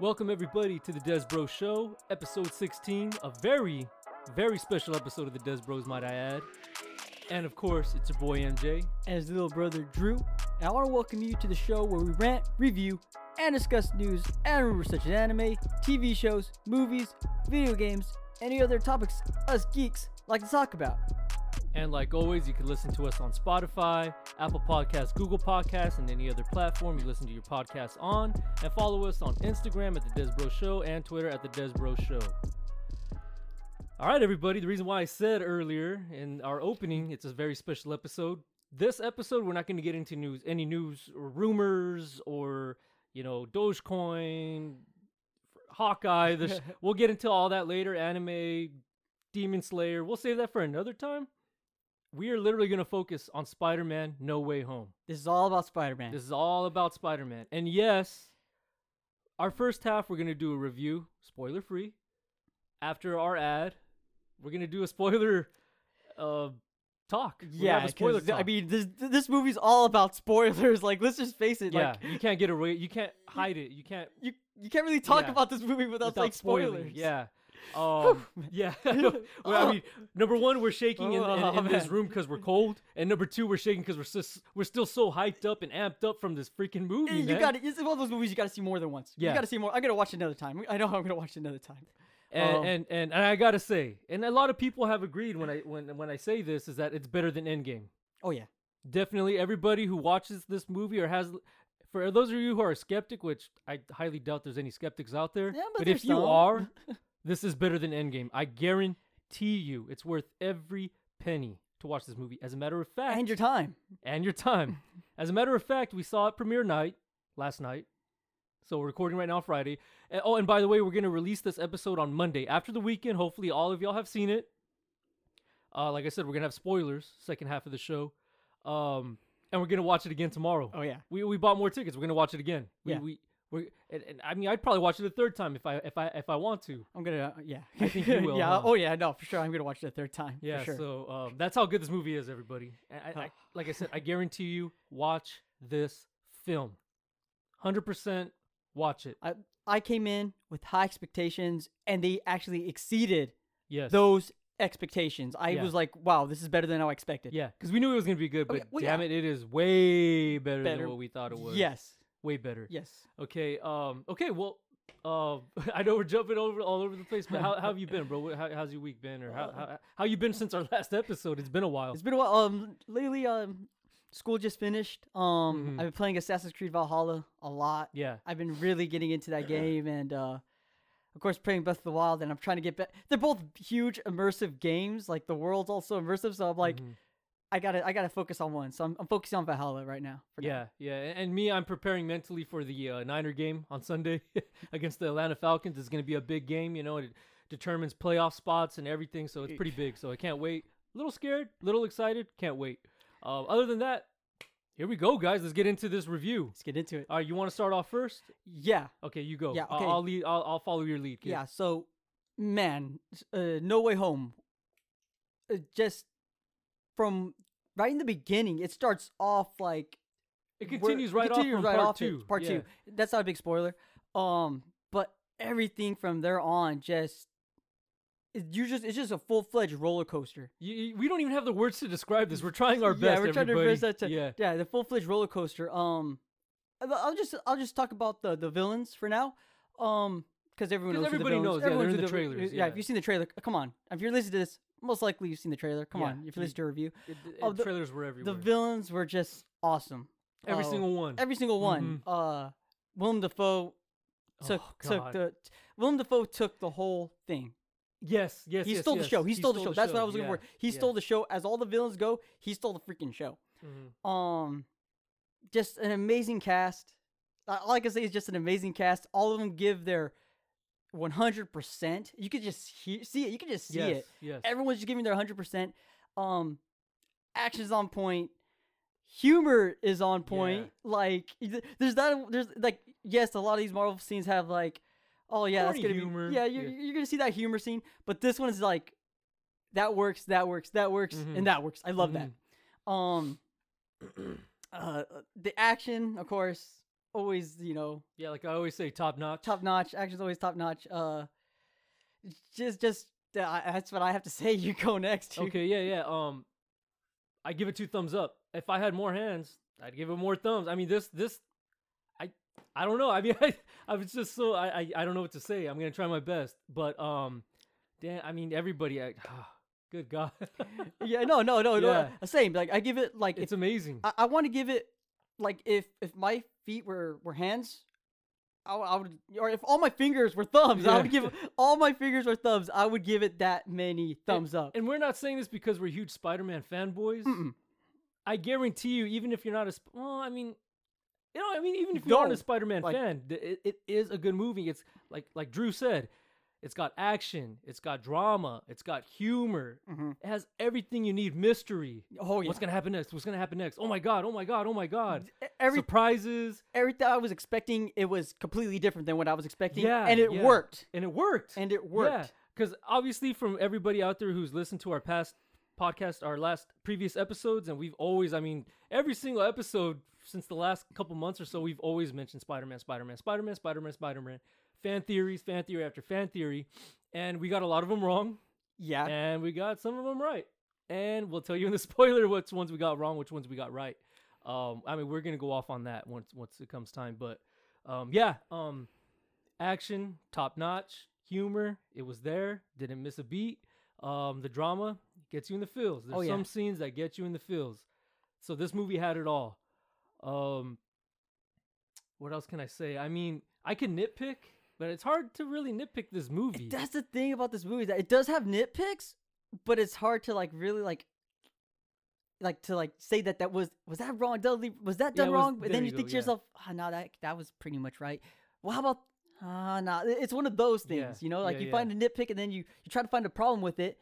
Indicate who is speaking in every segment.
Speaker 1: Welcome everybody to the Des Bro Show, episode 16, a very, very special episode of the Des Bros, might I add. And of course, it's your boy MJ.
Speaker 2: and his little brother Drew. And I want to welcome you to the show where we rant, review, and discuss news and rumors such as anime, TV shows, movies, video games, any other topics us geeks like to talk about.
Speaker 1: And like always, you can listen to us on Spotify, Apple Podcasts, Google Podcasts, and any other platform you listen to your podcast on. And follow us on Instagram at the Des Bro Show and Twitter at the Des Bro Show. All right, everybody. The reason why I said earlier in our opening, it's a very special episode. This episode, we're not going to get into news, any news or rumors or you know Dogecoin, Hawkeye. This we'll get into all that later. Anime, Demon Slayer. We'll save that for another time. We are literally going to focus on Spider Man No Way Home.
Speaker 2: This is all about Spider Man.
Speaker 1: This is all about Spider Man. And yes, our first half, we're going to do a review, spoiler free. After our ad, we're going to do a spoiler uh, talk. We're gonna have
Speaker 2: Yeah,
Speaker 1: a spoiler
Speaker 2: 'cause, I
Speaker 1: talk.
Speaker 2: mean, this this movie's all about spoilers. Like, let's just face it.
Speaker 1: yeah,
Speaker 2: Like,
Speaker 1: you can't get away. You can't hide it. You can't
Speaker 2: you you can't really talk
Speaker 1: Yeah.
Speaker 2: about this movie without,
Speaker 1: without
Speaker 2: like spoilers.
Speaker 1: spoiling. Yeah. Um, yeah. well, I mean, number one, we're shaking in, in,
Speaker 2: Oh,
Speaker 1: in this
Speaker 2: man.
Speaker 1: room because we're cold, and number two, we're shaking because we're sis we're still so hyped up and amped up from this freaking movie.
Speaker 2: You
Speaker 1: man.
Speaker 2: got It's one of those movies you got to see more than once.
Speaker 1: Yeah.
Speaker 2: You got to see more. I'm gonna watch another time. I know I'm gonna watch another time.
Speaker 1: and,
Speaker 2: Um,
Speaker 1: and and and I gotta say, and a lot of people have agreed when I when when I say this is that it's better than Endgame.
Speaker 2: Oh yeah.
Speaker 1: Definitely, everybody who watches this movie or has, for those of you who are skeptic, which I highly doubt there's any skeptics out there,
Speaker 2: Yeah, but
Speaker 1: if
Speaker 2: there's
Speaker 1: you
Speaker 2: some.
Speaker 1: are, this is better than Endgame. I guarantee you, it's worth every penny to watch this movie. As a matter of fact,
Speaker 2: And your time.
Speaker 1: and your time. As a matter of fact, we saw it premiere night last night. So we're recording right now Friday. And- oh, and by the way, we're going to release this episode on Monday after the weekend. Hopefully, all of y'all have seen it. Uh, like I said, we're going to have spoilers second half of the show. Um, and we're going to watch it again tomorrow.
Speaker 2: Oh yeah.
Speaker 1: We, we bought more tickets. We're going to watch it again. We,
Speaker 2: Yeah.
Speaker 1: we, we and, and, I mean, I'd probably watch it a third time if I if I if I want to.
Speaker 2: I'm gonna uh, yeah.
Speaker 1: I think you will,
Speaker 2: yeah.
Speaker 1: huh?
Speaker 2: Oh yeah. No, for sure. I'm gonna watch it a third time.
Speaker 1: Yeah.
Speaker 2: For sure.
Speaker 1: So um, that's how good this movie is, everybody. And I, I, like I said, I guarantee you, watch this film. Hundred percent, watch it.
Speaker 2: I I came in with high expectations, and they actually exceeded
Speaker 1: Yes.
Speaker 2: those expectations. I
Speaker 1: Yeah.
Speaker 2: was like, wow, this is better than I expected.
Speaker 1: yeah, because we knew it was gonna be good,
Speaker 2: Oh,
Speaker 1: but
Speaker 2: yeah, well,
Speaker 1: damn
Speaker 2: yeah.
Speaker 1: it, it is way better,
Speaker 2: Better.
Speaker 1: than what we thought it was.
Speaker 2: Yes.
Speaker 1: Way better.
Speaker 2: Yes.
Speaker 1: Okay. Um. Okay. Well. Um. I know we're jumping over all over the place, but how, how have you been, bro? What- How, how's your week been, or how, how how you been since our last episode? It's been a while.
Speaker 2: Uh. It's been a while. Um, lately, um, school just finished. Um,
Speaker 1: Mm-hmm.
Speaker 2: I've been playing Assassin's Creed Valhalla a lot.
Speaker 1: Yeah.
Speaker 2: I've been really getting into that game, and uh, of course, playing Breath of the Wild. And I'm trying to get back. They're both huge immersive games. Like the world's also immersive, so I'm like, I gotta, I gotta focus on one. So I'm, I'm focusing on Valhalla right now. for now.
Speaker 1: Yeah, yeah, a- and me, I'm preparing mentally for the uh, Niner game on Sunday against the Atlanta Falcons. It's going to be a big game, you know. It determines playoff spots and everything, so it's pretty big. So I can't wait. Little scared, little excited. Can't wait. Uh, other than that, here we go, guys. Let's get into this review.
Speaker 2: Let's get into it.
Speaker 1: All right, you want to start off first?
Speaker 2: Yeah,
Speaker 1: Okay, you go.
Speaker 2: Yeah,
Speaker 1: I'll-
Speaker 2: okay.
Speaker 1: I'll lead. I'll, I'll follow your lead. kid.
Speaker 2: yeah. So, man, s- uh, No Way Home. Uh, just from right in the beginning, it starts off like
Speaker 1: it
Speaker 2: where-
Speaker 1: continues right off
Speaker 2: continues
Speaker 1: from
Speaker 2: right
Speaker 1: part
Speaker 2: off it-
Speaker 1: two.
Speaker 2: Part
Speaker 1: Yeah.
Speaker 2: two. That's not a big spoiler. Um, but everything from there on just it- you just it's just a full fledged roller coaster.
Speaker 1: You, you- we don't even have the words to describe this. We're trying our best.
Speaker 2: yeah, we're trying to
Speaker 1: everybody.
Speaker 2: reverse that. To,
Speaker 1: yeah.
Speaker 2: yeah, the full fledged roller coaster. Um, I'll- I'll just I'll just talk about the the villains for now. Um, because everyone
Speaker 1: 'Cause
Speaker 2: knows who the
Speaker 1: everybody
Speaker 2: villains-
Speaker 1: knows, yeah,
Speaker 2: everyone
Speaker 1: they're
Speaker 2: knows
Speaker 1: in
Speaker 2: who
Speaker 1: the
Speaker 2: vi-
Speaker 1: trailers,
Speaker 2: Yeah. if
Speaker 1: yeah.
Speaker 2: you've seen the trailer, come on. If you're listening to this, most likely you've seen the trailer. Come
Speaker 1: Yeah,
Speaker 2: on, if
Speaker 1: you-
Speaker 2: you're listening to a review,
Speaker 1: It- it-
Speaker 2: Oh, the-
Speaker 1: trailers were everywhere.
Speaker 2: the villains were just awesome.
Speaker 1: Every
Speaker 2: Uh,
Speaker 1: single one.
Speaker 2: every single one.
Speaker 1: Mm-hmm.
Speaker 2: Uh, Willem Dafoe took
Speaker 1: Oh,
Speaker 2: took
Speaker 1: God.
Speaker 2: the t- Willem Dafoe took the whole thing.
Speaker 1: Yes, yes,
Speaker 2: He
Speaker 1: yes,
Speaker 2: stole
Speaker 1: yes.
Speaker 2: the show. He, stole, the show. That's what I was
Speaker 1: yeah.
Speaker 2: looking for. He
Speaker 1: yeah.
Speaker 2: stole the show. As all the villains go, he stole the freaking show.
Speaker 1: Mhm.
Speaker 2: Um, just an amazing cast. Uh, All I can say is just an amazing cast. All of them give their one hundred percent. You could just he- see it. You could just see
Speaker 1: yes,
Speaker 2: it.
Speaker 1: Yes.
Speaker 2: Everyone's just giving their 100%. Um actions on point. Humor is on point. Like th- there's that there's like yes, a lot of these Marvel scenes have like oh yeah,
Speaker 1: Corny
Speaker 2: that's going to
Speaker 1: humor,
Speaker 2: be Yeah, you're,
Speaker 1: yeah.
Speaker 2: you're going to see that humor scene, but this one is like that works, that works, that works
Speaker 1: Mhm.
Speaker 2: and that works. I love that.
Speaker 1: Mm-hmm.
Speaker 2: Um, uh, the action, of course, always you know
Speaker 1: Yeah, like I always say, top notch.
Speaker 2: top notch. Action's always top notch. Uh, just just uh, I- that's what I have to say. You go next. you-
Speaker 1: Okay, yeah, yeah. Um, I give it two thumbs up. If I had more hands, I'd give it more thumbs. I mean, this, this, I, I don't know. I mean, I, I was just so I, I, I don't know what to say. I'm gonna try my best, but um, Dan, I mean, everybody, I, good God,
Speaker 2: Yeah. No. No. No. No.
Speaker 1: Yeah.
Speaker 2: Same. Like I give it like
Speaker 1: it's
Speaker 2: if, uh,
Speaker 1: amazing.
Speaker 2: I, I want to give it like if if my feet were were hands. I, w- I would, or if all my fingers were thumbs, I would
Speaker 1: Yeah.
Speaker 2: give all my fingers were thumbs. I would give it that
Speaker 1: Eh,
Speaker 2: many thumbs up.
Speaker 1: and we're not saying this because we're huge Spider-Man fanboys.
Speaker 2: Mm-mm.
Speaker 1: I guarantee you, even if you're not a, sp- well, I mean, you know, I mean, even if you aren't
Speaker 2: No,
Speaker 1: a Spider-Man
Speaker 2: like-
Speaker 1: fan, th- it, it is a good movie. It's like like Drew said, it's got action, it's got drama, it's got humor,
Speaker 2: Mhm.
Speaker 1: it has everything you need. Mystery.
Speaker 2: Oh yeah,
Speaker 1: What's gonna happen next? What's gonna happen next? Oh my god! Oh my god! Oh my god!
Speaker 2: E- every
Speaker 1: Surprises,
Speaker 2: everything I was expecting, it was completely different than what I was expecting.
Speaker 1: Yeah,
Speaker 2: and it
Speaker 1: yeah.
Speaker 2: worked.
Speaker 1: and it worked.
Speaker 2: And it worked.
Speaker 1: because obviously, from everybody out there who's listened to our past podcast, our last previous episodes, and we've always, I mean, every single episode since the last couple months or so, we've always mentioned Spider Man, Spider Man, Spider Man, Spider Man, Spider Man, fan theories, fan theory after fan theory. And we got a lot of them wrong,
Speaker 2: Yeah.
Speaker 1: and we got some of them right. And we'll tell you in the spoiler which ones we got wrong, which ones we got right. Um, I mean, we're gonna go off on that once once it comes time. But um, yeah, um, action top notch, humor it was there, didn't miss a beat. Um, the drama gets you in the feels. There's
Speaker 2: Oh, yeah.
Speaker 1: some scenes that get you in the feels. So this movie had it all. Um, what else can I say? I mean, I can nitpick, but it's hard to really nitpick this movie.
Speaker 2: That's the thing about this movie is that it does have nitpicks, but it's hard to like really like like to like say that that was was that wrong Dudley was that
Speaker 1: Yeah,
Speaker 2: done
Speaker 1: it was-
Speaker 2: wrong but
Speaker 1: there
Speaker 2: then
Speaker 1: you
Speaker 2: you
Speaker 1: go,
Speaker 2: think to
Speaker 1: yeah.
Speaker 2: yourself ah no that that was pretty much right well how about ah no it's one of those things
Speaker 1: Yeah,
Speaker 2: you know like
Speaker 1: yeah,
Speaker 2: you
Speaker 1: yeah.
Speaker 2: find a nitpick and then you you try to find a problem with it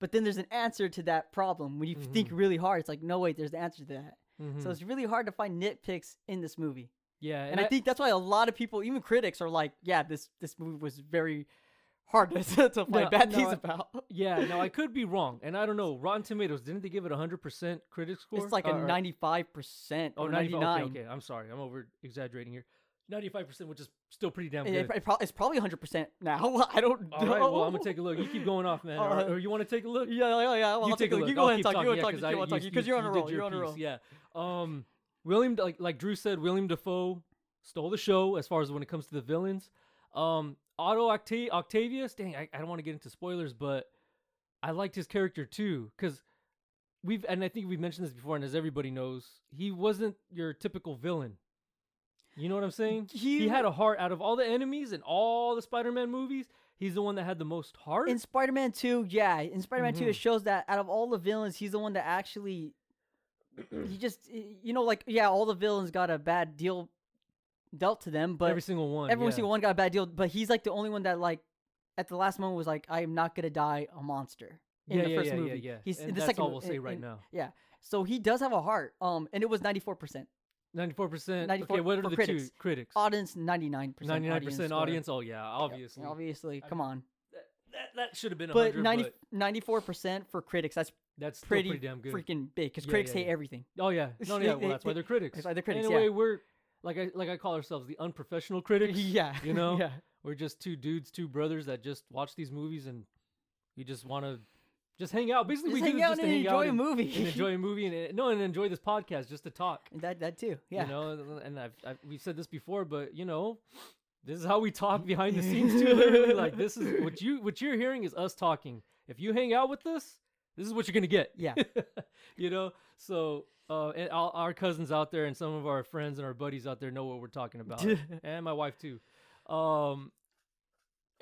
Speaker 2: but then there's an answer to that problem when you think
Speaker 1: Mm-hmm.
Speaker 2: really hard it's like no wait there's an answer to that
Speaker 1: Mhm.
Speaker 2: so it's really hard to find nitpicks in this movie
Speaker 1: yeah,
Speaker 2: and, I, think that's why a lot of people, even critics, are like, "Yeah, this this movie was very hard to, to find
Speaker 1: No,
Speaker 2: bad
Speaker 1: no,
Speaker 2: things
Speaker 1: I-
Speaker 2: about."
Speaker 1: Yeah, now I could be wrong, and I don't know. Rotten Tomatoes didn't they give it a hundred percent critic score?
Speaker 2: It's like a
Speaker 1: Or- or-
Speaker 2: ninety-five percent
Speaker 1: oh,
Speaker 2: or
Speaker 1: 95
Speaker 2: ninety-nine.
Speaker 1: Okay, okay, I'm sorry, I'm over exaggerating here. Ninety-five percent, which is still pretty damn
Speaker 2: It-
Speaker 1: good.
Speaker 2: it pro- it's probably hundred percent now. I don't
Speaker 1: All right, well I'm
Speaker 2: know.
Speaker 1: gonna take a look. You keep going off, man.
Speaker 2: All
Speaker 1: or,
Speaker 2: right.
Speaker 1: or you want to take a look?
Speaker 2: Uh, Yeah, yeah, yeah. Well,
Speaker 1: you
Speaker 2: I'll
Speaker 1: take a look.
Speaker 2: You
Speaker 1: I'll
Speaker 2: go ahead and
Speaker 1: keep
Speaker 2: talk. You go ahead
Speaker 1: talking,
Speaker 2: and
Speaker 1: yeah,
Speaker 2: talk. You go ahead and talk.
Speaker 1: I- you-
Speaker 2: Because
Speaker 1: you-
Speaker 2: you're on a
Speaker 1: you did
Speaker 2: roll.
Speaker 1: your
Speaker 2: You're on a roll.
Speaker 1: piece, Yeah. Um, William, like like Drew said, William Defoe stole the show as far as when it comes to the villains. Um, Otto Octa- Octavius. Dang, I, I don't want to get into spoilers, but I liked his character too because we've and I think we've mentioned this before, and as everybody knows, he wasn't your typical villain. You know what I'm saying? he
Speaker 2: He-
Speaker 1: had a heart out of all the enemies in all the Spider-Man movies. He's the one that had the most heart.
Speaker 2: In Spider-Man Two, yeah, in Spider-Man Two,
Speaker 1: Mhm.
Speaker 2: it shows that out of all the villains, he's the one that actually, he just, you know, like yeah, all the villains got a bad deal dealt to them, but
Speaker 1: every single one.
Speaker 2: Every
Speaker 1: yeah.
Speaker 2: single one got a bad deal, but he's like the only one that like at the last moment was like, "I am not gonna die a monster." In
Speaker 1: yeah,
Speaker 2: the
Speaker 1: yeah,
Speaker 2: first
Speaker 1: yeah,
Speaker 2: movie,
Speaker 1: Yeah, yeah.
Speaker 2: he's
Speaker 1: and
Speaker 2: in the
Speaker 1: that's
Speaker 2: second.
Speaker 1: all
Speaker 2: mo-
Speaker 1: we'll say
Speaker 2: in-
Speaker 1: right
Speaker 2: in-
Speaker 1: now.
Speaker 2: Yeah, so he does have a heart. Um, and it was ninety four percent
Speaker 1: 94%.
Speaker 2: 94
Speaker 1: okay, what are the
Speaker 2: for
Speaker 1: two
Speaker 2: critics.
Speaker 1: critics?
Speaker 2: audience, ninety nine percent,
Speaker 1: 99% audience. Oh, yeah, obviously.
Speaker 2: obviously,
Speaker 1: I
Speaker 2: come on.
Speaker 1: That, that, that should have been 100,
Speaker 2: But
Speaker 1: but
Speaker 2: 94 percent for critics. That's
Speaker 1: that's still
Speaker 2: pretty,
Speaker 1: pretty, damn good.
Speaker 2: freaking big because
Speaker 1: Yeah,
Speaker 2: critics
Speaker 1: yeah,
Speaker 2: hate
Speaker 1: yeah.
Speaker 2: everything.
Speaker 1: oh, yeah. No, no,
Speaker 2: They-
Speaker 1: yeah, well,
Speaker 2: they-
Speaker 1: that's why they're critics.
Speaker 2: that's why they're critics,
Speaker 1: Anyway,
Speaker 2: yeah.
Speaker 1: we're, like I, like I call ourselves, the unprofessional critics.
Speaker 2: yeah,
Speaker 1: You know?
Speaker 2: yeah.
Speaker 1: We're just two dudes, two brothers that just watch these movies and we just want to just hang out. Basically,
Speaker 2: Just
Speaker 1: we do
Speaker 2: hang
Speaker 1: this
Speaker 2: out
Speaker 1: just
Speaker 2: and
Speaker 1: to hang
Speaker 2: enjoy
Speaker 1: out
Speaker 2: a
Speaker 1: and-
Speaker 2: movie.
Speaker 1: and enjoy a movie and- and, no, and enjoy this podcast just to talk.
Speaker 2: That that too. Yeah.
Speaker 1: You know, and- and I've, I've we've said this before, but you know, this is how we talk behind the scenes too. literally, Like this is what you what you're hearing is us talking. If you hang out with us, this is what you're gonna get.
Speaker 2: Yeah.
Speaker 1: you know, so uh, and all, our cousins out there and some of our friends and our buddies out there know what we're talking about, and my wife too. Um,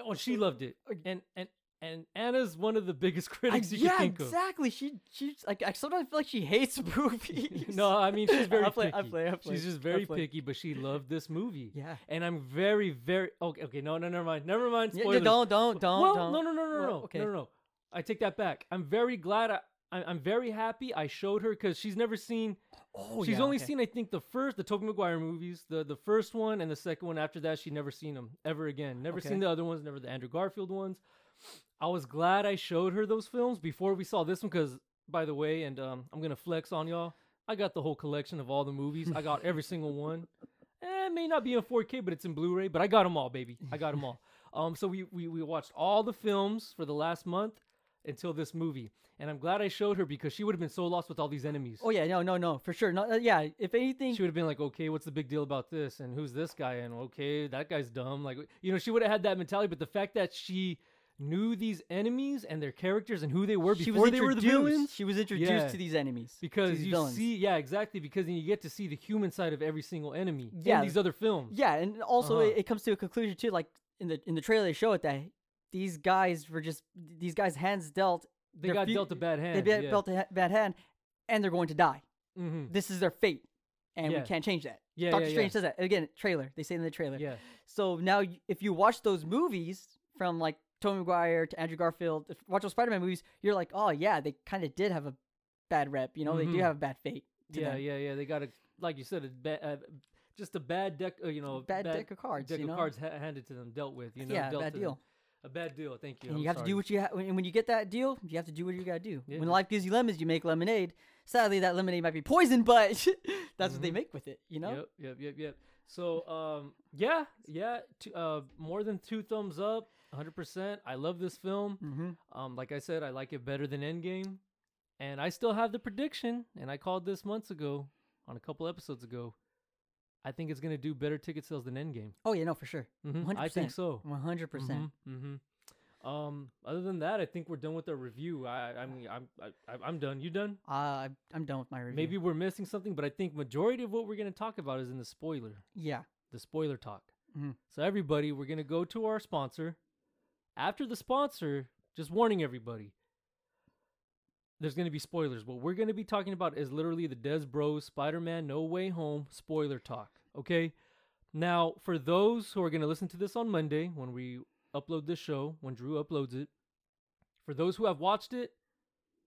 Speaker 1: oh, she loved it, and and and Anna's one of the biggest
Speaker 2: I-
Speaker 1: critics you
Speaker 2: yeah,
Speaker 1: can think of.
Speaker 2: exactly. She she's like I sometimes feel like she hates movies.
Speaker 1: no, I mean she's very
Speaker 2: I play,
Speaker 1: picky.
Speaker 2: I play, I play,
Speaker 1: she's just
Speaker 2: I
Speaker 1: very
Speaker 2: play.
Speaker 1: picky, but she loved this movie.
Speaker 2: Yeah.
Speaker 1: And I'm very, very okay. Okay, no, no, never mind, never mind.
Speaker 2: Yeah,
Speaker 1: Spoilers.
Speaker 2: don't, don't, don't,
Speaker 1: well,
Speaker 2: don't.
Speaker 1: no, no, no, no,
Speaker 2: Well,
Speaker 1: no.
Speaker 2: okay.
Speaker 1: No, no, no. I take that back. I'm very glad. I, I I'm very happy. I showed her because she's never seen.
Speaker 2: Oh,
Speaker 1: she's
Speaker 2: yeah,
Speaker 1: only
Speaker 2: okay.
Speaker 1: seen, I think, the first, the Tobey Maguire movies, the the first one and the second one. After that, she never seen them ever again. Never seen
Speaker 2: Okay.
Speaker 1: the other ones. Never the Andrew Garfield ones. I was glad I showed her those films before we saw this one because by the way, and um, I'm gonna flex on y'all. I got the whole collection of all the movies. I got every single one. Eh, it may not be in 4K, but it's in Blu-ray. But I got them all, baby. I got them all. Um, so we, we we watched all the films for the last month until this movie, and I'm glad I showed her because she would have been so lost with all these enemies.
Speaker 2: Oh yeah, no, no, no, for sure. No, uh, yeah. If anything,
Speaker 1: She would have been like, okay, what's the big deal about this? And who's this guy? And okay, that guy's dumb. Like, you know, she would have had that mentality. But the fact that she knew these enemies and their characters and who they were
Speaker 2: she
Speaker 1: before
Speaker 2: was
Speaker 1: they were the
Speaker 2: introduced.
Speaker 1: villains.
Speaker 2: She was introduced
Speaker 1: Yeah.
Speaker 2: to these enemies to
Speaker 1: Because
Speaker 2: these
Speaker 1: you
Speaker 2: villains.
Speaker 1: see, yeah, exactly. Because then you get to see the human side of every single enemy
Speaker 2: Yeah.
Speaker 1: in these other films.
Speaker 2: Yeah, and also
Speaker 1: Uh-huh.
Speaker 2: it, it comes to a conclusion too. Like in the in the trailer, they show it that these guys were just these guys' hands dealt.
Speaker 1: they
Speaker 2: their
Speaker 1: got
Speaker 2: fu-
Speaker 1: dealt a bad hand.
Speaker 2: They be-
Speaker 1: yeah.
Speaker 2: dealt a ha- bad hand, and they're going to die.
Speaker 1: hmm
Speaker 2: This is their fate, and
Speaker 1: Yeah.
Speaker 2: we can't change that.
Speaker 1: Yeah,
Speaker 2: Doctor
Speaker 1: yeah, yeah.
Speaker 2: Strange says that again. Trailer. They say in the trailer.
Speaker 1: yeah,
Speaker 2: So now, y- if you watch those movies from like Tobey Maguire to Andrew Garfield, if you watch those Spider-Man movies, you're like, oh yeah, they kind of did have a bad rep. You know, they
Speaker 1: Mhm.
Speaker 2: do have a bad fate. To
Speaker 1: yeah,
Speaker 2: them.
Speaker 1: yeah, yeah. They got a, like you said, a ba- uh, just a bad deck. Uh, you know, a
Speaker 2: Bad, deck of cards.
Speaker 1: deck
Speaker 2: you know?
Speaker 1: of cards ha- handed to them, dealt with. You know,
Speaker 2: yeah,
Speaker 1: dealt
Speaker 2: bad
Speaker 1: to them.
Speaker 2: deal.
Speaker 1: A bad deal. Thank you.
Speaker 2: And
Speaker 1: I'm
Speaker 2: you have to
Speaker 1: sorry.
Speaker 2: do what you have. And when you get that deal, you have to do what you got to do.
Speaker 1: Yeah,
Speaker 2: When
Speaker 1: just-
Speaker 2: life gives you lemons, you make lemonade. Sadly, that lemonade might be poison, but that's what they
Speaker 1: Mhm.
Speaker 2: make with it. You know.
Speaker 1: Yep, yep, yep, yep. So, um, yeah, yeah, t- uh, more than two thumbs up, 100%. I love this film.
Speaker 2: Mm-hmm.
Speaker 1: Um, like I said, I like it better than Endgame. And I still have the prediction, and I called this months ago, on a couple episodes ago. I think it's going to do better ticket sales than Endgame.
Speaker 2: Oh yeah, no, for sure,
Speaker 1: Mhm, I think
Speaker 2: 100%.
Speaker 1: so.
Speaker 2: one hundred percent.
Speaker 1: Mm-hmm. Um, other than that, I think we're done with our review. I, I mean, I'm, I, I- I'm done. You done?
Speaker 2: Uh, I'm done with my review.
Speaker 1: Mm-hmm. Maybe we're missing something, but I think majority of what we're going to talk about is in the spoiler
Speaker 2: Yeah.
Speaker 1: the spoiler talk.
Speaker 2: Mhm.
Speaker 1: So everybody, we're gonna go to our sponsor. After the sponsor, just warning everybody, there's gonna be spoilers. What we're gonna be talking about is literally the Des Bros Spider-Man No Way Home spoiler talk. Okay. Now, for those who are gonna listen to this on Monday when we upload this show, when Drew uploads it, for those who have watched it,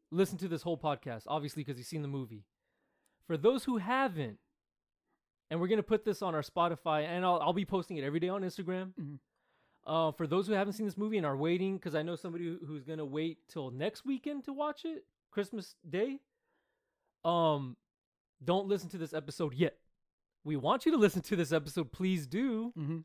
Speaker 1: listen to this whole podcast, obviously because you've seen the movie. For those who haven't, and we're gonna put this on our Spotify, and I'll, I'll be posting it every day on Instagram.
Speaker 2: Mhm.
Speaker 1: Uh, for those who haven't seen this movie and are waiting, because I know somebody who- who's gonna wait till next weekend to watch it, Christmas Day. Um, don't listen to this episode yet. We want you to listen to this episode, please do.
Speaker 2: Mm-hmm.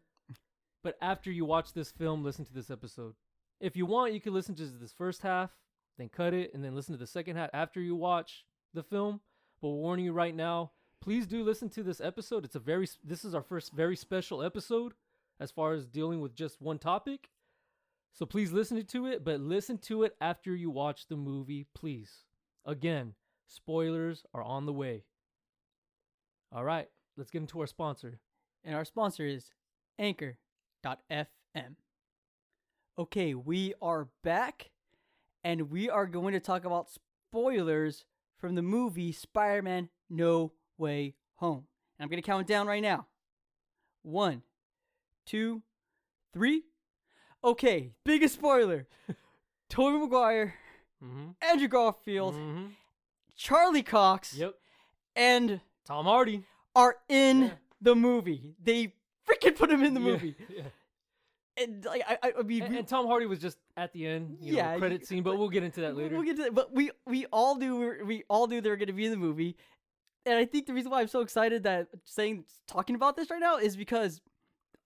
Speaker 1: But after you watch this film, listen to this episode. If you want, you can listen to this first half, then cut it, and then listen to the second half after you watch the film. But we're warning you right now, please do listen to this episode. It's a very s- this is our first very special episode as far as dealing with just one topic. So please listen to it, but listen to it after you watch the movie, please. Again, spoilers are on the way. All right, let's get into our sponsor.
Speaker 2: And our sponsor is Anchor.fm. Okay, we are back and we are going to talk about spoilers from the movie Spider Man No Way Home. And I'm going to count down right now. One, two, three. Okay, biggest spoiler Tobey Maguire,
Speaker 1: Mm-hmm.
Speaker 2: Andrew Garfield,
Speaker 1: mm-hmm.
Speaker 2: Charlie Cox,
Speaker 1: Yep.
Speaker 2: and
Speaker 1: Tom Hardy.
Speaker 2: are in
Speaker 1: Yeah.
Speaker 2: the movie. They freaking put him in the
Speaker 1: Yeah,
Speaker 2: movie.
Speaker 1: yeah.
Speaker 2: And like I, I, I mean,
Speaker 1: And,
Speaker 2: we-
Speaker 1: and Tom Hardy was just at the end, you
Speaker 2: Yeah,
Speaker 1: know,
Speaker 2: you-
Speaker 1: credit scene, but
Speaker 2: but-
Speaker 1: we'll get into that
Speaker 2: we'll-
Speaker 1: later.
Speaker 2: We'll get to that. But we we all knew we, were, we all knew they were going to be in the movie, and I think the reason why I'm so excited that saying talking about this right now is because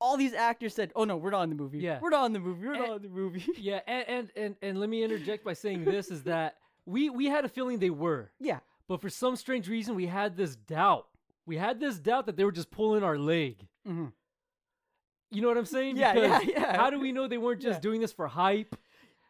Speaker 2: all these actors said, "Oh no, we're not in the movie.
Speaker 1: Yeah.
Speaker 2: we're not in the movie. We're
Speaker 1: And-
Speaker 2: not in the movie."
Speaker 1: yeah, and, and and and let me interject by saying this is that we we had a feeling they were,
Speaker 2: yeah,
Speaker 1: but for some strange reason we had this doubt. We had this doubt that they were just pulling our leg.
Speaker 2: Mhm.
Speaker 1: You know what I'm saying?
Speaker 2: Yeah, yeah,
Speaker 1: Because
Speaker 2: yeah.
Speaker 1: How do we know they weren't just
Speaker 2: Yeah.
Speaker 1: doing this for hype?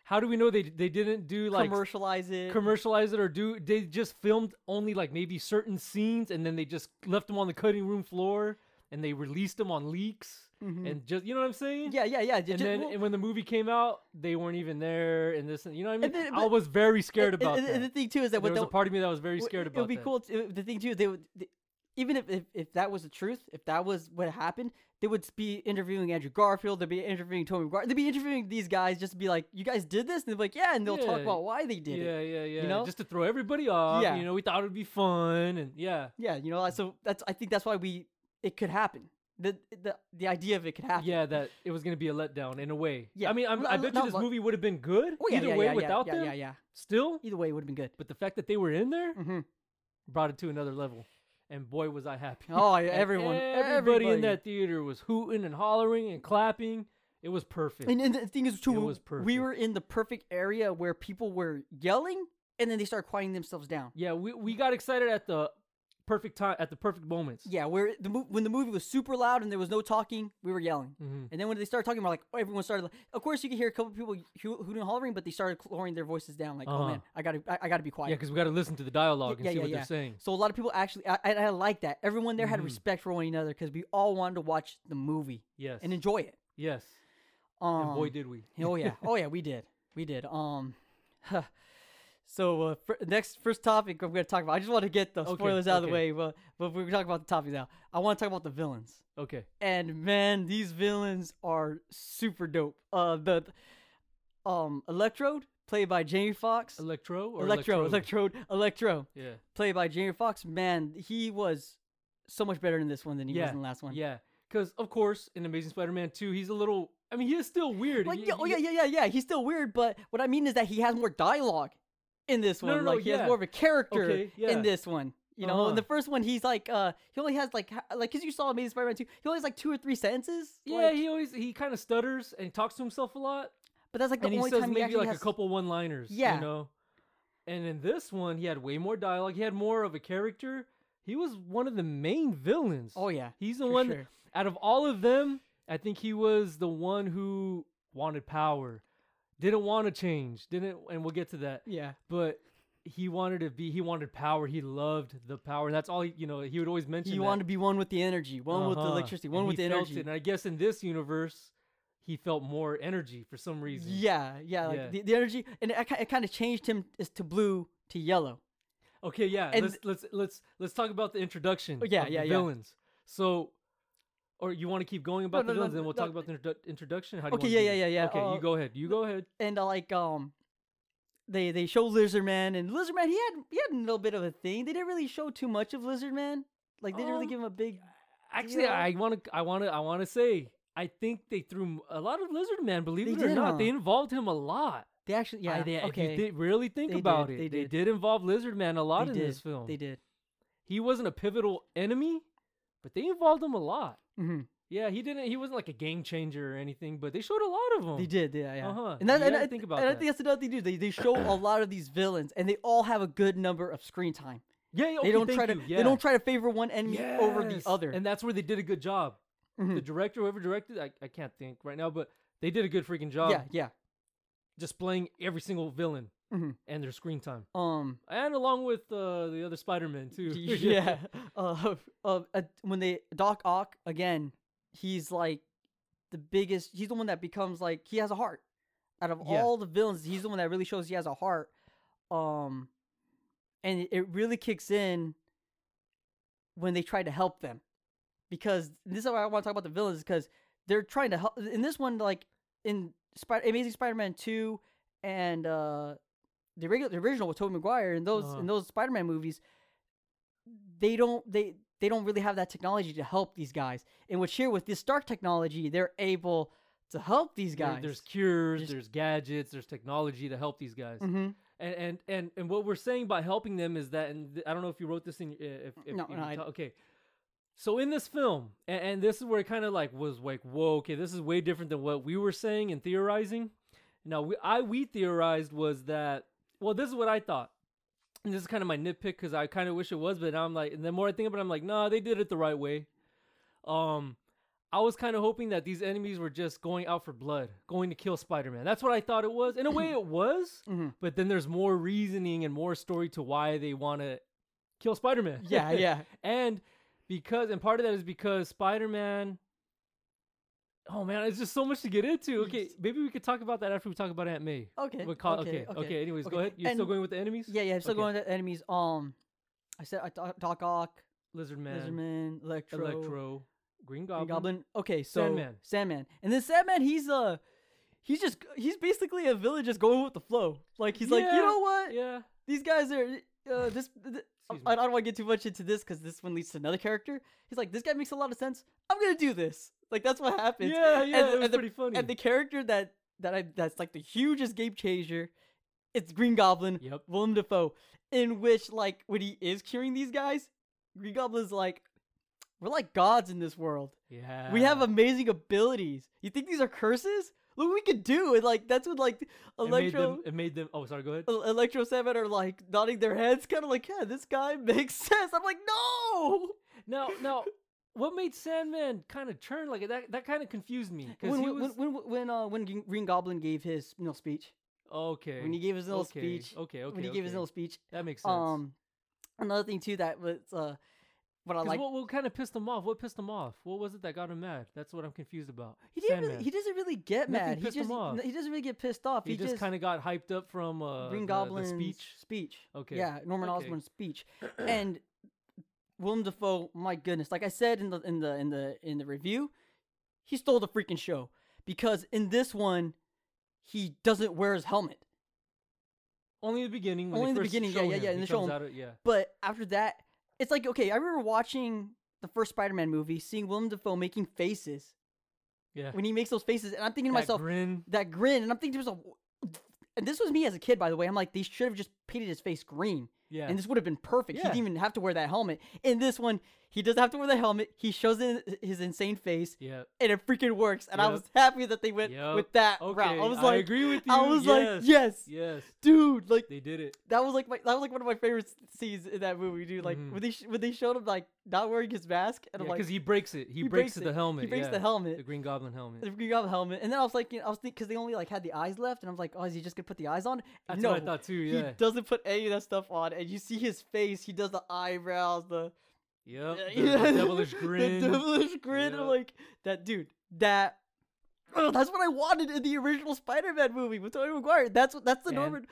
Speaker 1: How do we know they they didn't do like
Speaker 2: commercialize it.
Speaker 1: commercialize it or do they just filmed only like maybe certain scenes and then they just left them on the cutting room floor and they released them on leaks
Speaker 2: Mhm.
Speaker 1: and just you know what I'm saying?
Speaker 2: yeah, yeah, yeah.
Speaker 1: And then and when the movie came out, they weren't even there and this and you know what I mean?
Speaker 2: then-
Speaker 1: I
Speaker 2: but-
Speaker 1: was very scared about
Speaker 2: and,
Speaker 1: that.
Speaker 2: and the thing too is that
Speaker 1: there
Speaker 2: what
Speaker 1: was
Speaker 2: they'll-
Speaker 1: a part of me that was very
Speaker 2: Well,
Speaker 1: scared
Speaker 2: it-
Speaker 1: about
Speaker 2: It would be
Speaker 1: that.
Speaker 2: cool. To, the thing too, they would they, even if, if if that was the truth, if that was what happened, they would be interviewing Andrew Garfield. They'd be interviewing Tony Maguire. They'd be interviewing these guys just to be like, "You guys did this," and they'd be like, "Yeah," and they'll talk
Speaker 1: Yeah,
Speaker 2: about why they did
Speaker 1: yeah,
Speaker 2: it.
Speaker 1: yeah, yeah.
Speaker 2: know?
Speaker 1: Just to throw everybody off.
Speaker 2: Yeah.
Speaker 1: You know, we thought it would be fun and yeah.
Speaker 2: Yeah, you know. So that's I think that's why we it could happen. the the the idea of it could happen.
Speaker 1: Yeah, that it was gonna be a letdown in a way. Yeah,
Speaker 2: Yeah.
Speaker 1: I mean, I'm,
Speaker 2: L-
Speaker 1: I
Speaker 2: l-
Speaker 1: bet you
Speaker 2: not
Speaker 1: this
Speaker 2: lo-
Speaker 1: movie would have been good
Speaker 2: Oh, yeah,
Speaker 1: either
Speaker 2: yeah,
Speaker 1: way
Speaker 2: yeah, yeah,
Speaker 1: without
Speaker 2: yeah,
Speaker 1: them.
Speaker 2: Yeah, yeah.
Speaker 1: Still,
Speaker 2: Either way would have been good.
Speaker 1: but the fact that they were in there
Speaker 2: hmm
Speaker 1: brought it to another level. And boy, was I happy!
Speaker 2: Oh, yeah,
Speaker 1: And
Speaker 2: everyone,
Speaker 1: everybody, in
Speaker 2: everybody.
Speaker 1: that theater was hooting and hollering and clapping. It was perfect.
Speaker 2: And, and the thing is, too,
Speaker 1: It
Speaker 2: we-
Speaker 1: was
Speaker 2: we
Speaker 1: perfect.
Speaker 2: were in the perfect area where people were yelling, and then they started quieting themselves down.
Speaker 1: yeah, we we got excited at the perfect time, at the perfect moments.
Speaker 2: Yeah, where the mo- when the movie was super loud and there was no talking, we were yelling.
Speaker 1: Mhm.
Speaker 2: And then when they started talking, we're like, oh, everyone started. Like, of course, you could hear a couple people hoo- hooting and hollering, but they started lowering their voices down. Like,
Speaker 1: Uh-huh.
Speaker 2: oh man, I gotta, I, I gotta be quiet.
Speaker 1: Yeah, because we got to listen to the dialogue and
Speaker 2: yeah,
Speaker 1: see
Speaker 2: yeah,
Speaker 1: what
Speaker 2: yeah.
Speaker 1: they're saying.
Speaker 2: So a lot of people actually, I, I, I like that. Everyone there
Speaker 1: Mhm.
Speaker 2: had respect for one another because we all wanted to watch the movie
Speaker 1: Yes.
Speaker 2: and enjoy it.
Speaker 1: yes.
Speaker 2: Um,
Speaker 1: and boy, did we.
Speaker 2: oh yeah, oh yeah, we did, we did. Um, so uh, fir- next first topic I'm gonna talk about. I just want to get the
Speaker 1: Okay,
Speaker 2: spoilers out of
Speaker 1: okay.
Speaker 2: the way, but but we're talking about the topic now. I want to talk about the villains.
Speaker 1: Okay.
Speaker 2: And man, these villains are super dope. Uh, the um Electrode played by Jamie Foxx.
Speaker 1: Electro or
Speaker 2: Electro,
Speaker 1: Electrode?
Speaker 2: Electrode, Electro,
Speaker 1: Yeah.
Speaker 2: played by Jamie Foxx. Man, he was so much better in this one than he
Speaker 1: Yeah,
Speaker 2: was in the last one.
Speaker 1: Yeah. Because of course, in Amazing Spider-Man 2, he's a little. I mean, he is still weird.
Speaker 2: Like,
Speaker 1: He-
Speaker 2: yeah, oh
Speaker 1: he-
Speaker 2: yeah, yeah, yeah, yeah. He's still weird, but what I mean is that he has more dialogue in this
Speaker 1: No,
Speaker 2: one.
Speaker 1: no, no,
Speaker 2: like he
Speaker 1: yeah.
Speaker 2: has more of a character
Speaker 1: Okay, yeah.
Speaker 2: in this one. You know,
Speaker 1: Uh-huh.
Speaker 2: in the first one, he's like, uh, he only has like, ha- like, cause you saw Amazing Spider-Man two, he only has like two or three sentences.
Speaker 1: Yeah,
Speaker 2: like-
Speaker 1: he always he kind of stutters and talks to himself a lot,
Speaker 2: but that's like the
Speaker 1: and he
Speaker 2: only
Speaker 1: says
Speaker 2: time he
Speaker 1: maybe
Speaker 2: actually
Speaker 1: like
Speaker 2: has
Speaker 1: a couple one-liners.
Speaker 2: Yeah.
Speaker 1: you know. And in this one, he had way more dialogue. He had more of a character. He was one of the main villains.
Speaker 2: Oh yeah,
Speaker 1: he's the
Speaker 2: for
Speaker 1: one
Speaker 2: sure.
Speaker 1: out of all of them. I think he was the one who wanted power, didn't want to change, didn't. And we'll get to that.
Speaker 2: Yeah,
Speaker 1: But he wanted to be. He wanted power. He loved the power. That's all. He, you know, he would always mention.
Speaker 2: you
Speaker 1: that.
Speaker 2: want to be one with the energy, one with the
Speaker 1: Uh-huh.
Speaker 2: electricity,
Speaker 1: And
Speaker 2: one
Speaker 1: he
Speaker 2: with the
Speaker 1: felt
Speaker 2: energy.
Speaker 1: It. And I guess in this universe, he felt more energy for some reason.
Speaker 2: Yeah, yeah, like
Speaker 1: Yeah.
Speaker 2: The, the energy, and it, ki- it kind of changed him is to blue to yellow.
Speaker 1: Okay. Yeah.
Speaker 2: And-
Speaker 1: let's let's let's let's talk about the introduction.
Speaker 2: Oh, yeah,
Speaker 1: of the
Speaker 2: yeah, yeah.
Speaker 1: Villains. So, or you want to keep going about the
Speaker 2: no, no,
Speaker 1: villains, then
Speaker 2: no,
Speaker 1: we'll
Speaker 2: no.
Speaker 1: talk about the introdu- introduction. How do you
Speaker 2: Okay,
Speaker 1: wanna
Speaker 2: yeah,
Speaker 1: do
Speaker 2: yeah,
Speaker 1: this?
Speaker 2: yeah, yeah,
Speaker 1: Okay. you
Speaker 2: uh,
Speaker 1: go ahead. You go ahead.
Speaker 2: And uh, like um, they they show Lizard Man, and Lizard Man he had he had a little bit of a thing. They didn't really show too much of Lizard Man. Like they didn't really
Speaker 1: Um,
Speaker 2: give him a big.
Speaker 1: Actually,
Speaker 2: know-
Speaker 1: I want to. I want to. I want to say. I think they threw m- a lot of Lizard Man. Believe
Speaker 2: They
Speaker 1: it or
Speaker 2: did,
Speaker 1: not,
Speaker 2: huh?
Speaker 1: they involved him a lot.
Speaker 2: They actually, yeah,
Speaker 1: I, they, If
Speaker 2: okay,
Speaker 1: you did really think
Speaker 2: They
Speaker 1: about
Speaker 2: did,
Speaker 1: it,
Speaker 2: they
Speaker 1: they
Speaker 2: did.
Speaker 1: did involve Lizard Man a lot
Speaker 2: They
Speaker 1: in
Speaker 2: did,
Speaker 1: this film.
Speaker 2: they did.
Speaker 1: he wasn't a pivotal enemy, but they involved him a lot.
Speaker 2: hmm
Speaker 1: Yeah, he didn't. He wasn't like a game changer or anything, but they showed a lot of him.
Speaker 2: They did, yeah, yeah.
Speaker 1: Uh-huh.
Speaker 2: And, that,
Speaker 1: You
Speaker 2: and,
Speaker 1: gotta
Speaker 2: I,
Speaker 1: think about
Speaker 2: and I
Speaker 1: that.
Speaker 2: think that's another thing, too. They, they show a lot of these villains, and they all have a good number of screen time.
Speaker 1: Yeah, yeah, okay,
Speaker 2: they don't
Speaker 1: thank
Speaker 2: try to
Speaker 1: you, yeah.
Speaker 2: they don't try to favor one enemy over the
Speaker 1: Yes,
Speaker 2: other.
Speaker 1: and that's where they did a good job. The
Speaker 2: Mhm.
Speaker 1: director, whoever directed, I, I can't think right now, but they did a good freaking job
Speaker 2: yeah, yeah.
Speaker 1: displaying every single villain
Speaker 2: Mhm.
Speaker 1: and their screen time,
Speaker 2: Um,
Speaker 1: and along with uh, the other Spider Man too.
Speaker 2: yeah. Uh, uh, uh, when they Doc Ock again, he's like the biggest. He's the one that becomes like he has a heart. Out of
Speaker 1: Yeah.
Speaker 2: all the villains, he's the one that really shows he has a heart. Um, and it- it really kicks in when they try to help them, because this is why I want to talk about the villains because they're trying to help. In this one, like in Spider Amazing Spider-Man two and uh, the regular the original with Tobey Maguire and those
Speaker 1: Uh-huh.
Speaker 2: in those Spider-Man movies, they don't they they don't really have that technology to help these guys. And which here with this Stark technology, they're able to help these
Speaker 1: There-
Speaker 2: guys.
Speaker 1: there's cures,
Speaker 2: Just-
Speaker 1: there's gadgets, there's technology to help these guys.
Speaker 2: hmm
Speaker 1: and and and and what we're saying by helping them is that and th- I don't know if you wrote this in y- uh, if, if
Speaker 2: No,
Speaker 1: you
Speaker 2: no, I-
Speaker 1: ta- okay so in this film and, and this is where it kind of like was like whoa okay this is way different than what we were saying and theorizing now we I we theorized was that well this is what I thought and this is kind of my nitpick because I kind of wish it was but now I'm like and the more I think about it I'm like nah they did it the right way um I was kind of hoping that these enemies were just going out for blood going to kill Spider-Man that's what I thought it was in a way it was
Speaker 2: Mhm.
Speaker 1: but then there's more reasoning and more story to why they want to kill Spider-Man.
Speaker 2: Yeah, yeah.
Speaker 1: and because and part of that is because Spider-Man Oh man, it's just so much to get into. Okay,
Speaker 2: Yes. Eh,
Speaker 1: maybe we could talk about that after we talk about Aunt May.
Speaker 2: Okay.
Speaker 1: What cau- okay, okay, Anyways, go
Speaker 2: okay.
Speaker 1: ahead. You're still
Speaker 2: And-
Speaker 1: going with the enemies?
Speaker 2: Yeah, yeah. I'm still
Speaker 1: Okay.
Speaker 2: going to enemies. Um, I said I Doc- Doc Ock,
Speaker 1: Lizard Man,
Speaker 2: Lizardman, Electro,
Speaker 1: Electro,
Speaker 2: Green
Speaker 1: Green
Speaker 2: Goblin.
Speaker 1: Goblin.
Speaker 2: Okay, so
Speaker 1: Sandman.
Speaker 2: Sandman, and then Sandman, he's uh, he's just he's basically a villain just going with the flow. Like he's like,
Speaker 1: Yeah,
Speaker 2: you know what?
Speaker 1: Yeah.
Speaker 2: These guys are uh, this. th- I-
Speaker 1: Excuse me.
Speaker 2: I don't want to get too much into this because this one leads to another character. He's like, this guy makes a lot of sense. I'm gonna do this. Like that's what happens.
Speaker 1: yeah, yeah,
Speaker 2: and,
Speaker 1: it was
Speaker 2: and the,
Speaker 1: pretty funny.
Speaker 2: and the character that that I that's like the hugest game changer, it's Green Goblin.
Speaker 1: yep.
Speaker 2: Willem Dafoe, in which like when he is curing these guys, Green Goblin's like, we're like gods in this world.
Speaker 1: Yeah.
Speaker 2: We have amazing abilities. You think these are curses? Look what we could do, and like that's what like
Speaker 1: it made
Speaker 2: Electro,
Speaker 1: them. It made them. Oh, sorry. Go ahead.
Speaker 2: El- Electro Seven are like nodding their heads, kind of like, yeah, this guy makes sense. I'm like, no.
Speaker 1: Now, now, what made Sandman kind of turn like that? That kind of confused me because
Speaker 2: When
Speaker 1: he
Speaker 2: when,
Speaker 1: was
Speaker 2: when when when uh when Green Goblin gave his little speech,
Speaker 1: okay.
Speaker 2: when he gave his little
Speaker 1: okay,
Speaker 2: speech,
Speaker 1: Okay. Okay.
Speaker 2: when he gave his
Speaker 1: okay.
Speaker 2: little speech,
Speaker 1: that makes sense.
Speaker 2: um, another thing too that was uh, what I
Speaker 1: 'Cause
Speaker 2: like.
Speaker 1: what, what kind of pissed him off? What pissed him off? What was it that got him mad? That's what I'm confused about.
Speaker 2: He didn't.
Speaker 1: Sandman.
Speaker 2: Really, he doesn't really get
Speaker 1: Nothing
Speaker 2: mad. He
Speaker 1: pissed
Speaker 2: just
Speaker 1: him off.
Speaker 2: n- he doesn't really get pissed off.
Speaker 1: He,
Speaker 2: He,
Speaker 1: just,
Speaker 2: just
Speaker 1: kind of got hyped up from uh,
Speaker 2: Green
Speaker 1: the-
Speaker 2: Goblin's
Speaker 1: the speech.
Speaker 2: Speech.
Speaker 1: Okay.
Speaker 2: Yeah, Norman
Speaker 1: Okay.
Speaker 2: Osborn's speech, and Willem Dafoe. My goodness, like I said in the in the in the in the review, he stole the freaking show because in this one, he doesn't wear his helmet.
Speaker 1: Only in the beginning. When
Speaker 2: Only
Speaker 1: they
Speaker 2: in the
Speaker 1: first
Speaker 2: beginning, yeah,
Speaker 1: show
Speaker 2: yeah,
Speaker 1: him,
Speaker 2: yeah,
Speaker 1: he
Speaker 2: in the show
Speaker 1: comes
Speaker 2: him.
Speaker 1: out of- yeah.
Speaker 2: But after that, it's like okay. I remember watching the first Spider-Man movie, seeing Willem Dafoe making faces
Speaker 1: Yeah.
Speaker 2: when he makes those faces, and I'm thinking to
Speaker 1: That
Speaker 2: myself,
Speaker 1: grin.
Speaker 2: that grin, and I'm thinking to myself, and this was me as a kid, by the way. I'm like, they should have just painted his face green,
Speaker 1: Yeah.
Speaker 2: and this would have been perfect. He
Speaker 1: Yeah.
Speaker 2: didn't even have to wear that helmet. In this one, he doesn't have to wear the helmet. He shows in his insane face,
Speaker 1: yeah.
Speaker 2: and it freaking works. And I
Speaker 1: Yep.
Speaker 2: was happy that they went
Speaker 1: Yep.
Speaker 2: with that
Speaker 1: Okay.
Speaker 2: route. I was
Speaker 1: I
Speaker 2: like,
Speaker 1: agree with you.
Speaker 2: I, was
Speaker 1: yes.
Speaker 2: like, yes,
Speaker 1: Yes.
Speaker 2: dude, like
Speaker 1: They did it.
Speaker 2: that was like my that was like one of my favorite s- scenes in that movie, dude. Like
Speaker 1: Mhm.
Speaker 2: when they sh- when they showed him like not wering his mask, and
Speaker 1: Because
Speaker 2: I'm like,
Speaker 1: he breaks it. He, breaks,
Speaker 2: it.
Speaker 1: the helmet.
Speaker 2: He breaks
Speaker 1: yeah.
Speaker 2: the helmet.
Speaker 1: The Green Goblin helmet.
Speaker 2: The Green Goblin helmet, and then I was like, you know, I was thinking because they only like had the eyes left, and I was like, oh, is he just gonna put the eyes on?
Speaker 1: That's
Speaker 2: no,
Speaker 1: what I thought too. Yeah.
Speaker 2: he doesn't put any of that stuff on, and you see his face. He does the eyebrows, the,
Speaker 1: Yep. The,
Speaker 2: yeah,
Speaker 1: the devilish grin.
Speaker 2: the devilish grin.
Speaker 1: Yep.
Speaker 2: I'm like, that dude, that. Oh, that's what I wanted in the original Spider-Man movie with Tobey Maguire. That's what. That's the
Speaker 1: And
Speaker 2: Norman.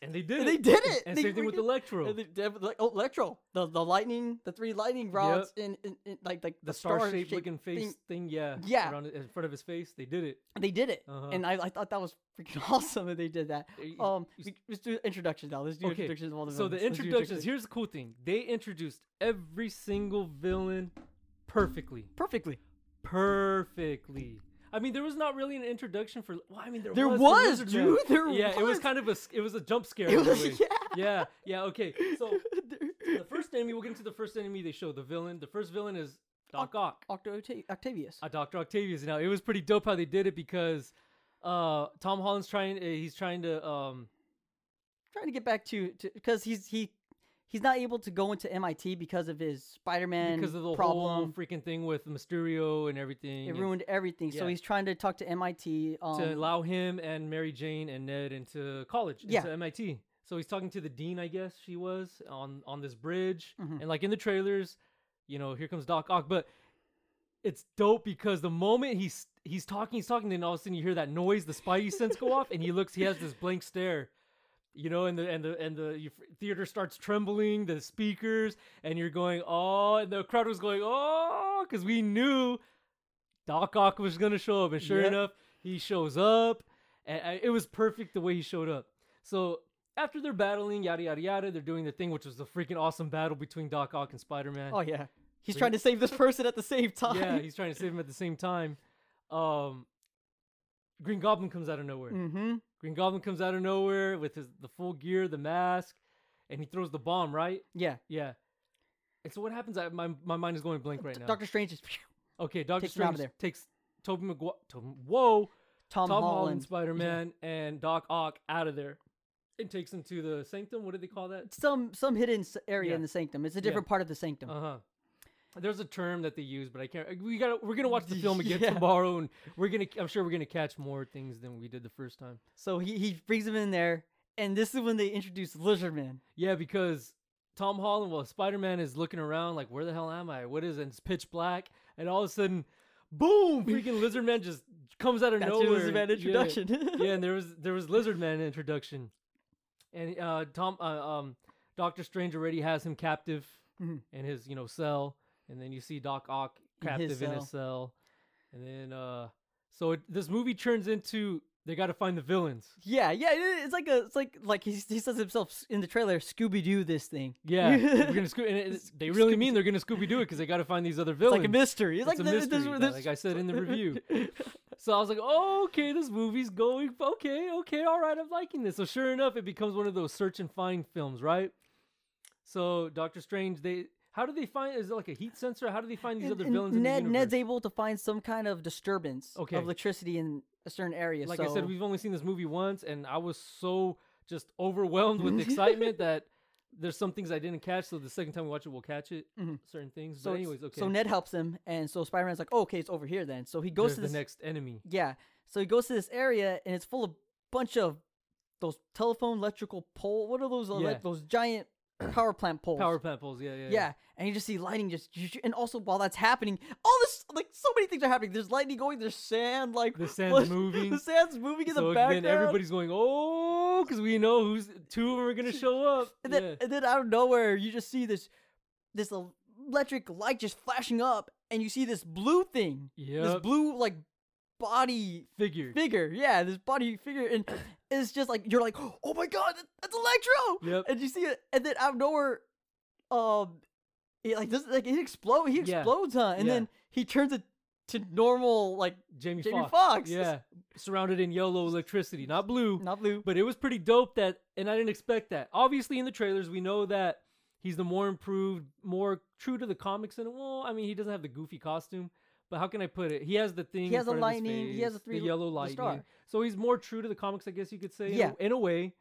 Speaker 1: and they did
Speaker 2: and
Speaker 1: it.
Speaker 2: they did it.
Speaker 1: And
Speaker 2: They
Speaker 1: same thing with
Speaker 2: freaking-
Speaker 1: Electro.
Speaker 2: And the, dev- like, oh, Electro, the the lightning, the three lightning rods, and in, in, like like
Speaker 1: the
Speaker 2: star
Speaker 1: star shaped looking face
Speaker 2: thing.
Speaker 1: thing, yeah,
Speaker 2: Yeah.
Speaker 1: around it- in front of his face. They did it.
Speaker 2: They did it,
Speaker 1: Uh-huh.
Speaker 2: and I, I thought that was freaking awesome that they did that.
Speaker 1: They-
Speaker 2: Um,
Speaker 1: you
Speaker 2: we- let's do introductions now. Let's do
Speaker 1: Okay,
Speaker 2: introductions of all the
Speaker 1: so the
Speaker 2: villains. Let's do
Speaker 1: introductions. Here's the cool thing: they introduced every single villain perfectly,
Speaker 2: perfectly.
Speaker 1: perfectly. I mean, there was not really an introduction for. Well, I mean, there,
Speaker 2: There
Speaker 1: was,
Speaker 2: was,
Speaker 1: the Lizard Man.
Speaker 2: dude. There
Speaker 1: yeah,
Speaker 2: was.
Speaker 1: it was kind of a s- it was a jump scare.
Speaker 2: It
Speaker 1: in a
Speaker 2: was-
Speaker 1: way.
Speaker 2: yeah.
Speaker 1: yeah, yeah. Okay, so
Speaker 2: There-
Speaker 1: the first enemy. We'll get into the first enemy. They show the villain. The first villain is Doc Ock.
Speaker 2: Octo Octa- Octavius.
Speaker 1: uh, Dr. Octavius. Now it was pretty dope how they did it because uh, Tom Holland's trying. Uh, he's trying to. Um,
Speaker 2: trying to get back to because he's he he's not able to go into MIT because of his Spider-Man
Speaker 1: because of the whole
Speaker 2: problem.
Speaker 1: freaking thing with Mysterio and everything,
Speaker 2: it
Speaker 1: and
Speaker 2: ruined everything. So
Speaker 1: Yeah.
Speaker 2: he's trying to talk to MIT. Um,
Speaker 1: to allow him and Mary Jane and Ned into college,
Speaker 2: Yeah.
Speaker 1: into MIT. So he's talking to the dean, I guess she was on on this bridge,
Speaker 2: Mhm.
Speaker 1: and like in the trailers, you know, here comes Doc Ock. But it's dope because the moment he's he's talking, he's talking, then all of a sudden you hear that noise, the Spidey sense go off, and he looks, he has this blank stare. You know, and the and the and the your f- theater starts trembling, the speakers, and you're going, oh, and the crowd was going, oh, because we knew Doc Ock was gonna show up, and sure
Speaker 2: Yep.
Speaker 1: enough, he shows up, and I, it was perfect the way he showed up. So after they're battling, yada yada yada, they're doing the thing, which was the freaking awesome battle between Doc Ock and Spider Man.
Speaker 2: oh yeah, he's
Speaker 1: So
Speaker 2: trying to save this person at the same time.
Speaker 1: yeah, he's trying to save him at the same time. Um, Green Goblin comes out of nowhere.
Speaker 2: mm-hmm.
Speaker 1: Green Goblin comes out of nowhere with his the full gear, the mask, and he throws the bomb. Right?
Speaker 2: Yeah.
Speaker 1: Yeah. And so what happens? I, my my mind is going blank right now.
Speaker 2: Doctor Strange is
Speaker 1: okay, Doctor
Speaker 2: takes him out of
Speaker 1: Strange
Speaker 2: there.
Speaker 1: takes Toby Maguire. Whoa.
Speaker 2: Tom,
Speaker 1: Tom Holland,
Speaker 2: Holland.
Speaker 1: Spider Man, and Doc Ock out of there. It takes them to the sanctum. What do they call that?
Speaker 2: Some some hidden s- area
Speaker 1: Yeah.
Speaker 2: in the sanctum. It's a
Speaker 1: Yeah.
Speaker 2: different part of the sanctum.
Speaker 1: Uh huh. There's a term that they use, but I can't. We got. to We're gonna watch the film again
Speaker 2: Yeah.
Speaker 1: tomorrow, and we're gonna. I'm sure we're gonna catch more things than we did the first time.
Speaker 2: So he, he brings him in there, and this is when they introduce Lizard Man.
Speaker 1: Yeah, because Tom Holland, well, Spider Man is looking around like, where the hell am I? What is it? It's pitch black, and all of a sudden, boom! Freaking Lizard Man just comes out of
Speaker 2: That's
Speaker 1: nowhere.
Speaker 2: your Lizard Man
Speaker 1: Yeah.
Speaker 2: introduction.
Speaker 1: yeah, and there was there was Lizard Man introduction, and uh, Tom uh, um Doctor Strange already has him captive
Speaker 2: Mhm.
Speaker 1: in his you know cell, and then you see Doc Ock
Speaker 2: In his
Speaker 1: captive in his cell, and then uh so it, this movie turns into They got to find the villains.
Speaker 2: Yeah, yeah, it- it's like a, it's like like he, he says himself s- in the trailer, Scooby Doo this thing.
Speaker 1: Yeah, we're gonna scoo- and it-
Speaker 2: It's-
Speaker 1: they really
Speaker 2: Scooby-
Speaker 1: mean they're gonna Scooby Doo it because they got to find these other
Speaker 2: It's
Speaker 1: villains.
Speaker 2: like a mystery. It's,
Speaker 1: It's
Speaker 2: like
Speaker 1: a
Speaker 2: the-
Speaker 1: mystery,
Speaker 2: there's-
Speaker 1: though,
Speaker 2: there's-
Speaker 1: like I said in the review. So I was like, oh, okay, this movie's going okay, okay, all right, I'm liking this. So sure enough, it becomes one of those search and find films, right? So Doctor Strange, they how do they find? Is it like a heat sensor? How do they find these
Speaker 2: And-
Speaker 1: other
Speaker 2: and
Speaker 1: villains
Speaker 2: Ned,
Speaker 1: in the universe?
Speaker 2: Ned's able to find some kind of disturbance
Speaker 1: Okay.
Speaker 2: of electricity in a certain area.
Speaker 1: like
Speaker 2: so
Speaker 1: I said, we've only seen this movie once, and I was so just overwhelmed with excitement that there's some things I didn't catch. So the second time we watch it, we'll catch it.
Speaker 2: Mhm.
Speaker 1: Certain things. but
Speaker 2: so it's-
Speaker 1: anyways, okay.
Speaker 2: So Ned helps him, and so Spider Man's like, oh, okay, it's over here then. So he
Speaker 1: there's
Speaker 2: goes to
Speaker 1: the
Speaker 2: this.
Speaker 1: next enemy.
Speaker 2: Yeah, so he goes to this area, and it's full of bunch of those telephone electrical pole. What are those? elec-
Speaker 1: Yeah.
Speaker 2: Those giant power plant poles.
Speaker 1: Power plant poles. Yeah, yeah.
Speaker 2: Yeah. and you just see lightning just, and also while that's happening, all this like so many things are happening. There's lightning going, there's sand like
Speaker 1: The sand's
Speaker 2: flush-
Speaker 1: moving.
Speaker 2: the sand's moving in
Speaker 1: so
Speaker 2: the background.
Speaker 1: then everybody's going, oh, because we know who's two of them are gonna show up.
Speaker 2: and then,
Speaker 1: Yeah.
Speaker 2: and then out of nowhere, you just see this this el- electric light just flashing up, and you see this blue thing, this
Speaker 1: Yep.
Speaker 2: blue like body
Speaker 1: figure.
Speaker 2: figure, yeah, this body figure, and it's just like you're like, oh my god, that- that's Electro,
Speaker 1: Yep.
Speaker 2: and you see it, and then out of nowhere, um, it like does like it explode, he
Speaker 1: Yeah.
Speaker 2: explodes, huh? And
Speaker 1: Yeah.
Speaker 2: then he turns it to normal, like
Speaker 1: Jamie,
Speaker 2: Jamie
Speaker 1: Foxx.
Speaker 2: Foxx.
Speaker 1: Yeah. Surrounded in yellow electricity, not blue.
Speaker 2: not blue,
Speaker 1: But it was pretty dope that, and I didn't expect that. Obviously, in the trailers, we know that he's the more improved, more true to the comics. And well, I mean, he doesn't have the goofy costume, but how can I put it? He has the thing. in
Speaker 2: has a
Speaker 1: front of his
Speaker 2: lightning- he has
Speaker 1: face,
Speaker 2: a three-
Speaker 1: the yellow
Speaker 2: the
Speaker 1: lightning.
Speaker 2: star.
Speaker 1: So he's more true to the comics, I guess you could say. in a-
Speaker 2: Yeah.
Speaker 1: In a, way,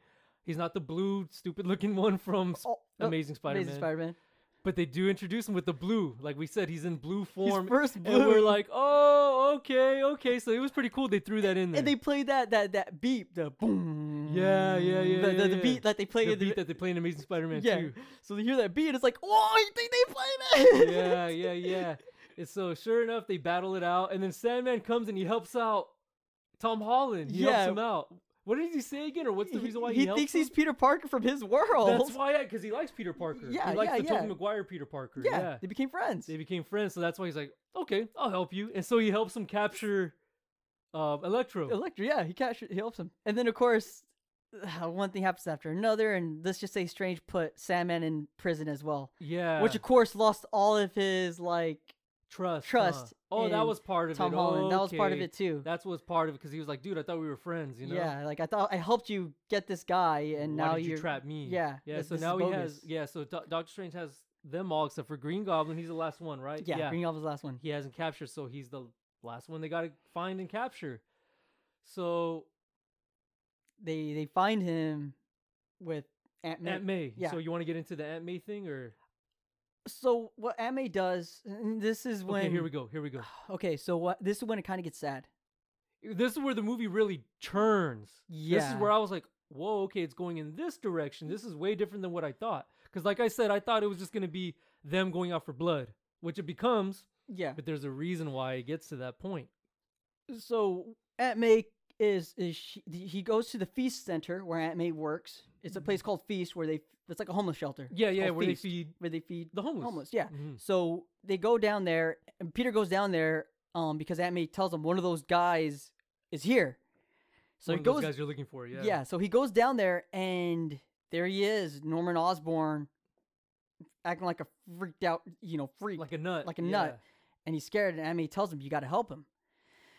Speaker 1: he's not the blue, stupid-looking one from Sp-
Speaker 2: Oh, no,
Speaker 1: Amazing Spider-Man.
Speaker 2: Amazing Spider-Man.
Speaker 1: But they do introduce him with the blue. Like we said, he's in blue form.
Speaker 2: His first blue.
Speaker 1: And we're like, oh, okay, okay. So it was pretty cool. They threw that in there.
Speaker 2: and they played that that that beep, the boom.
Speaker 1: Yeah, yeah, yeah,
Speaker 2: The, the,
Speaker 1: yeah,
Speaker 2: the
Speaker 1: yeah.
Speaker 2: beat that they play
Speaker 1: the
Speaker 2: in the
Speaker 1: beat that they play in Amazing Spider-Man
Speaker 2: yeah.
Speaker 1: 2.
Speaker 2: So they hear that beat, it's like, oh, you think they played it?
Speaker 1: Yeah, yeah, yeah. And so sure enough, they battle it out, and then Sandman comes and he helps out Tom Holland. He
Speaker 2: Yeah.
Speaker 1: helps him out. What did he say again, or what's the reason why he,
Speaker 2: he,
Speaker 1: helps
Speaker 2: thinks
Speaker 1: him?
Speaker 2: he's Peter Parker from his world.
Speaker 1: That's why, because he likes Peter Parker.
Speaker 2: Yeah,
Speaker 1: he likes
Speaker 2: yeah,
Speaker 1: the Tobey
Speaker 2: yeah.
Speaker 1: Maguire Peter Parker.
Speaker 2: yeah,
Speaker 1: yeah,
Speaker 2: they became friends.
Speaker 1: they became friends, so that's why he's like, okay, I'll help you. And so he helps him capture um, Electro.
Speaker 2: Electro, yeah, he captured, he helps him, and then of course, one thing happens after another, and let's just say Strange put Sandman in prison as well,
Speaker 1: yeah,
Speaker 2: which of course lost all of his like
Speaker 1: trust, huh?
Speaker 2: trust
Speaker 1: Oh, that
Speaker 2: in
Speaker 1: was part of
Speaker 2: Tom
Speaker 1: it.
Speaker 2: Holland. That was part of
Speaker 1: Okay.
Speaker 2: it too.
Speaker 1: That's what's part of it because he was like, dude, I thought we were friends, you know?
Speaker 2: Yeah, like I thought I helped you get this guy, and
Speaker 1: Why
Speaker 2: now
Speaker 1: did you
Speaker 2: you're
Speaker 1: trap me.
Speaker 2: yeah,
Speaker 1: Yeah.
Speaker 2: this-
Speaker 1: so
Speaker 2: this is
Speaker 1: now he has.
Speaker 2: bogus.
Speaker 1: Yeah. So Do- Doctor Strange has them all except for Green Goblin. He's the last one, right?
Speaker 2: yeah, Green Goblin's the last one.
Speaker 1: He hasn't captured, so he's the last one they got to find and capture. So
Speaker 2: They they find him with Aunt May.
Speaker 1: Aunt May.
Speaker 2: yeah.
Speaker 1: So you want to get into the Aunt May thing, or
Speaker 2: So what Aunt May does, and this is when
Speaker 1: okay? Here we go. Here we go.
Speaker 2: Okay, so what this is when it kind of gets sad.
Speaker 1: This is where the movie really churns. This is
Speaker 2: Yeah.
Speaker 1: where I was like, whoa, okay, it's going in this direction. This is way different than what I thought. Because like I said, I thought it was just gonna be them going out for blood, which it becomes.
Speaker 2: Yeah.
Speaker 1: But there's a reason why it gets to that point.
Speaker 2: So Aunt May is is she, he goes to the feast center where Aunt May works. It's a
Speaker 1: Mm-hmm.
Speaker 2: place called Feast where they it's like a homeless shelter.
Speaker 1: Yeah,
Speaker 2: It's
Speaker 1: yeah,
Speaker 2: called
Speaker 1: where
Speaker 2: Feast,
Speaker 1: they feed
Speaker 2: where they feed
Speaker 1: the homeless.
Speaker 2: homeless. Yeah.
Speaker 1: Mhm.
Speaker 2: So they go down there, and Peter goes down there um because Aunt May tells him one of those guys is here. So
Speaker 1: One
Speaker 2: he
Speaker 1: of
Speaker 2: goes
Speaker 1: those guys you're looking for. Yeah.
Speaker 2: yeah. so he goes down there and there he is, Norman Osborn acting like a freaked out, you know, freak.
Speaker 1: Like a nut.
Speaker 2: like a
Speaker 1: yeah.
Speaker 2: nut. and he's scared and Aunt May tells him you got to help him.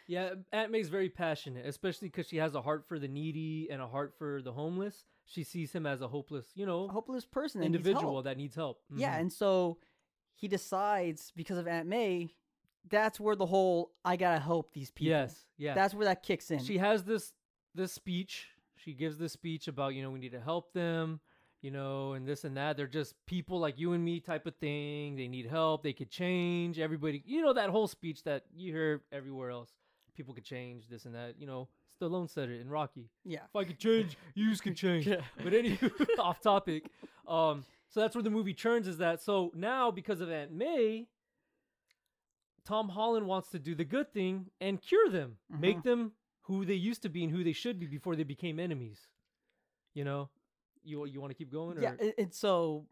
Speaker 1: Yeah, Aunt May's very passionate, especially because she has a heart for the needy and a heart for the homeless. She sees him as a hopeless, you know,
Speaker 2: A hopeless person that needs
Speaker 1: individual
Speaker 2: help.
Speaker 1: that needs help.
Speaker 2: Yeah,
Speaker 1: Mhm.
Speaker 2: and so he decides because of Aunt May, that's where the whole I got to help these people.
Speaker 1: yes, yeah.
Speaker 2: That's where that kicks in.
Speaker 1: she has this this speech. She gives this speech about you know we need to help them, you know, and this and that. They're just people like you and me type of thing. They need help. They could change. Everybody, you know, that whole speech that you hear everywhere else. People could change this and that. You know, Stallone said it in Rocky.
Speaker 2: yeah.
Speaker 1: If I could change, yous can change.
Speaker 2: Yeah.
Speaker 1: But any off topic. Um, so that's where the movie turns is that so now because of Aunt May, Tom Holland wants to do the good thing and cure them, make
Speaker 2: Mhm.
Speaker 1: them who they used to be and who they should be before they became enemies. You know, you you want to keep going? Or?
Speaker 2: Yeah, a- and so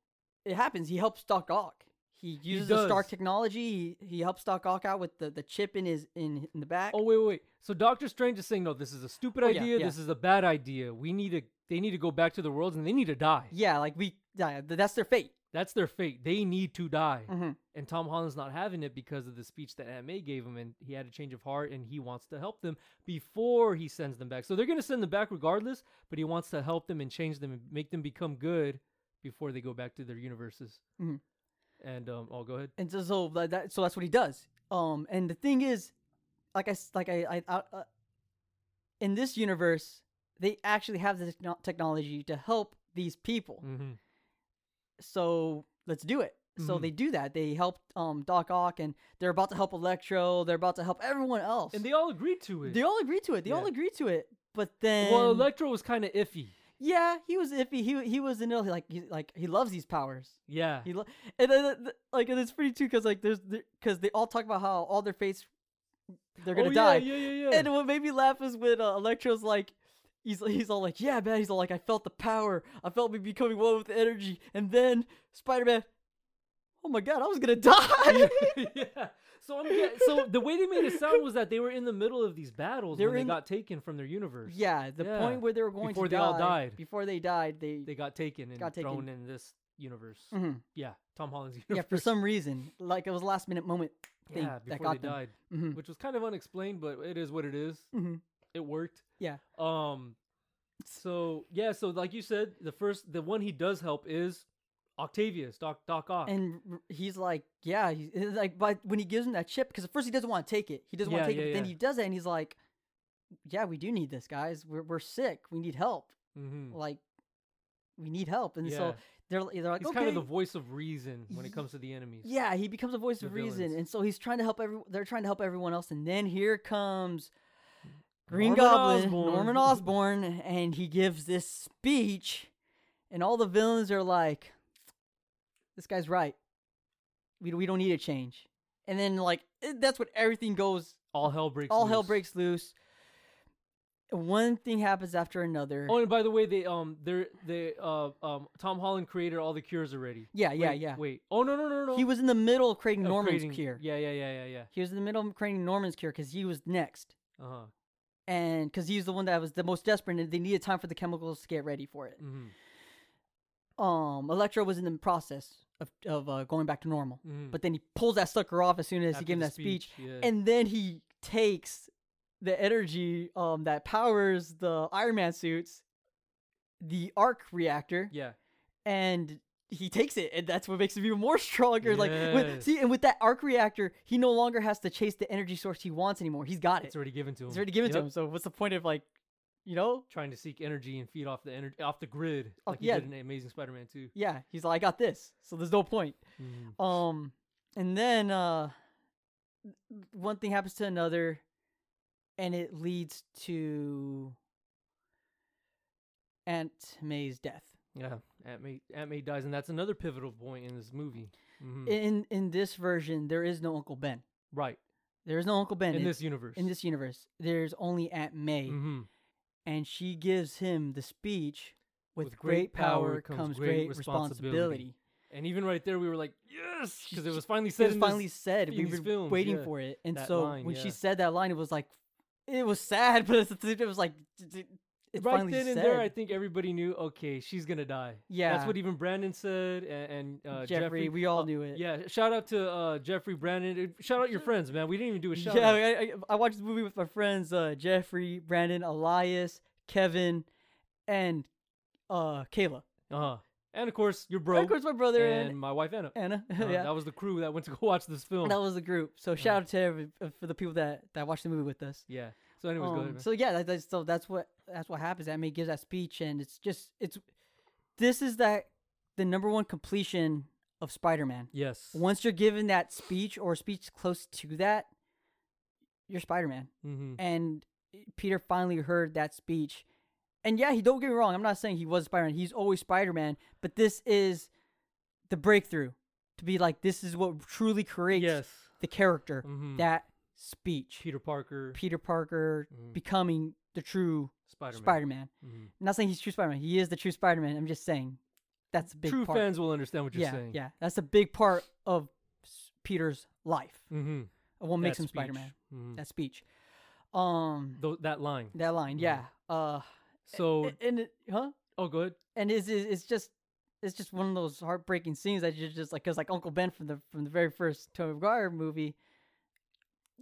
Speaker 2: it happens. He helps Doc Ock. He uses the Stark
Speaker 1: does.
Speaker 2: technology. He, he helps Doc Ock out with the, the chip in his in in the back.
Speaker 1: Oh wait, wait, wait. So Doctor Strange is saying, no, this is a stupid
Speaker 2: Oh, yeah,
Speaker 1: idea.
Speaker 2: yeah.
Speaker 1: This is a bad idea. We need to. They need to go back to the worlds and they need to die.
Speaker 2: yeah, like we yeah, th- that's their fate.
Speaker 1: That's their fate. They need to die.
Speaker 2: Mhm.
Speaker 1: And Tom Holland's not having it because of the speech that Aunt May gave him, and he had a change of heart, and he wants to help them before he sends them back. So they're gonna send them back regardless, but he wants to help them and change them and make them become good before they go back to their universes.
Speaker 2: Mhm.
Speaker 1: And um, oh, go ahead.
Speaker 2: And so so tha- that so that's what he does. Um, and the thing is, like I s- like I, I, I uh, in this universe, they actually have the techno- technology to help these people.
Speaker 1: Mm-hmm.
Speaker 2: so let's do it. So
Speaker 1: Mhm.
Speaker 2: they do that. They helped um, Doc Ock, and they're about to help Electro. They're about to help everyone else.
Speaker 1: And they all agreed to it.
Speaker 2: they all agree to it. They all
Speaker 1: Yeah.
Speaker 2: agree to it. But then,
Speaker 1: well, Electro was kind of iffy.
Speaker 2: yeah, he was iffy. He he was in like he, like he loves these powers.
Speaker 1: Yeah.
Speaker 2: He lo- and then, the- the- like and it's pretty too because like there's because they all talk about how all their fates they're gonna
Speaker 1: oh,
Speaker 2: die.
Speaker 1: Yeah, yeah, yeah. yeah.
Speaker 2: And what made me laugh is when uh, Electro's like, he's he's all like, yeah, man. He's all like, I felt the power. I felt me becoming one with the energy. And then Spider Man, oh my god, I was gonna die.
Speaker 1: yeah. So I'm get, so the way they made it sound was that they were in the middle of these battles
Speaker 2: They
Speaker 1: when
Speaker 2: were
Speaker 1: they
Speaker 2: in-
Speaker 1: got taken from their universe.
Speaker 2: yeah, the
Speaker 1: Yeah.
Speaker 2: point where they were going
Speaker 1: Before
Speaker 2: to
Speaker 1: they
Speaker 2: die,
Speaker 1: all died.
Speaker 2: before they died, they,
Speaker 1: They got taken and
Speaker 2: Got taken.
Speaker 1: thrown in this universe.
Speaker 2: Mhm.
Speaker 1: Yeah, Tom Holland's universe.
Speaker 2: yeah, for some reason, like it was a last minute moment thing
Speaker 1: yeah,
Speaker 2: that
Speaker 1: before
Speaker 2: got
Speaker 1: they
Speaker 2: them.
Speaker 1: died,
Speaker 2: Mhm.
Speaker 1: which was kind of unexplained, but it is what it is.
Speaker 2: Mhm.
Speaker 1: It worked.
Speaker 2: Yeah.
Speaker 1: Um. So yeah, so like you said, the first, the one he does help is Octavius, Doc Doc Ock.
Speaker 2: And r- he's like, yeah, he's it's like, but when he gives him that chip, because at first he doesn't want to take it. He doesn't want
Speaker 1: Yeah,
Speaker 2: to take
Speaker 1: yeah,
Speaker 2: it, but then
Speaker 1: yeah.
Speaker 2: he does it, and he's like, yeah, we do need this, guys. We're we're sick. We need help.
Speaker 1: Mhm.
Speaker 2: Like, we need help. And
Speaker 1: Yeah.
Speaker 2: so they're they're like,
Speaker 1: he's
Speaker 2: okay,
Speaker 1: kind of the voice of reason when it
Speaker 2: Ye-
Speaker 1: comes to the enemies.
Speaker 2: yeah. He becomes a voice
Speaker 1: the
Speaker 2: of reason,
Speaker 1: villains.
Speaker 2: and so he's trying to help every. They're trying to help everyone else, and then here comes Green
Speaker 1: Norman
Speaker 2: Goblin,
Speaker 1: Osborn.
Speaker 2: Norman Osborn, and he gives this speech, and all the villains are like, "This guy's right. We we don't need a change." And then like it- that's when everything goes,
Speaker 1: All hell breaks.
Speaker 2: all hell
Speaker 1: loose.
Speaker 2: breaks loose. One thing happens after another.
Speaker 1: Oh, and by the way, they um, they're they uh um, Tom Holland created all the cures already.
Speaker 2: yeah, yeah,
Speaker 1: Wait,
Speaker 2: yeah.
Speaker 1: Wait. Oh no no no no.
Speaker 2: He was in the middle of creating
Speaker 1: of
Speaker 2: Norman's
Speaker 1: creating-
Speaker 2: cure.
Speaker 1: Yeah yeah yeah yeah yeah.
Speaker 2: He was in the middle of creating Norman's cure because he was next,
Speaker 1: Uh huh.
Speaker 2: and because he was the one that was the most desperate, and they needed time for the chemicals to get ready for it.
Speaker 1: hmm
Speaker 2: Um, Electro was in the process of of uh, going back to normal,
Speaker 1: hmm
Speaker 2: but then he pulls that sucker off as soon as he gave him that speech,
Speaker 1: yeah.
Speaker 2: and then he takes the energy um that powers the Iron Man suits, the arc reactor,
Speaker 1: yeah.
Speaker 2: and he takes it, and that's what makes him even more stronger. Like, with,
Speaker 1: Yes.
Speaker 2: see, and with that arc reactor, he no longer has to chase the energy source he wants anymore. He's got it.
Speaker 1: It's already given to him.
Speaker 2: It's already given to
Speaker 1: Yep.
Speaker 2: him. So what's the point of like, you know?
Speaker 1: Trying to seek energy and feed off the energy off the grid,
Speaker 2: Oh,
Speaker 1: like he
Speaker 2: yeah.
Speaker 1: did in Amazing Spider-Man 2
Speaker 2: Yeah, he's like, I got this. So there's no point.
Speaker 1: Mhm.
Speaker 2: Um, and then uh, one thing happens to another, and it leads to Aunt May's death.
Speaker 1: Yeah, Aunt May, Aunt May dies, and that's another pivotal point in this movie. Mhm.
Speaker 2: In in this version, there is no Uncle Ben.
Speaker 1: right
Speaker 2: There is no Uncle Ben
Speaker 1: in this universe.
Speaker 2: in this universe. Mm-hmm. There's only Aunt May,
Speaker 1: hmm
Speaker 2: and she gives him the speech. With, great, power comes, great responsibility.
Speaker 1: and even right there, we were like, yes, because it
Speaker 2: She-
Speaker 1: was finally said.
Speaker 2: It was
Speaker 1: in this-
Speaker 2: finally said. We've
Speaker 1: these
Speaker 2: been
Speaker 1: films,
Speaker 2: waiting
Speaker 1: yeah,
Speaker 2: for it, and
Speaker 1: that
Speaker 2: so
Speaker 1: line,
Speaker 2: when she
Speaker 1: yeah.
Speaker 2: said that line, it was like, it was sad, but it's- it was like, d- d- it's
Speaker 1: right
Speaker 2: finally
Speaker 1: then
Speaker 2: said.
Speaker 1: and there, I think everybody knew. Okay, she's gonna die.
Speaker 2: Yeah.
Speaker 1: that's what even Brandon said, and, and uh,
Speaker 2: Jeffrey,
Speaker 1: Jeffrey.
Speaker 2: we all
Speaker 1: uh,
Speaker 2: knew it.
Speaker 1: Yeah, shout out to uh, Jeffrey Brandon. Uh, Shout out your friends, man. We didn't even do a shout
Speaker 2: yeah.
Speaker 1: out.
Speaker 2: I, I, I watched the movie with my friends, uh, Jeffrey, Brandon, Elias, Kevin, and uh, Kayla.
Speaker 1: Uh-huh. And of course, your
Speaker 2: And
Speaker 1: bro
Speaker 2: of course, my brother
Speaker 1: and,
Speaker 2: and,
Speaker 1: my wife Anna.
Speaker 2: Anna.
Speaker 1: Uh,
Speaker 2: yeah,
Speaker 1: That was the crew that went to go watch this film.
Speaker 2: that was the group. So shout out to every, uh, for the people that that watched the movie with us.
Speaker 1: Yeah. So, anyways, go
Speaker 2: Um,
Speaker 1: ahead. Man.
Speaker 2: so yeah, that, that's, so that's what that's what happens. That may gives that speech, and it's just it's this is that the number one completion of Spider-Man.
Speaker 1: yes.
Speaker 2: Once you're given that speech or a speech close to that, you're Spider-Man,
Speaker 1: mm-hmm.
Speaker 2: and Peter finally heard that speech. And yeah, he don't get me wrong. I'm not saying he was Spider-Man. He's always Spider-Man, but this is the breakthrough to be like this is what truly creates
Speaker 1: Yes.
Speaker 2: the character.
Speaker 1: Mhm.
Speaker 2: That speech.
Speaker 1: Peter Parker,
Speaker 2: Peter Parker
Speaker 1: Mhm.
Speaker 2: becoming the true
Speaker 1: Spider Man.
Speaker 2: Spider Man.
Speaker 1: Mhm.
Speaker 2: Not saying he's true Spider Man. He is the true Spider Man. I'm just saying that's a big
Speaker 1: True
Speaker 2: part.
Speaker 1: fans will understand what you're
Speaker 2: yeah,
Speaker 1: saying.
Speaker 2: yeah, that's a big part of S- Peter's life.
Speaker 1: Mm-hmm.
Speaker 2: of What makes him Spider Man?
Speaker 1: Mm-hmm.
Speaker 2: That speech, um,
Speaker 1: that line.
Speaker 2: that line,
Speaker 1: Mhm.
Speaker 2: yeah. Uh,
Speaker 1: So,
Speaker 2: a- and it, huh?
Speaker 1: oh, go ahead.
Speaker 2: and it's, it's it's just it's just one of those heartbreaking scenes that you're just like because like Uncle Ben from the from the very first Tobey Maguire movie,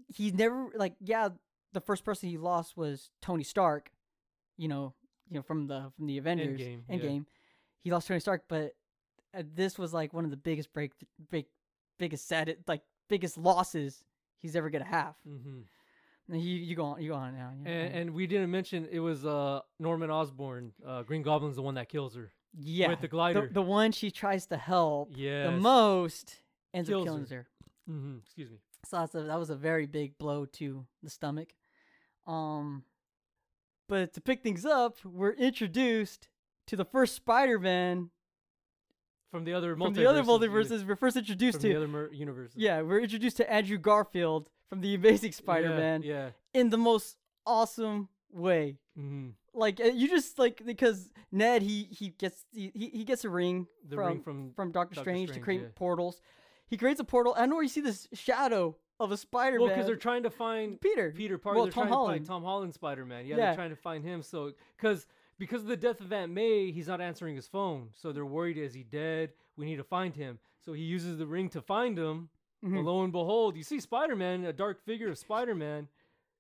Speaker 2: he's never like yeah the first person he lost was Tony Stark, you know you know from the from the Avengers
Speaker 1: Endgame, yeah.
Speaker 2: Endgame. he lost Tony Stark, but uh, this was like one of the biggest break big biggest sad like biggest losses he's ever gonna have.
Speaker 1: Mm-hmm.
Speaker 2: And you you go on you go on now you know,
Speaker 1: And,
Speaker 2: and-
Speaker 1: and we didn't mention it was uh, Norman Osborn. Uh, Green Goblin's the one that kills her
Speaker 2: yeah
Speaker 1: with the
Speaker 2: the,
Speaker 1: glider.
Speaker 2: the one she tries to help
Speaker 1: yes.
Speaker 2: the most ends
Speaker 1: Kills
Speaker 2: up killing her.
Speaker 1: hmm Excuse me.
Speaker 2: So that's a, that was a very big blow to the stomach. Um, but to pick things up, we're introduced to the first Spider-Man
Speaker 1: From the other multiverses.
Speaker 2: from the other
Speaker 1: you-
Speaker 2: multiverses. We're first
Speaker 1: From
Speaker 2: introduced
Speaker 1: the
Speaker 2: to
Speaker 1: other mer- universes.
Speaker 2: yeah, we're introduced to Andrew Garfield from the Amazing Spider-Man
Speaker 1: Yeah.
Speaker 2: in the most awesome way.
Speaker 1: hmm
Speaker 2: Like uh, you just like because Ned he he gets he, he he gets a ring
Speaker 1: The
Speaker 2: from
Speaker 1: ring from.
Speaker 2: from Doctor,
Speaker 1: Doctor
Speaker 2: Strange, to
Speaker 1: Strange,
Speaker 2: create
Speaker 1: yeah.
Speaker 2: portals. He creates a portal. I know where you see this shadow of a Spider-Man.
Speaker 1: well, because they're trying to find
Speaker 2: Peter.
Speaker 1: Peter Parker.
Speaker 2: Well,
Speaker 1: they're
Speaker 2: Tom
Speaker 1: trying
Speaker 2: Holland.
Speaker 1: to find Tom Holland Spider Man. Yeah,
Speaker 2: Yeah.
Speaker 1: they're trying to find him. So because because of the death of Aunt May, he's not answering his phone. So they're worried: is he dead? We need to find him. So he uses the ring to find him.
Speaker 2: Mhm.
Speaker 1: And lo and behold, you see Spider Man, a dark figure of Spider Man,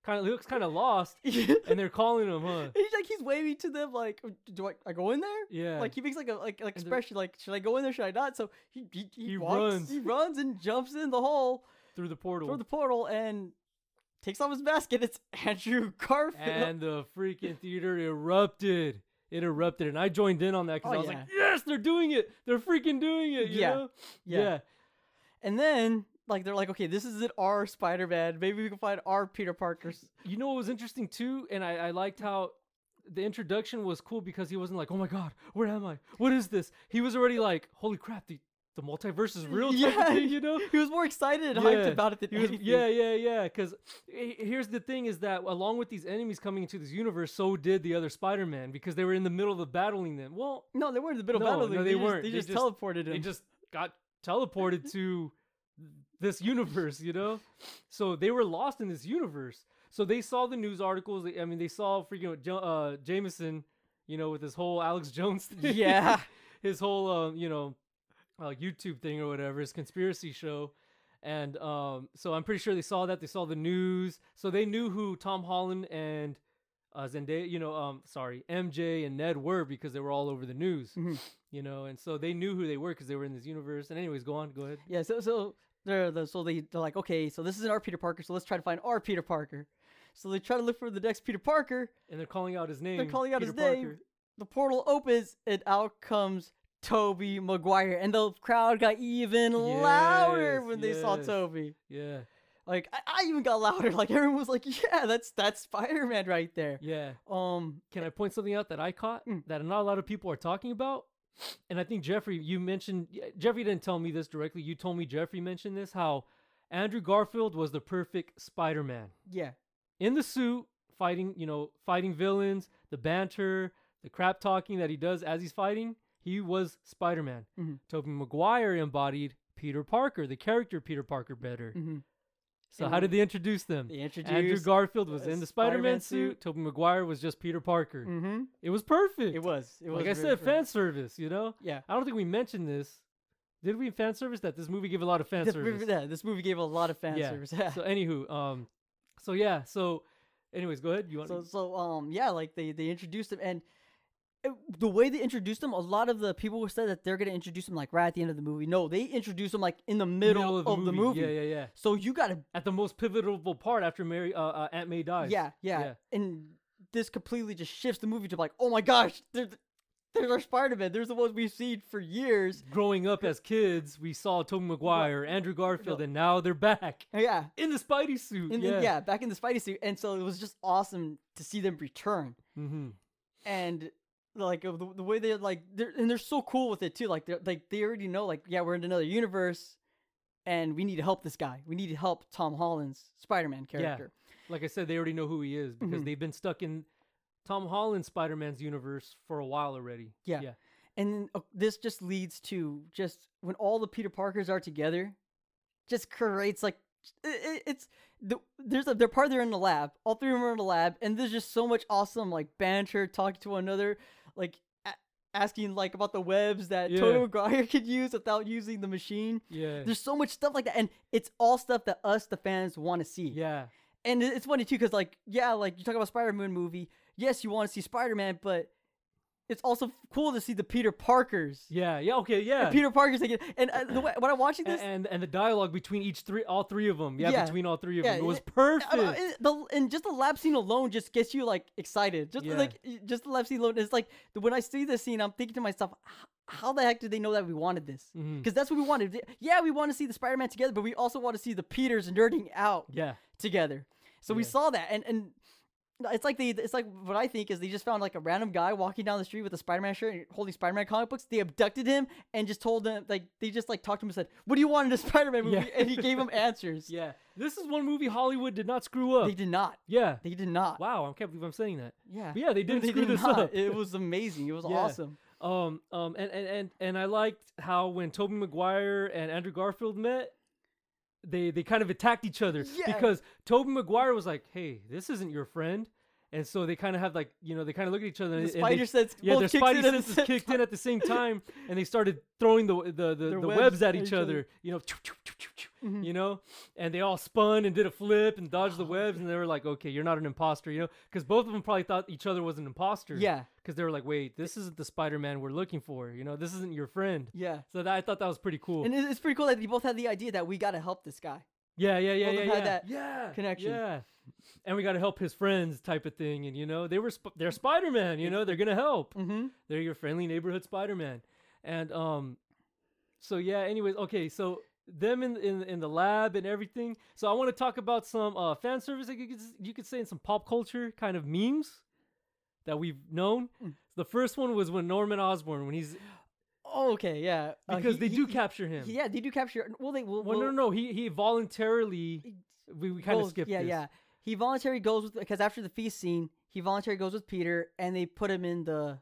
Speaker 1: kind of looks kind of lost, and they're calling him, huh?
Speaker 2: he's like he's waving to them like, "Oh, do I, I go in there?
Speaker 1: Yeah.
Speaker 2: Like he makes like a like an
Speaker 1: they're-
Speaker 2: expression like, should I go in there? Should I not? So he he, he,
Speaker 1: He
Speaker 2: walks,
Speaker 1: runs.
Speaker 2: he runs and jumps in the hole
Speaker 1: through the portal.
Speaker 2: through the portal and takes off his mask and it's Andrew Garfield.
Speaker 1: and the freaking theater erupted. It erupted, and I joined in on that because
Speaker 2: Oh,
Speaker 1: I was
Speaker 2: yeah.
Speaker 1: like, "Yes, they're doing it! They're freaking doing it!" you
Speaker 2: Yeah.
Speaker 1: know?
Speaker 2: Yeah. And then like they're like, okay, this isn't our Spider-Man. Maybe we can find our Peter Parker's.
Speaker 1: You know what was interesting too, and I, I liked how the introduction was cool because he wasn't like, "Oh my god, where am I? What is this?" He was already like, "Holy crap, the the multiverse is real!" type of
Speaker 2: Yeah.
Speaker 1: thing, you know.
Speaker 2: He was more excited and hyped
Speaker 1: Yeah.
Speaker 2: about it than
Speaker 1: He was-
Speaker 2: anything.
Speaker 1: yeah, yeah, yeah. Because here's the thing: is that along with these enemies coming into this universe, so did the other Spider-Man because they were in the middle of battling them. Well,
Speaker 2: No, they weren't in the middle
Speaker 1: No,
Speaker 2: of battle.
Speaker 1: no,
Speaker 2: they,
Speaker 1: they
Speaker 2: just-
Speaker 1: weren't.
Speaker 2: They
Speaker 1: They
Speaker 2: just,
Speaker 1: just-
Speaker 2: teleported him.
Speaker 1: they just got teleported to this universe, you know? So they were lost in this universe. So they saw the news articles. they- I mean, they saw freaking Jo- uh, Jameson, you know, with his whole Alex Jones thing.
Speaker 2: yeah.
Speaker 1: his whole, um, you know, uh, YouTube thing or whatever, his conspiracy show. And um, so I'm pretty sure they saw that. They saw the news. So they knew who Tom Holland and uh, Zendaya, you know, um, sorry, MJ and Ned were because they were all over the news
Speaker 2: Mhm.
Speaker 1: you know, and so they knew who they were because they were in this universe. And anyways, go on, go ahead.
Speaker 2: Yeah, so so they're, they so they they're like, okay, so this isn't our Peter Parker, so let's try to find our Peter Parker. So they try to look for the next Peter Parker.
Speaker 1: And they're calling out his name.
Speaker 2: calling out
Speaker 1: Peter
Speaker 2: his name.
Speaker 1: Parker.
Speaker 2: The portal opens, and out comes Toby Maguire, and the crowd got even louder
Speaker 1: Yes,
Speaker 2: when they saw
Speaker 1: yes.
Speaker 2: Toby.
Speaker 1: Yeah,
Speaker 2: Like I, I even got louder. Like everyone was like, yeah, that's that's Spider Man right there.
Speaker 1: yeah.
Speaker 2: Um,
Speaker 1: Can I point something out that I caught
Speaker 2: Mm.
Speaker 1: that not a lot of people are talking about? And I think Jeffrey, you mentioned yeah, Jeffrey didn't tell me this directly. You told me Jeffrey mentioned this how Andrew Garfield was the perfect Spider-Man
Speaker 2: yeah,
Speaker 1: in the suit, fighting, you know, fighting villains, the banter, the crap talking that he does as he's fighting. He was Spider-Man.
Speaker 2: Mhm.
Speaker 1: Tobey Maguire embodied Peter Parker, the character Peter Parker, better.
Speaker 2: mhm.
Speaker 1: So how
Speaker 2: And
Speaker 1: did they introduce them?
Speaker 2: they introduced
Speaker 1: Andrew Garfield was
Speaker 2: a
Speaker 1: in the Spider-Man
Speaker 2: Spider-Man
Speaker 1: suit. Tobey Maguire was just Peter Parker.
Speaker 2: hmm
Speaker 1: It was perfect.
Speaker 2: It was. It was
Speaker 1: like I
Speaker 2: very
Speaker 1: said,
Speaker 2: fair.
Speaker 1: fan service. You know,
Speaker 2: Yeah.
Speaker 1: I don't think we mentioned this. Did we fan service that this movie gave a lot of fan
Speaker 2: This
Speaker 1: service?
Speaker 2: movie, yeah, this movie gave a lot of fan
Speaker 1: Yeah.
Speaker 2: service.
Speaker 1: So anywho, um, so yeah, so, anyways, go ahead. You want?
Speaker 2: So so um yeah, like they they introduced him and it- the way they introduced him, a lot of the people said that they're gonna introduce him like right at the end of the movie. No, they introduce him like in the middle, of, the, movie.
Speaker 1: Yeah, yeah, yeah.
Speaker 2: So you gotta
Speaker 1: At the most pivotal part after Mary, uh, uh, Aunt May dies.
Speaker 2: yeah, yeah
Speaker 1: yeah.
Speaker 2: and this completely just shifts the movie to like oh my gosh, there's there's our Spider Man. There's the ones we've seen for years.
Speaker 1: Growing up as kids, we saw Tobey Maguire, Andrew Garfield, and now they're back
Speaker 2: Yeah,
Speaker 1: in the Spidey suit.
Speaker 2: and
Speaker 1: yeah.
Speaker 2: then- yeah, back in the Spidey suit, and so it was just awesome to see them return.
Speaker 1: Mm-hmm.
Speaker 2: and like uh, the, the way they're like they're and they're so cool with it too like they're like they already know like yeah we're in another universe and we need to help this guy we need to help tom holland's spider-man character
Speaker 1: like I said, they already know who he is because
Speaker 2: Mhm.
Speaker 1: they've been stuck in Tom Holland Spider Man's universe for a while already.
Speaker 2: Yeah. And then, uh, this just leads to just when all the Peter Parkers are together, just creates like it, it's the, there's a, they're part they're in the lab. All three of them are in the lab, and there's just so much awesome like banter, talking to one another, like a- asking like about the webs that
Speaker 1: Yeah.
Speaker 2: Tony McGuire could use without using the machine.
Speaker 1: Yeah.
Speaker 2: There's so much stuff like that, and it's all stuff that us, the fans, want to see.
Speaker 1: yeah.
Speaker 2: And it- it's funny too, because like, yeah, like you talk about Spider Man movie. Yes, you want to see Spider Man, but it's also cool to see the Peter Parkers.
Speaker 1: Yeah. Yeah. Okay. Yeah.
Speaker 2: And Peter Parkers again. And uh, the way, when I'm watching
Speaker 1: A-
Speaker 2: this,
Speaker 1: and and the dialogue between each three, all three of them. Yeah,
Speaker 2: Yeah.
Speaker 1: between all three of
Speaker 2: Yeah,
Speaker 1: them, it was
Speaker 2: it- uh,
Speaker 1: perfect.
Speaker 2: I don't know, it- the and just the lab scene alone just gets you like excited. Just
Speaker 1: Yeah.
Speaker 2: like y- just the lab scene alone. It's like th- when I see this scene, I'm thinking to myself, "H- how the heck did they know that we wanted this?
Speaker 1: Mhm.
Speaker 2: Because that's what we wanted. Th- Yeah, we want to see the Spider Man together, but we also want to see the Peters nerding out
Speaker 1: yeah.
Speaker 2: together. So we
Speaker 1: Yeah.
Speaker 2: saw that, and and it's like they it's like what I think is they just found like a random guy walking down the street with a Spider Man shirt and holding Spider Man comic books. They abducted him and just told him like they just like talked to him and said, "What do you want in a Spider Man movie?"
Speaker 1: Yeah.
Speaker 2: And he gave him answers.
Speaker 1: Yeah. This is one movie Hollywood did not screw up.
Speaker 2: They did not.
Speaker 1: yeah.
Speaker 2: They did not.
Speaker 1: Wow. I can't believe I'm saying that.
Speaker 2: Yeah.
Speaker 1: But yeah, they didn't
Speaker 2: They
Speaker 1: screw
Speaker 2: did
Speaker 1: this
Speaker 2: not.
Speaker 1: up.
Speaker 2: It was amazing. It was
Speaker 1: Yeah.
Speaker 2: awesome.
Speaker 1: Um, um, and, and, and, and I liked how when Toby Maguire and Andrew Garfield met, they, they kind of attacked each other
Speaker 2: Yeah.
Speaker 1: because Toby Maguire was like, Hey, this isn't your friend. And so they kind of have like, you know, they kind of look at each other and, and
Speaker 2: The
Speaker 1: they-
Speaker 2: spider sense
Speaker 1: yeah,
Speaker 2: both
Speaker 1: their
Speaker 2: kicks
Speaker 1: spidey
Speaker 2: in at the
Speaker 1: senses
Speaker 2: same
Speaker 1: kicked
Speaker 2: time.
Speaker 1: in at the same time and they started throwing the, the, the,
Speaker 2: Their
Speaker 1: the webs,
Speaker 2: webs
Speaker 1: at each other, you know,
Speaker 2: Mm-hmm.
Speaker 1: you know, and they all spun and did a flip and dodged
Speaker 2: Oh,
Speaker 1: the webs. And they were like, okay, you're not an imposter, you know, because both of them probably thought each other was an imposter
Speaker 2: Yeah.
Speaker 1: because they were like, "Wait, this isn't the Spider-Man we're looking for. You know, this isn't your friend."
Speaker 2: Yeah.
Speaker 1: So that, I thought that was pretty cool.
Speaker 2: And it- it's pretty cool that they both had the idea that we got to help this guy.
Speaker 1: yeah, yeah, yeah,
Speaker 2: both
Speaker 1: yeah,
Speaker 2: have
Speaker 1: yeah.
Speaker 2: had that
Speaker 1: yeah,
Speaker 2: connection.
Speaker 1: Yeah, and we got to help his friends, type of thing. And you know, they were sp- they're Spider-Man. You know, they're gonna help.
Speaker 2: Mm-hmm.
Speaker 1: They're your friendly neighborhood Spider-Man. And um, so yeah. Anyways, okay, so them in in, in the lab and everything. So I want to talk about some uh, fan service. Like you could s- you could say in some pop culture kind of memes that we've known.
Speaker 2: Hmm.
Speaker 1: The first one was when Norman Osborn when he's
Speaker 2: Oh, okay. Yeah. Uh,
Speaker 1: because
Speaker 2: he-
Speaker 1: they
Speaker 2: he-
Speaker 1: do
Speaker 2: he-
Speaker 1: capture him.
Speaker 2: Yeah, they do capture. Well, they will.
Speaker 1: Well, no, no, no. He he voluntarily. We, we kind of
Speaker 2: goes-
Speaker 1: skipped.
Speaker 2: Yeah,
Speaker 1: this.
Speaker 2: yeah. He voluntarily goes with because after the feast scene, he voluntarily goes with Peter, and they put him in the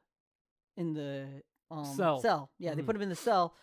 Speaker 2: in the um,
Speaker 1: Cell.
Speaker 2: Yeah, they
Speaker 1: Mhm.
Speaker 2: put him in the cell,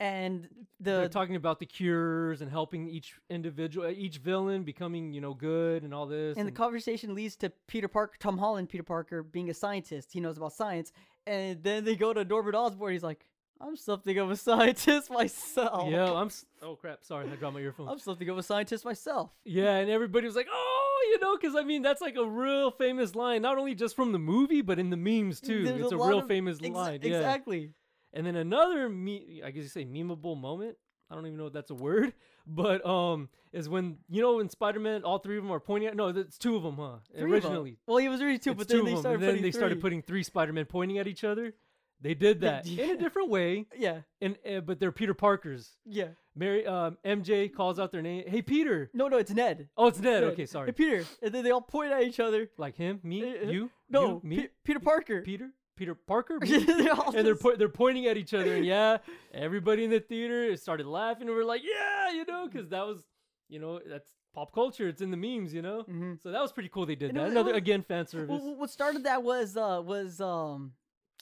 Speaker 2: and
Speaker 1: They're
Speaker 2: the
Speaker 1: talking about the cures and helping each individual, each villain becoming you know good and all this.
Speaker 2: and the conversation leads to Peter Parker, Tom Holland, Peter Parker being a scientist. He knows about science, and then they go to Norbert Osborn. He's like, "I'm something of a scientist myself.
Speaker 1: yeah, I'm. s- Oh crap! Sorry, I dropped my earphones.
Speaker 2: I'm something of a scientist myself."
Speaker 1: Yeah, and everybody was like, "Oh, you know," because I mean that's like a real famous line, not only just from the movie but in the memes too.
Speaker 2: There's
Speaker 1: it's a,
Speaker 2: lot
Speaker 1: real
Speaker 2: of-
Speaker 1: famous
Speaker 2: exa-
Speaker 1: line. Yeah.
Speaker 2: Exactly.
Speaker 1: And then another me I guess you say memeable moment. I don't even know if that's a word, but um is when you know in Spider-Man all three of them are pointing at no, it's two of them, huh?
Speaker 2: Three of 'em.
Speaker 1: Originally.
Speaker 2: well, he was already two,
Speaker 1: It's
Speaker 2: but
Speaker 1: two of
Speaker 2: then they
Speaker 1: 'em,
Speaker 2: started
Speaker 1: and then
Speaker 2: putting
Speaker 1: they started
Speaker 2: three.
Speaker 1: putting three Spider-Men pointing at each other. They did
Speaker 2: They
Speaker 1: that
Speaker 2: did-
Speaker 1: in a different way,
Speaker 2: Yeah,
Speaker 1: and uh, but they're Peter Parker's.
Speaker 2: yeah.
Speaker 1: Mary um, MJ calls out their name. Hey Peter.
Speaker 2: No, no, it's Ned.
Speaker 1: Oh, it's Ned.
Speaker 2: Ned.
Speaker 1: Okay,
Speaker 2: Hey,
Speaker 1: sorry.
Speaker 2: Peter. And then they all point at each other.
Speaker 1: Like him, me,
Speaker 2: Uh, uh,
Speaker 1: you,
Speaker 2: No,
Speaker 1: you, me,
Speaker 2: Pe- Peter Parker.
Speaker 1: Peter, Peter Parker, me,
Speaker 2: They're all
Speaker 1: and they're
Speaker 2: just-
Speaker 1: po- they're pointing at each other, and yeah, everybody in the theater started laughing, and we're like, yeah, you know, because that was, you know, that's pop culture. It's in the memes, you know.
Speaker 2: Mhm.
Speaker 1: So that was pretty cool. They did
Speaker 2: And it
Speaker 1: that.
Speaker 2: was- it
Speaker 1: Another
Speaker 2: was-
Speaker 1: again fan service.
Speaker 2: Well, well, what started that was uh was um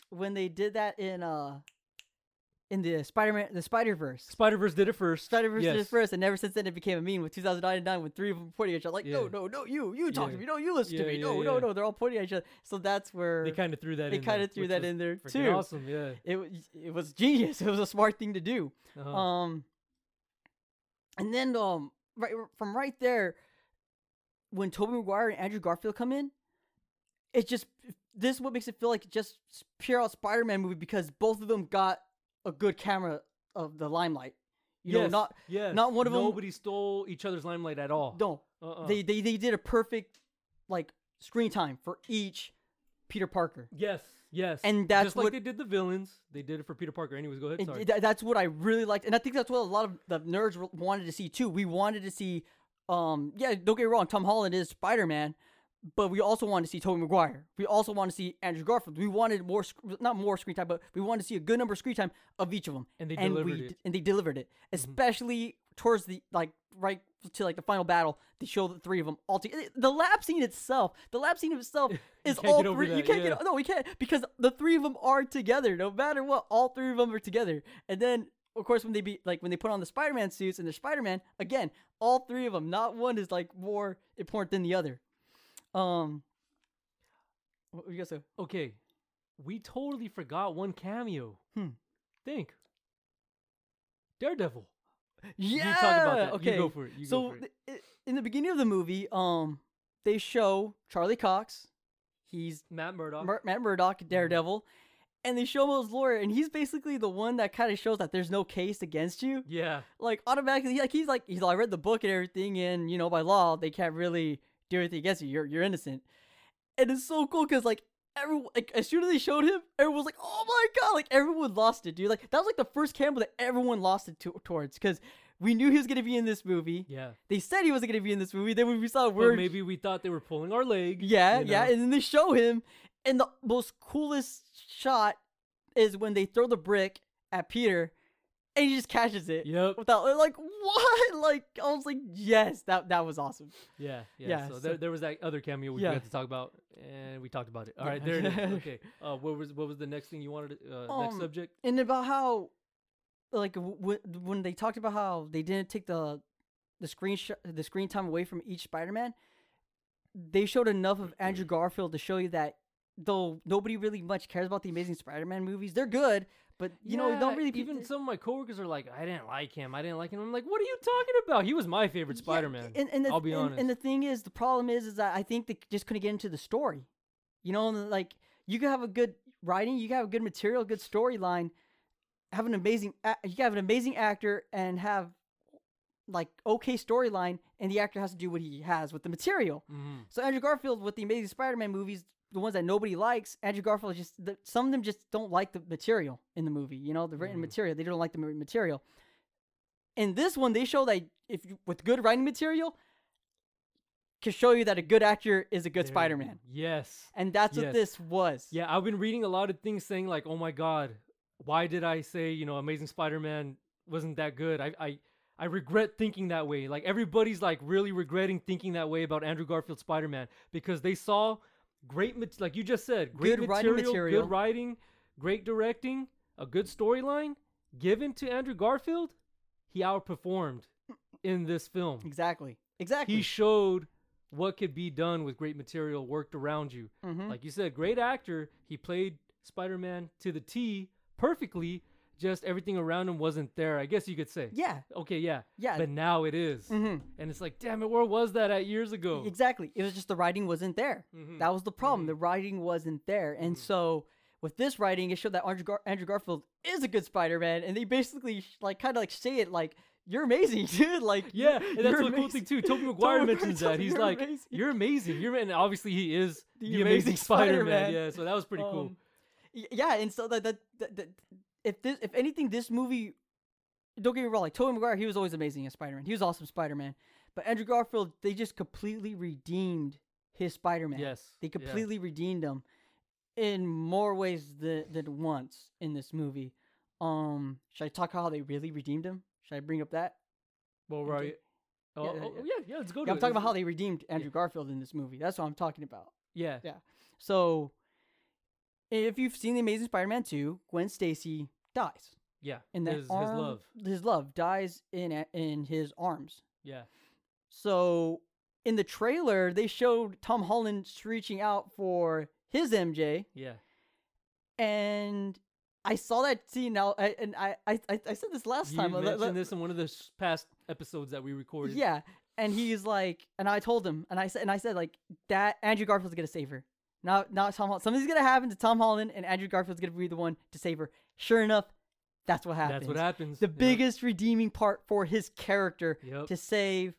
Speaker 2: when they did that in uh in the Spider-Man the Spider-Verse.
Speaker 1: Spider Verse did it first.
Speaker 2: Spider-Verse did
Speaker 1: Yes.
Speaker 2: it first, and ever since then it became a meme with 2009 when three of them pointing at each other like, no,
Speaker 1: Yeah.
Speaker 2: no, no, you, you talk
Speaker 1: Yeah.
Speaker 2: to me, no, you listen
Speaker 1: Yeah,
Speaker 2: to me,
Speaker 1: yeah,
Speaker 2: no, no,
Speaker 1: yeah.
Speaker 2: no, they're all pointing at each other. So that's where
Speaker 1: They kind of threw that.
Speaker 2: they
Speaker 1: in there,
Speaker 2: kinda threw
Speaker 1: which
Speaker 2: that
Speaker 1: was
Speaker 2: in there
Speaker 1: freaking
Speaker 2: too.
Speaker 1: Awesome, yeah.
Speaker 2: it wa- it was genius. It was a smart thing to do.
Speaker 1: Uh-huh.
Speaker 2: Um, and then um, right from right there, when Toby Maguire and Andrew Garfield come in, it just this is what makes it feel like just s- pure out Spider-Man movie because both of them got a good camera of the limelight. You know,
Speaker 1: Yes,
Speaker 2: not
Speaker 1: yes.
Speaker 2: not one of 'em-
Speaker 1: Nobody stole each other's limelight at all.
Speaker 2: no,
Speaker 1: Uh-uh.
Speaker 2: they they they did a perfect like screen time for each Peter Parker.
Speaker 1: Yes, yes.
Speaker 2: And that's
Speaker 1: just like
Speaker 2: what-
Speaker 1: they did the villains. They did it for Peter Parker. Anyways, go ahead.
Speaker 2: And
Speaker 1: Sorry.
Speaker 2: tha- that's what I really liked, and I think that's what a lot of the nerds w- wanted to see too. We wanted to see, um, yeah, don't get me wrong, Tom Holland is Spider Man, but we also wanted to see Tobey Maguire. We also wanted to see Andrew Garfield. We wanted more, sc- not more screen time, but we wanted to see a good number of screen time of each of them.
Speaker 1: And they
Speaker 2: we
Speaker 1: delivered
Speaker 2: d-
Speaker 1: it. Mm-hmm.
Speaker 2: and they delivered it, especially towards the like right to like the final battle, they show the three of them all together. The lap scene itself, the lap scene itself is
Speaker 1: can't
Speaker 2: all
Speaker 1: get over
Speaker 2: three. you
Speaker 1: that,
Speaker 2: can't
Speaker 1: yeah.
Speaker 2: get no, we can't because the three of them are together. No matter what, all three of them are together. And then of course when they be like when they put on the Spider-Man suits and they're Spider-Man again, all three of them. Not one is like more important than the other. Um, what were you guys say?
Speaker 1: Okay, we totally forgot one cameo.
Speaker 2: Hmm.
Speaker 1: Think. Daredevil.
Speaker 2: Yeah.
Speaker 1: You talk about that.
Speaker 2: Okay.
Speaker 1: You go for it. You
Speaker 2: so
Speaker 1: go for it.
Speaker 2: th- i- in the beginning of the movie, um, they show Charlie Cox. He's
Speaker 1: Matt Murdock.
Speaker 2: Mur- Matt Murdock, Daredevil, and they show him as lawyer, and he's basically the one that kind of shows that there's no case against you.
Speaker 1: yeah.
Speaker 2: Like automatically, he- like he's like he's like, I read the book and everything, and you know by law they can't really do anything against you. You're you're innocent, and it's so cool because like. Everyone, like, as soon as they showed him, everyone was like, "Oh my god!" Like everyone lost it, dude. Like that was like the first camera that everyone lost it to- towards because we knew he was gonna be in this movie.
Speaker 1: Yeah.
Speaker 2: They said he wasn't gonna be in this movie. Then when we saw
Speaker 1: But
Speaker 2: word,
Speaker 1: maybe we thought they were pulling our leg.
Speaker 2: yeah,
Speaker 1: you
Speaker 2: yeah,
Speaker 1: know?
Speaker 2: and then they show him, and the most coolest shot is when they throw the brick at Peter, and he just catches it
Speaker 1: Yep.
Speaker 2: without like what? Like I was like, yes, that that was awesome.
Speaker 1: Yeah, yeah.
Speaker 2: Yeah,
Speaker 1: so,
Speaker 2: so-
Speaker 1: there, there was that other cameo we
Speaker 2: Yeah.
Speaker 1: forgot to talk about, and we talked about it. All
Speaker 2: Yeah.
Speaker 1: right, there it is. Okay. Uh, what was what was the next thing you wanted? To, uh, next
Speaker 2: Um,
Speaker 1: subject.
Speaker 2: And about how, like w- w- when they talked about how they didn't take the the screen sh- the screen time away from each Spider-Man, they showed enough of
Speaker 1: Mm-hmm.
Speaker 2: Andrew Garfield to show you that though nobody really much cares about the Amazing Spider-Man movies, they're good. But you know,
Speaker 1: Yeah,
Speaker 2: don't really
Speaker 1: Even some of my coworkers are like, I didn't like him. I didn't like him. I'm like, what are you talking about? He was my favorite
Speaker 2: Yeah,
Speaker 1: Spider-Man.
Speaker 2: And, and the,
Speaker 1: I'll be
Speaker 2: and,
Speaker 1: honest.
Speaker 2: And the thing is, the problem is, is that I think they just couldn't get into the story. You know, and, like you can have a good writing, you can have a good material, good storyline, have an amazing, ac- you can have an amazing actor and have like okay storyline, and the actor has to do what he has with the material.
Speaker 1: Mhm.
Speaker 2: So Andrew Garfield with the Amazing Spider-Man movies, the ones that nobody likes, Andrew Garfield just the, some of them just don't like the material in the movie. You know, the written
Speaker 1: Mhm.
Speaker 2: material. They don't like the ma- material. In this one, they show that if you, with good writing material, can show you that a good actor is a good
Speaker 1: There-
Speaker 2: Spider-Man,
Speaker 1: Yes.
Speaker 2: and that's
Speaker 1: Yes.
Speaker 2: what this was.
Speaker 1: Yeah, I've been reading a lot of things saying like, "Oh my God, why did I say you know Amazing Spider-Man wasn't that good?" I I I regret thinking that way. Like everybody's like really regretting thinking that way about Andrew Garfield Spider-Man because they saw great mat- like you just said, great
Speaker 2: Good writing material.
Speaker 1: good writing, great directing, a good storyline given to Andrew Garfield. He outperformed in this film
Speaker 2: exactly, exactly.
Speaker 1: he showed what could be done with great material worked around you.
Speaker 2: Mhm.
Speaker 1: Like you said, great actor. He played Spider Man to the T perfectly. Just everything around him wasn't there. I guess you could say.
Speaker 2: yeah,
Speaker 1: Okay, yeah.
Speaker 2: Yeah.
Speaker 1: But now it is.
Speaker 2: Mhm.
Speaker 1: And it's like, damn it, where was that at years ago?
Speaker 2: Exactly. It was just the writing wasn't there.
Speaker 1: Mhm.
Speaker 2: That was the problem. The writing wasn't there. And
Speaker 1: Mm-hmm.
Speaker 2: so with this writing, it showed that Andrew, Gar- Andrew Garfield is a good Spider-Man, and they basically sh- like kind of like say it like you're amazing, dude. Like you-
Speaker 1: Yeah, and that's
Speaker 2: you're
Speaker 1: what cool thing
Speaker 2: amazing."
Speaker 1: too. Toby Maguire
Speaker 2: Tobey
Speaker 1: mentions
Speaker 2: tells
Speaker 1: that.
Speaker 2: me,
Speaker 1: He's
Speaker 2: "You're
Speaker 1: like,
Speaker 2: amazing."
Speaker 1: "You're amazing. You're and obviously he is the,
Speaker 2: The
Speaker 1: amazing,
Speaker 2: amazing
Speaker 1: Spider-Man.
Speaker 2: Spider-Man.
Speaker 1: Yeah, so that was pretty cool.
Speaker 2: Um, y- Yeah, and so that that, that, that if this if anything, this movie. Don't get me wrong. Like Tobey Maguire, he was always amazing as Spider-Man. He was awesome Spider-Man. But Andrew Garfield, they just completely redeemed his Spider-Man.
Speaker 1: Yes.
Speaker 2: They
Speaker 1: yeah.
Speaker 2: completely redeemed him in more ways than, than once in this movie. Um, should I talk how they really redeemed him? Should I bring up that?
Speaker 1: Well, right. Oh,
Speaker 2: yeah,
Speaker 1: oh,
Speaker 2: yeah.
Speaker 1: yeah, yeah. Let's go. to
Speaker 2: Yeah, I'm
Speaker 1: it.
Speaker 2: talking
Speaker 1: Let's-
Speaker 2: about how they redeemed Andrew Garfield in this movie. That's what I'm talking about.
Speaker 1: Yeah.
Speaker 2: So, if you've seen The Amazing Spider-Man 2, Gwen Stacy dies.
Speaker 1: Yeah.
Speaker 2: And that
Speaker 1: his, his
Speaker 2: arm-
Speaker 1: love.
Speaker 2: His love dies in a- in his arms.
Speaker 1: Yeah.
Speaker 2: So, in the trailer, they showed Tom Holland reaching out for his MJ.
Speaker 1: Yeah.
Speaker 2: and I saw that scene now, I, and I, I, I I said this last
Speaker 1: you
Speaker 2: time. uh, le-
Speaker 1: mentioned
Speaker 2: le-
Speaker 1: this in one of the s- past episodes that we recorded.
Speaker 2: Yeah, and he's like, and I told him, and I said, and I said like that Andrew Garfield's gonna save her. Now, now Tom Holland, something's gonna happen to Tom Holland, and Andrew Garfield's gonna be the one to save her. Sure enough, that's what happens.
Speaker 1: that's what happens.
Speaker 2: The
Speaker 1: Yep.
Speaker 2: biggest redeeming part for his character
Speaker 1: Yep.
Speaker 2: to save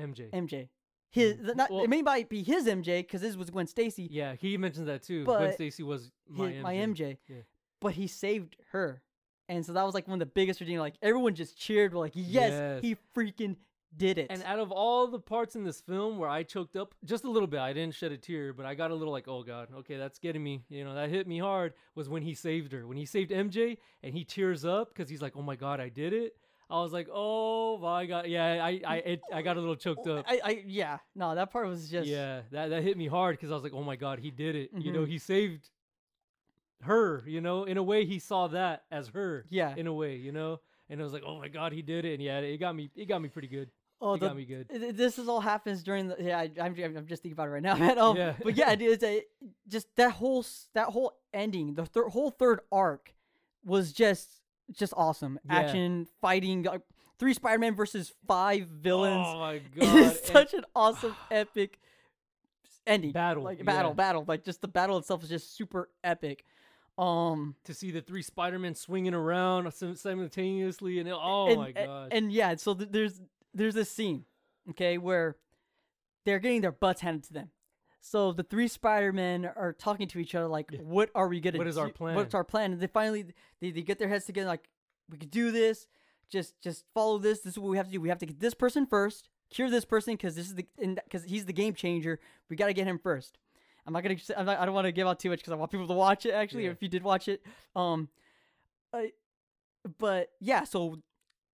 Speaker 1: MJ.
Speaker 2: MJ. His
Speaker 1: Mhm.
Speaker 2: the- not,
Speaker 1: Well-
Speaker 2: it may might be his MJ because his was Gwen Stacy,
Speaker 1: yeah, he mentions that too. Gwen
Speaker 2: But
Speaker 1: Stacy was
Speaker 2: his-
Speaker 1: my MJ.
Speaker 2: my MJ.
Speaker 1: Yeah.
Speaker 2: But he saved her. And so that was like one of the biggest redeeming. Like everyone just cheered. We're like, yes,
Speaker 1: Yes.
Speaker 2: he freaking did it.
Speaker 1: And out of all the parts in this film where I choked up just a little bit, I didn't shed a tear, but I got a little like, oh god, okay, that's getting me. You know, that hit me hard. Was when he saved her, when he saved MJ, and he tears up because he's like, oh my god, I did it. I was like, oh my god, yeah, I I it, I got a little choked up.
Speaker 2: Oh, I, I yeah, no, that part was just
Speaker 1: Yeah, that that hit me hard because I was like, oh my god, he did it. You know,
Speaker 2: Mhm.
Speaker 1: he saved her. You know, in a way, he saw that as her.
Speaker 2: yeah.
Speaker 1: In a way, you know, and I was like, oh my god, he did it. And yeah, it got me. It got me pretty good.
Speaker 2: oh,
Speaker 1: it
Speaker 2: the,
Speaker 1: got me good.
Speaker 2: th- this is all happens during the yeah. I, I'm j- I'm just thinking about it right now, man. Um,
Speaker 1: Yeah.
Speaker 2: but yeah, dude, it's a, just that whole s- that whole ending, the thir- whole third arc was just just awesome.
Speaker 1: Yeah.
Speaker 2: Action, fighting, uh, three Spider-Man versus five villains.
Speaker 1: Oh my god,
Speaker 2: it is
Speaker 1: and-
Speaker 2: such an awesome epic s- ending
Speaker 1: Battle,
Speaker 2: like battle
Speaker 1: yeah.
Speaker 2: battle like just the battle itself is just super epic um
Speaker 1: to see the three Spider-Men swinging around sim- simultaneously, and it, oh
Speaker 2: and,
Speaker 1: my
Speaker 2: a-
Speaker 1: god,
Speaker 2: and yeah so th- there's there's this scene okay where they're getting their butts handed to them so the three spider-men are talking to each other like what are we gonna
Speaker 1: What is our
Speaker 2: do-
Speaker 1: plan?"
Speaker 2: what's our plan and they finally they, they get their heads together like we could do this just just follow this this is what we have to do we have to get this person first cure this person because this is the because he's the game changer we got to get him first i'm not gonna s- I'm not, i don't want to give out too much because i want people to watch it actually
Speaker 1: Yeah.
Speaker 2: if you did watch it um I, but yeah so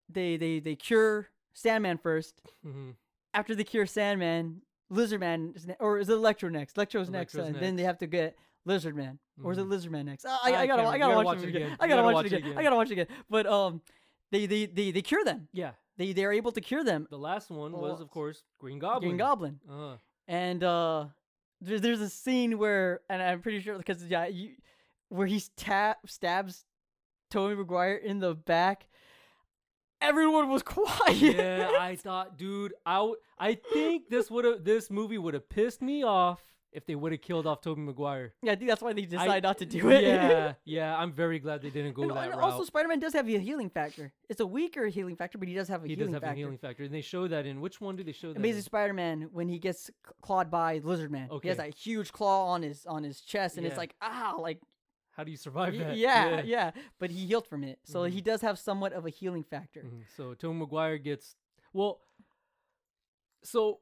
Speaker 2: they they they cure sandman first
Speaker 1: hmm
Speaker 2: after they cure sandman lizardman is ne- or is it electro next electro's next
Speaker 1: Electro's
Speaker 2: and then they
Speaker 1: next.
Speaker 2: have to get lizardman or is it
Speaker 1: Mhm.
Speaker 2: lizardman next oh, I,
Speaker 1: I
Speaker 2: I gotta
Speaker 1: can't
Speaker 2: wa-
Speaker 1: remember.
Speaker 2: i gotta
Speaker 1: You
Speaker 2: watch, it again. i gotta, watch, it again. i gotta watch it again but um they they they, they cure them
Speaker 1: yeah.
Speaker 2: they they're able to cure them
Speaker 1: The last one
Speaker 2: Well,
Speaker 1: was, of course, Green Goblin.
Speaker 2: green goblin
Speaker 1: Uh,
Speaker 2: and uh there's there's a scene where and I'm pretty sure because yeah you where he's tap stabs Tony Maguire in the back. Everyone was quiet.
Speaker 1: yeah, I thought, dude, I, w- I think this would have this movie would have pissed me off if they would have killed off Tobey Maguire.
Speaker 2: Yeah, I think that's why they
Speaker 1: I-
Speaker 2: decided not to do it.
Speaker 1: Yeah, yeah. I'm very glad they didn't go
Speaker 2: and,
Speaker 1: that
Speaker 2: and
Speaker 1: route.
Speaker 2: also Spider Man does have a healing factor. It's a weaker healing factor, but he does have a
Speaker 1: he does
Speaker 2: healing
Speaker 1: have
Speaker 2: factor.
Speaker 1: a healing factor, and they show that in which one did they show that?
Speaker 2: Amazing
Speaker 1: in?
Speaker 2: Spider-Man when he gets c- clawed by Lizard Man. He has
Speaker 1: Okay.
Speaker 2: that huge claw on his on his chest, and it's
Speaker 1: Yeah.
Speaker 2: like ah, like
Speaker 1: How do you survive
Speaker 2: y-
Speaker 1: that?
Speaker 2: yeah, yeah, But he healed from it, so
Speaker 1: Mhm.
Speaker 2: he does have somewhat of a healing factor.
Speaker 1: Mhm. So Tobey Maguire gets well. So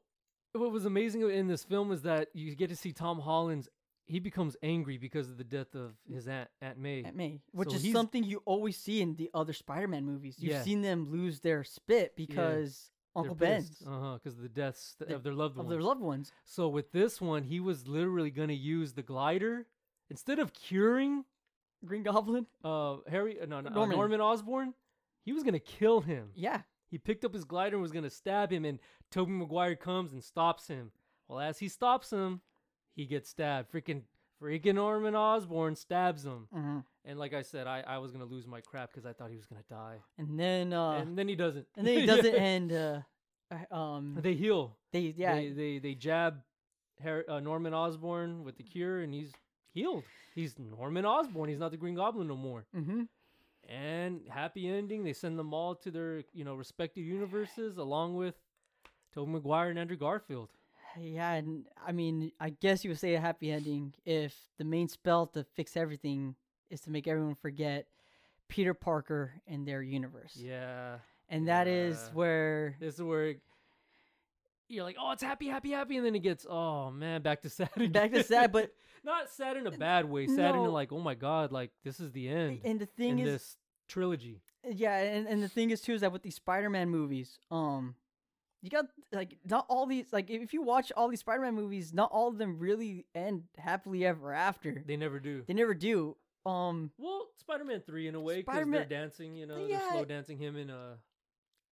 Speaker 1: what was amazing in this film is that you get to see Tom Holland's. He becomes angry because of the death of his aunt Aunt May.
Speaker 2: at me, which
Speaker 1: So
Speaker 2: is
Speaker 1: he's-
Speaker 2: something you always see in the other Spider-Man movies. You've
Speaker 1: Yeah.
Speaker 2: seen them lose their spit because Uncle Ben's
Speaker 1: Uh huh. Because of the deaths th-
Speaker 2: The-
Speaker 1: of their loved
Speaker 2: of
Speaker 1: ones.
Speaker 2: their loved ones.
Speaker 1: so with this one, he was literally gonna use the glider instead of curing
Speaker 2: Green Goblin,
Speaker 1: uh Harry uh, no, no, uh,
Speaker 2: Norman.
Speaker 1: Norman Osborn. He was gonna kill him.
Speaker 2: yeah,
Speaker 1: He picked up his glider and was gonna stab him, and Toby Maguire comes and stops him. Well, as he stops him, he gets stabbed. Freaking freaking Norman Osborn stabs him.
Speaker 2: Mhm.
Speaker 1: And like I said, I, I was gonna lose my crap because I thought he was gonna die.
Speaker 2: and then uh, and,
Speaker 1: and then he doesn't.
Speaker 2: then he does it,
Speaker 1: Yeah.
Speaker 2: and uh, uh, um,
Speaker 1: they heal.
Speaker 2: they yeah,
Speaker 1: They they, they jab Har uh, Norman Osborn with the cure, and he's healed. He's Norman Osborn. He's not the Green Goblin no more.
Speaker 2: hmm
Speaker 1: And happy ending. They send them all to their you know respective universes, along with Tobey Maguire and Andrew Garfield.
Speaker 2: yeah. And I mean, I guess you would say a happy ending if the main spell to fix everything is to make everyone forget Peter Parker and their universe,
Speaker 1: Yeah,
Speaker 2: and that is
Speaker 1: Yeah.
Speaker 2: where
Speaker 1: this is where it- you're like, oh, it's happy, happy, happy, and then it gets, oh man, back to sad. Again.
Speaker 2: back to sad, but
Speaker 1: not sad in a bad way. Sad in
Speaker 2: No.
Speaker 1: a like, oh my god, like this is the end.
Speaker 2: and the
Speaker 1: in
Speaker 2: thing is.
Speaker 1: this trilogy.
Speaker 2: Yeah, and, and the thing is too is that with these Spider-Man movies, um, you got like not all these like if you watch all these Spider-Man movies, not all of them really end happily ever after.
Speaker 1: They never do.
Speaker 2: They never do. Um,
Speaker 1: Well, Spider Man three in a way because they're
Speaker 2: Spider-Man-
Speaker 1: dancing, you know,
Speaker 2: Yeah.
Speaker 1: they're slow dancing him and uh,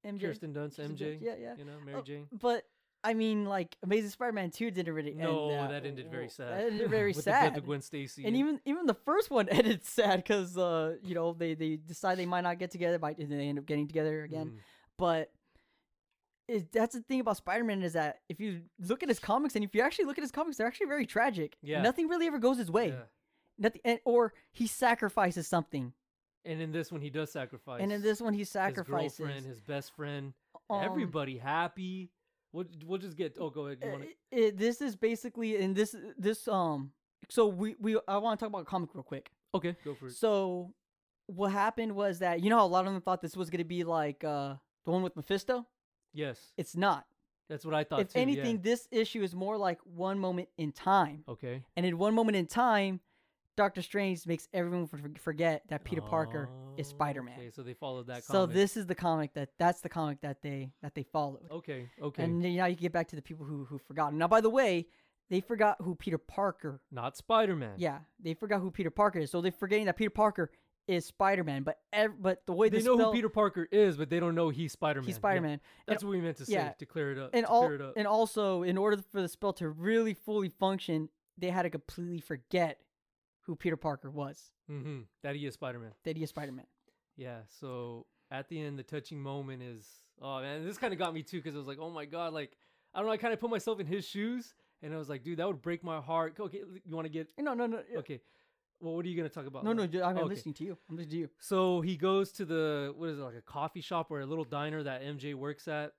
Speaker 2: MJ,
Speaker 1: Kirsten Dunst,
Speaker 2: Kirsten
Speaker 1: MJ,
Speaker 2: Dunst, yeah, yeah.
Speaker 1: you know, Mary
Speaker 2: Oh,
Speaker 1: Jane.
Speaker 2: But I mean, like Amazing Spider-Man two didn't really end.
Speaker 1: No, that, ended very
Speaker 2: w-
Speaker 1: sad.
Speaker 2: That ended very
Speaker 1: With The
Speaker 2: sad.
Speaker 1: death of Gwen Stacy.
Speaker 2: and even even the first one ended sad because uh you know they they decide they might not get together, but and they end up getting together again.
Speaker 1: Mhm.
Speaker 2: but it, that's the thing about Spider-Man is that if you look at his comics and if you actually look at his comics, they're actually very tragic.
Speaker 1: Yeah.
Speaker 2: Nothing really ever goes his way.
Speaker 1: Yeah.
Speaker 2: Nothing, and, or he sacrifices something.
Speaker 1: And in this one, he does sacrifice.
Speaker 2: And in this one, he
Speaker 1: his
Speaker 2: sacrifices.
Speaker 1: girlfriend, his best friend,
Speaker 2: um,
Speaker 1: everybody happy. We'll, we'll just get. Oh, go ahead. You wanna,
Speaker 2: Uh, it- it- this is basically, and this this um. So we we I want to talk about comic real quick.
Speaker 1: okay, go for it.
Speaker 2: So what happened was that you know how a lot of them thought this was gonna be like uh the one with Mephisto.
Speaker 1: Yes,
Speaker 2: It's not.
Speaker 1: that's what I thought.
Speaker 2: if
Speaker 1: too, yeah.
Speaker 2: anything, this issue is more like one moment in time.
Speaker 1: okay.
Speaker 2: And in one moment in time, Doctor Strange makes everyone for- forget that Peter Parker is
Speaker 1: Oh,
Speaker 2: Spider Man.
Speaker 1: Okay, so they followed that.
Speaker 2: so
Speaker 1: comic.
Speaker 2: this is the comic that that's the comic that they that they followed.
Speaker 1: Okay. Okay.
Speaker 2: And then now you get back to the people who who forgot. Now, by the way, they forgot who Peter Parker.
Speaker 1: Not Spider Man.
Speaker 2: Yeah, they forgot who Peter Parker is. So they're forgetting that Peter Parker is Spider Man. But ev- but the way
Speaker 1: They
Speaker 2: this
Speaker 1: know
Speaker 2: spell-
Speaker 1: who Peter Parker is, but they don't know he's Spider Man.
Speaker 2: he's Spider Man.
Speaker 1: That's what we meant to say
Speaker 2: yeah.
Speaker 1: to clear it up.
Speaker 2: and
Speaker 1: to
Speaker 2: all
Speaker 1: clear it up.
Speaker 2: and also in order for the spell to really fully function, they had to completely forget who Peter Parker was.
Speaker 1: hmm That he is Spider Man.
Speaker 2: That he is Spider Man.
Speaker 1: Yeah. So at the end, the touching moment is oh man, this kind of got me too because I was like, oh my god, like I don't know, I kind of put myself in his shoes, and I was like, dude, that would break my heart. Okay, l- you want to get
Speaker 2: No, no, no, yeah.
Speaker 1: okay. Well, what are you gonna talk about?
Speaker 2: no, no.
Speaker 1: last?
Speaker 2: dude, I'm I'm
Speaker 1: Oh, Okay.
Speaker 2: listening to you. I'm listening to you.
Speaker 1: So he goes to the what is it like a coffee shop or a little diner that MJ works at,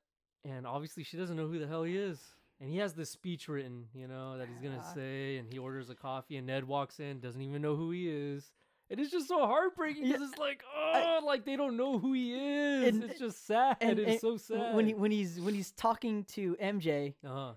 Speaker 1: and obviously she doesn't know who the hell he is. And he has this speech written, you know, that he's gonna
Speaker 2: Ah.
Speaker 1: say, and he orders a coffee, and Ned walks in, doesn't even know who he is. It is just so heartbreaking because
Speaker 2: Yeah,
Speaker 1: it's like,
Speaker 2: I-
Speaker 1: oh, like they don't know who he is.
Speaker 2: And-
Speaker 1: it's just sad.
Speaker 2: and-
Speaker 1: it's
Speaker 2: and
Speaker 1: so sad.
Speaker 2: W- When he when he's when he's talking to MJ,
Speaker 1: uh-huh.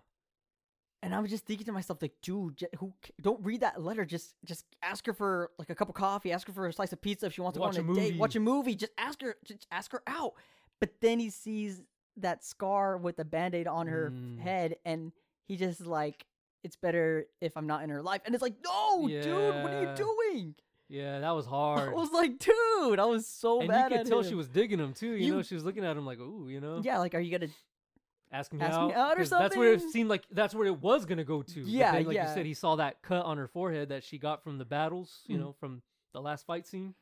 Speaker 2: and I was just thinking to myself, like, dude, j- who c- don't read that letter. Just just ask her for like a cup of coffee. Ask her for a slice of pizza if she wants to
Speaker 1: Watch
Speaker 2: go
Speaker 1: a
Speaker 2: on a, date. Watch
Speaker 1: movie.
Speaker 2: a movie. Just ask her. Just ask her out. But then he sees that scar with a band-aid on her
Speaker 1: Mm.
Speaker 2: head, and he just is like, it's better if I'm not in her life. And it's like, no, dude, what are
Speaker 1: Yeah.
Speaker 2: you doing?
Speaker 1: yeah, that was
Speaker 2: I
Speaker 1: hard.
Speaker 2: was like, dude, I was so
Speaker 1: and
Speaker 2: mad
Speaker 1: you
Speaker 2: at
Speaker 1: could tell
Speaker 2: him.
Speaker 1: she was digging him too. You,
Speaker 2: You-
Speaker 1: know, she was looking at him like, ooh, you know,
Speaker 2: yeah, like, are you gonna?
Speaker 1: ask me
Speaker 2: Ask
Speaker 1: out,
Speaker 2: me out or
Speaker 1: 'cause That's where it
Speaker 2: something?
Speaker 1: seemed like that's where it was gonna go to. But
Speaker 2: Yeah,
Speaker 1: then, like you
Speaker 2: yeah.
Speaker 1: said, he saw that cut on her forehead that she got from the battles. You
Speaker 2: Mm.
Speaker 1: know, from the last fight scene,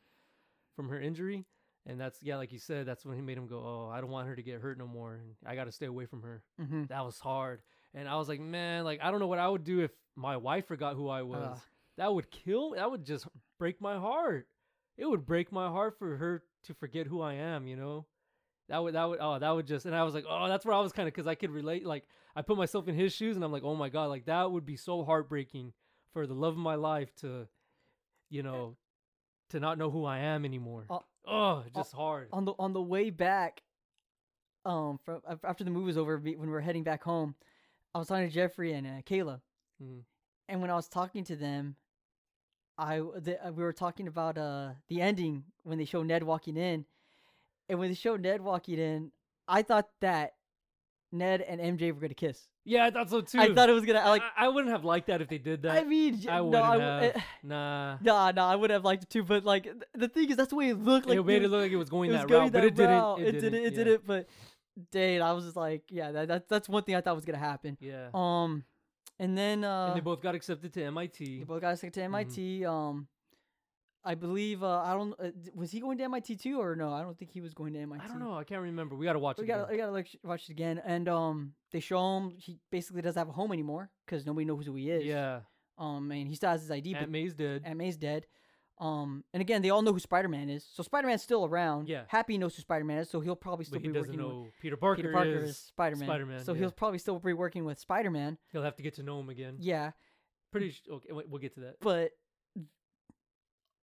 Speaker 1: from her injury, and that's yeah, like you said, that's when he made him go, oh, I don't want her to get hurt no more, and I got to stay away from her.
Speaker 2: Mhm.
Speaker 1: That was hard, and I was like, man, like I don't know what I would do if my wife forgot who
Speaker 2: Uh.
Speaker 1: I was.
Speaker 2: Ugh.
Speaker 1: That would kill. That would just break my heart. It would break my heart for her to forget who I am. You know. That would that would oh that would just and I was like oh that's where I was kind of because I could relate like I put myself in his shoes and I'm like oh my god like that would be so heartbreaking for the love of my life to you know to not know who I am anymore
Speaker 2: Uh,
Speaker 1: oh just hard
Speaker 2: on the on the way back um from af- after the movie was over me- when we were heading back home i was talking to jeffrey and uh, kayla
Speaker 1: Mhm.
Speaker 2: and when i was talking to them i w- the, uh, we were talking about uh the ending when they show ned walking in and when they show ned walking in i thought that ned and mj were gonna kiss
Speaker 1: yeah I thought so too
Speaker 2: i thought it was gonna I, like
Speaker 1: I, I wouldn't have liked that if they did that
Speaker 2: i mean j-
Speaker 1: I
Speaker 2: no
Speaker 1: wouldn't
Speaker 2: i
Speaker 1: have.
Speaker 2: w- eh,
Speaker 1: nah
Speaker 2: nah nah i would have liked it too but like th- the thing is that's the way it looked like
Speaker 1: it made
Speaker 2: dude,
Speaker 1: it look like it was going
Speaker 2: it
Speaker 1: that
Speaker 2: was going
Speaker 1: route
Speaker 2: that
Speaker 1: but it
Speaker 2: route.
Speaker 1: didn't
Speaker 2: It didn't. It
Speaker 1: yeah.
Speaker 2: didn't. But dang, I was just like, yeah, that, that that's one thing I thought was gonna happen.
Speaker 1: yeah
Speaker 2: Um, and then uh,
Speaker 1: and they both Mm-hmm. got accepted to
Speaker 2: they
Speaker 1: MIT
Speaker 2: both got sent to MIT. Um, I believe uh, I don't. Uh, d- was he going to MIT too, or no? I don't think he was going to MIT.
Speaker 1: I don't know I can't remember we gotta watch
Speaker 2: We
Speaker 1: it
Speaker 2: gotta,
Speaker 1: again.
Speaker 2: we gotta like, sh- watch it again. And um, they show him he basically doesn't have a home anymore because nobody knows who he is.
Speaker 1: yeah
Speaker 2: Um, and he still has his ID, but
Speaker 1: Aunt May's dead
Speaker 2: Aunt May's dead. Um, and again, they all know who Spider Man is, so Spider Man's still around.
Speaker 1: Yeah.
Speaker 2: Happy knows who Spider Man is, so he'll probably still
Speaker 1: but he
Speaker 2: be
Speaker 1: doesn't
Speaker 2: working. with-
Speaker 1: know Peter Parker,
Speaker 2: Peter Parker
Speaker 1: is.
Speaker 2: is Spider Man.
Speaker 1: Spider-Man,
Speaker 2: So
Speaker 1: yeah. Mm.
Speaker 2: he'll probably still be working with Spider Man.
Speaker 1: He'll have to get to know him again.
Speaker 2: Yeah,
Speaker 1: Pretty sh- okay. wait, We'll get to that.
Speaker 2: but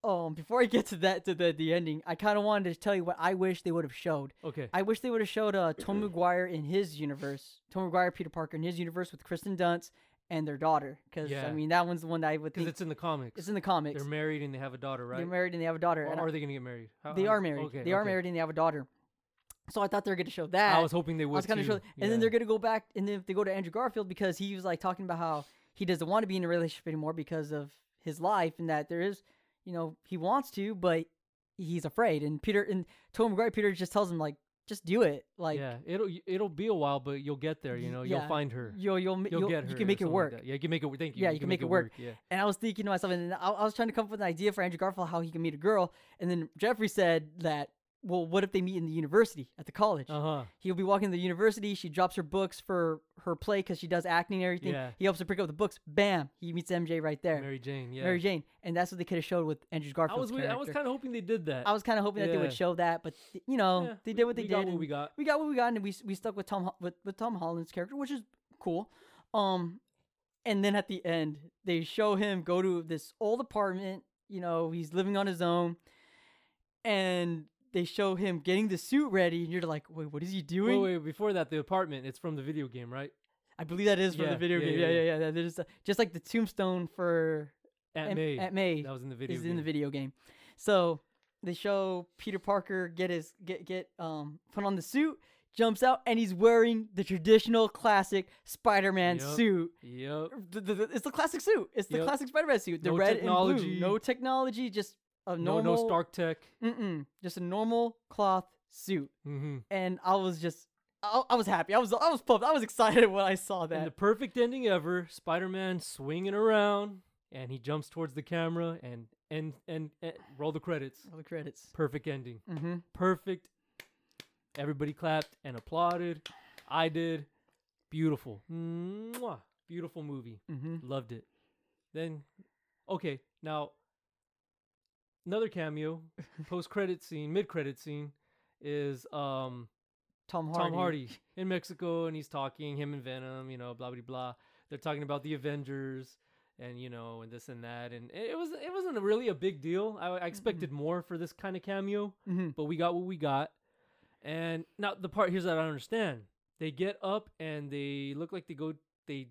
Speaker 2: um, before I get to that to the the ending, I kind of wanted to tell you what I wish they would have showed.
Speaker 1: Okay.
Speaker 2: I wish they would have showed uh Tom McGuire in his universe, Tom McGuire, Peter Parker in his universe with Kristen Dunst and their daughter, because
Speaker 1: Yeah.
Speaker 2: I mean that one's the one that I would
Speaker 1: Because
Speaker 2: think
Speaker 1: it's in the comics.
Speaker 2: it's in the comics.
Speaker 1: They're married and they have a daughter, right?
Speaker 2: They're married and they have a daughter.
Speaker 1: Or
Speaker 2: and I-
Speaker 1: are they gonna get married? How-
Speaker 2: they
Speaker 1: how-
Speaker 2: are married.
Speaker 1: Okay,
Speaker 2: they are
Speaker 1: okay.
Speaker 2: married and they have a daughter. So I thought they were going to show that.
Speaker 1: I was hoping they would.
Speaker 2: I was gonna
Speaker 1: too.
Speaker 2: show, and then they're
Speaker 1: Yeah.
Speaker 2: gonna go back, and then if they go to Andrew Garfield because he was like talking about how he doesn't want to be in a relationship anymore because of his life, and that there is, you know, he wants to, but he's afraid. And Peter and Tom McGuire, Peter just tells him like, just do it, like
Speaker 1: yeah, it'll y- it'll be a while, but you'll get there. You
Speaker 2: Y-
Speaker 1: know,
Speaker 2: yeah.
Speaker 1: you'll find her.
Speaker 2: you'll you'll
Speaker 1: You'll,
Speaker 2: you'll, you'll
Speaker 1: get her.
Speaker 2: you
Speaker 1: or
Speaker 2: can make it
Speaker 1: something like
Speaker 2: work.
Speaker 1: that. yeah, you can make it work. Thank you.
Speaker 2: Yeah, you can make it work.
Speaker 1: Yeah.
Speaker 2: and I was thinking to myself, and I, I was trying to come up with an idea for Andrew Garfield how he can meet a girl, and then Jeffrey said that, well, what if they meet in the university at the college?
Speaker 1: Uh huh.
Speaker 2: He'll be walking to the university. She drops her books for her play because she does acting and everything.
Speaker 1: Yeah.
Speaker 2: He helps her pick up the books. Bam! He meets MJ right there, Mary,
Speaker 1: Mary Jane. Yeah.
Speaker 2: Jane, and that's what they could have showed with Andrew
Speaker 1: I
Speaker 2: Garfield's
Speaker 1: was wi-
Speaker 2: character.
Speaker 1: I was kind of hoping they did that.
Speaker 2: kind of hoping that they
Speaker 1: Yeah.
Speaker 2: would show that, but th- you know,
Speaker 1: Yeah,
Speaker 2: Oh, they
Speaker 1: we-
Speaker 2: did what they
Speaker 1: we
Speaker 2: did.
Speaker 1: got what
Speaker 2: and
Speaker 1: we got.
Speaker 2: we got what we got, and we s- we stuck with Tom Ho- with with Tom Holland's character, which is cool. Um, and then at the end, they show him go to this old apartment. You know, he's living on his own, and they show him getting the suit ready, and you're like, wait, what is he
Speaker 1: Wait,
Speaker 2: doing?
Speaker 1: wait. Before that, the apartment. It's from the video game, right?
Speaker 2: I believe that is from
Speaker 1: Yeah,
Speaker 2: the video
Speaker 1: yeah,
Speaker 2: game.
Speaker 1: yeah,
Speaker 2: Yeah, yeah, yeah. That is uh, just like the tombstone for
Speaker 1: At
Speaker 2: Em-
Speaker 1: May.
Speaker 2: Aunt May
Speaker 1: That was in the video.
Speaker 2: is in the
Speaker 1: game.
Speaker 2: video game. So they show Peter Parker get his get get um put on the suit, jumps out, and he's wearing the traditional classic Spider-Man
Speaker 1: Yup.
Speaker 2: suit.
Speaker 1: Yep.
Speaker 2: The- the- the- it's the classic suit. It's the
Speaker 1: Yup.
Speaker 2: classic Spider-Man suit. The
Speaker 1: No
Speaker 2: red
Speaker 1: technology.
Speaker 2: and blue. No technology. Just a normal.
Speaker 1: No, no Stark Tech.
Speaker 2: Mm-mm, just a normal cloth suit.
Speaker 1: Mm-hmm.
Speaker 2: And I was just, I, I was happy. I was, I was pumped. I was excited when I saw
Speaker 1: And the
Speaker 2: that.
Speaker 1: perfect ending ever. Spider-Man swinging around, and he jumps towards the camera, and and and, and roll the credits.
Speaker 2: All the credits.
Speaker 1: Perfect ending.
Speaker 2: Mm-hmm.
Speaker 1: Perfect. Everybody clapped and applauded. I did. Beautiful. Mwah. Beautiful movie.
Speaker 2: Mm-hmm.
Speaker 1: Loved it. Then, okay, now another cameo, post credit scene, mid credit scene is um
Speaker 2: Tom Hardy.
Speaker 1: Tom Hardy in Mexico, and he's talking him and Venom, you know, blah blah blah. They're talking about the Avengers and you know and this and that, and it it was it wasn't really a big deal. I, I expected more for this kind of cameo,
Speaker 2: Mm-hmm.
Speaker 1: but we got what we got. And now the part here's that I don't understand. They get up and they look like they go they.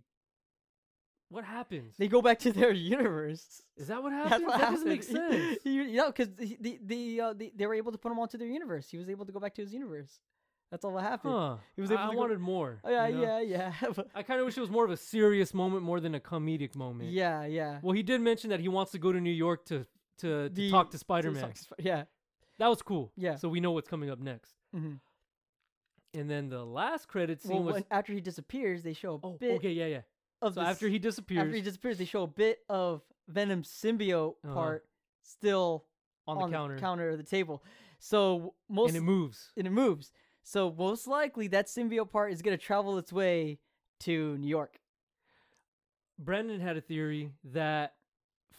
Speaker 1: What happens?
Speaker 2: They go back to their universe.
Speaker 1: Is that what
Speaker 2: That's
Speaker 1: happened?
Speaker 2: what
Speaker 1: that doesn't make
Speaker 2: happened.
Speaker 1: sense.
Speaker 2: You, you know, because the the, the, uh, the they were able to put him onto their universe. He was able to go back to his universe. That's all that happened.
Speaker 1: Huh.
Speaker 2: He was
Speaker 1: I,
Speaker 2: able
Speaker 1: I
Speaker 2: to go-
Speaker 1: wanted more.
Speaker 2: Oh, yeah,
Speaker 1: you know?
Speaker 2: yeah, yeah, But-
Speaker 1: I kind of wish it was more of a serious moment more than a comedic moment.
Speaker 2: yeah, yeah.
Speaker 1: Well, he did mention that he wants to go to New York to to, to
Speaker 2: The-
Speaker 1: talk to
Speaker 2: So
Speaker 1: Spider
Speaker 2: it's
Speaker 1: Man.
Speaker 2: like Sp- Yeah.
Speaker 1: That was cool.
Speaker 2: Yeah.
Speaker 1: So we know what's coming up next.
Speaker 2: Mm-hmm.
Speaker 1: And then the last credit scene
Speaker 2: Well,
Speaker 1: was.
Speaker 2: when, after he disappears, they show a
Speaker 1: oh,
Speaker 2: bit
Speaker 1: okay, yeah, yeah.
Speaker 2: of
Speaker 1: So
Speaker 2: the
Speaker 1: after he disappears
Speaker 2: After he disappears, they show a bit of Venom symbiote
Speaker 1: Uh-huh.
Speaker 2: part still
Speaker 1: on, the counter,
Speaker 2: counter of the table. So w- most
Speaker 1: and it moves.
Speaker 2: and it moves. So most likely that symbiote part is gonna travel its way to New York.
Speaker 1: Brandon had a theory that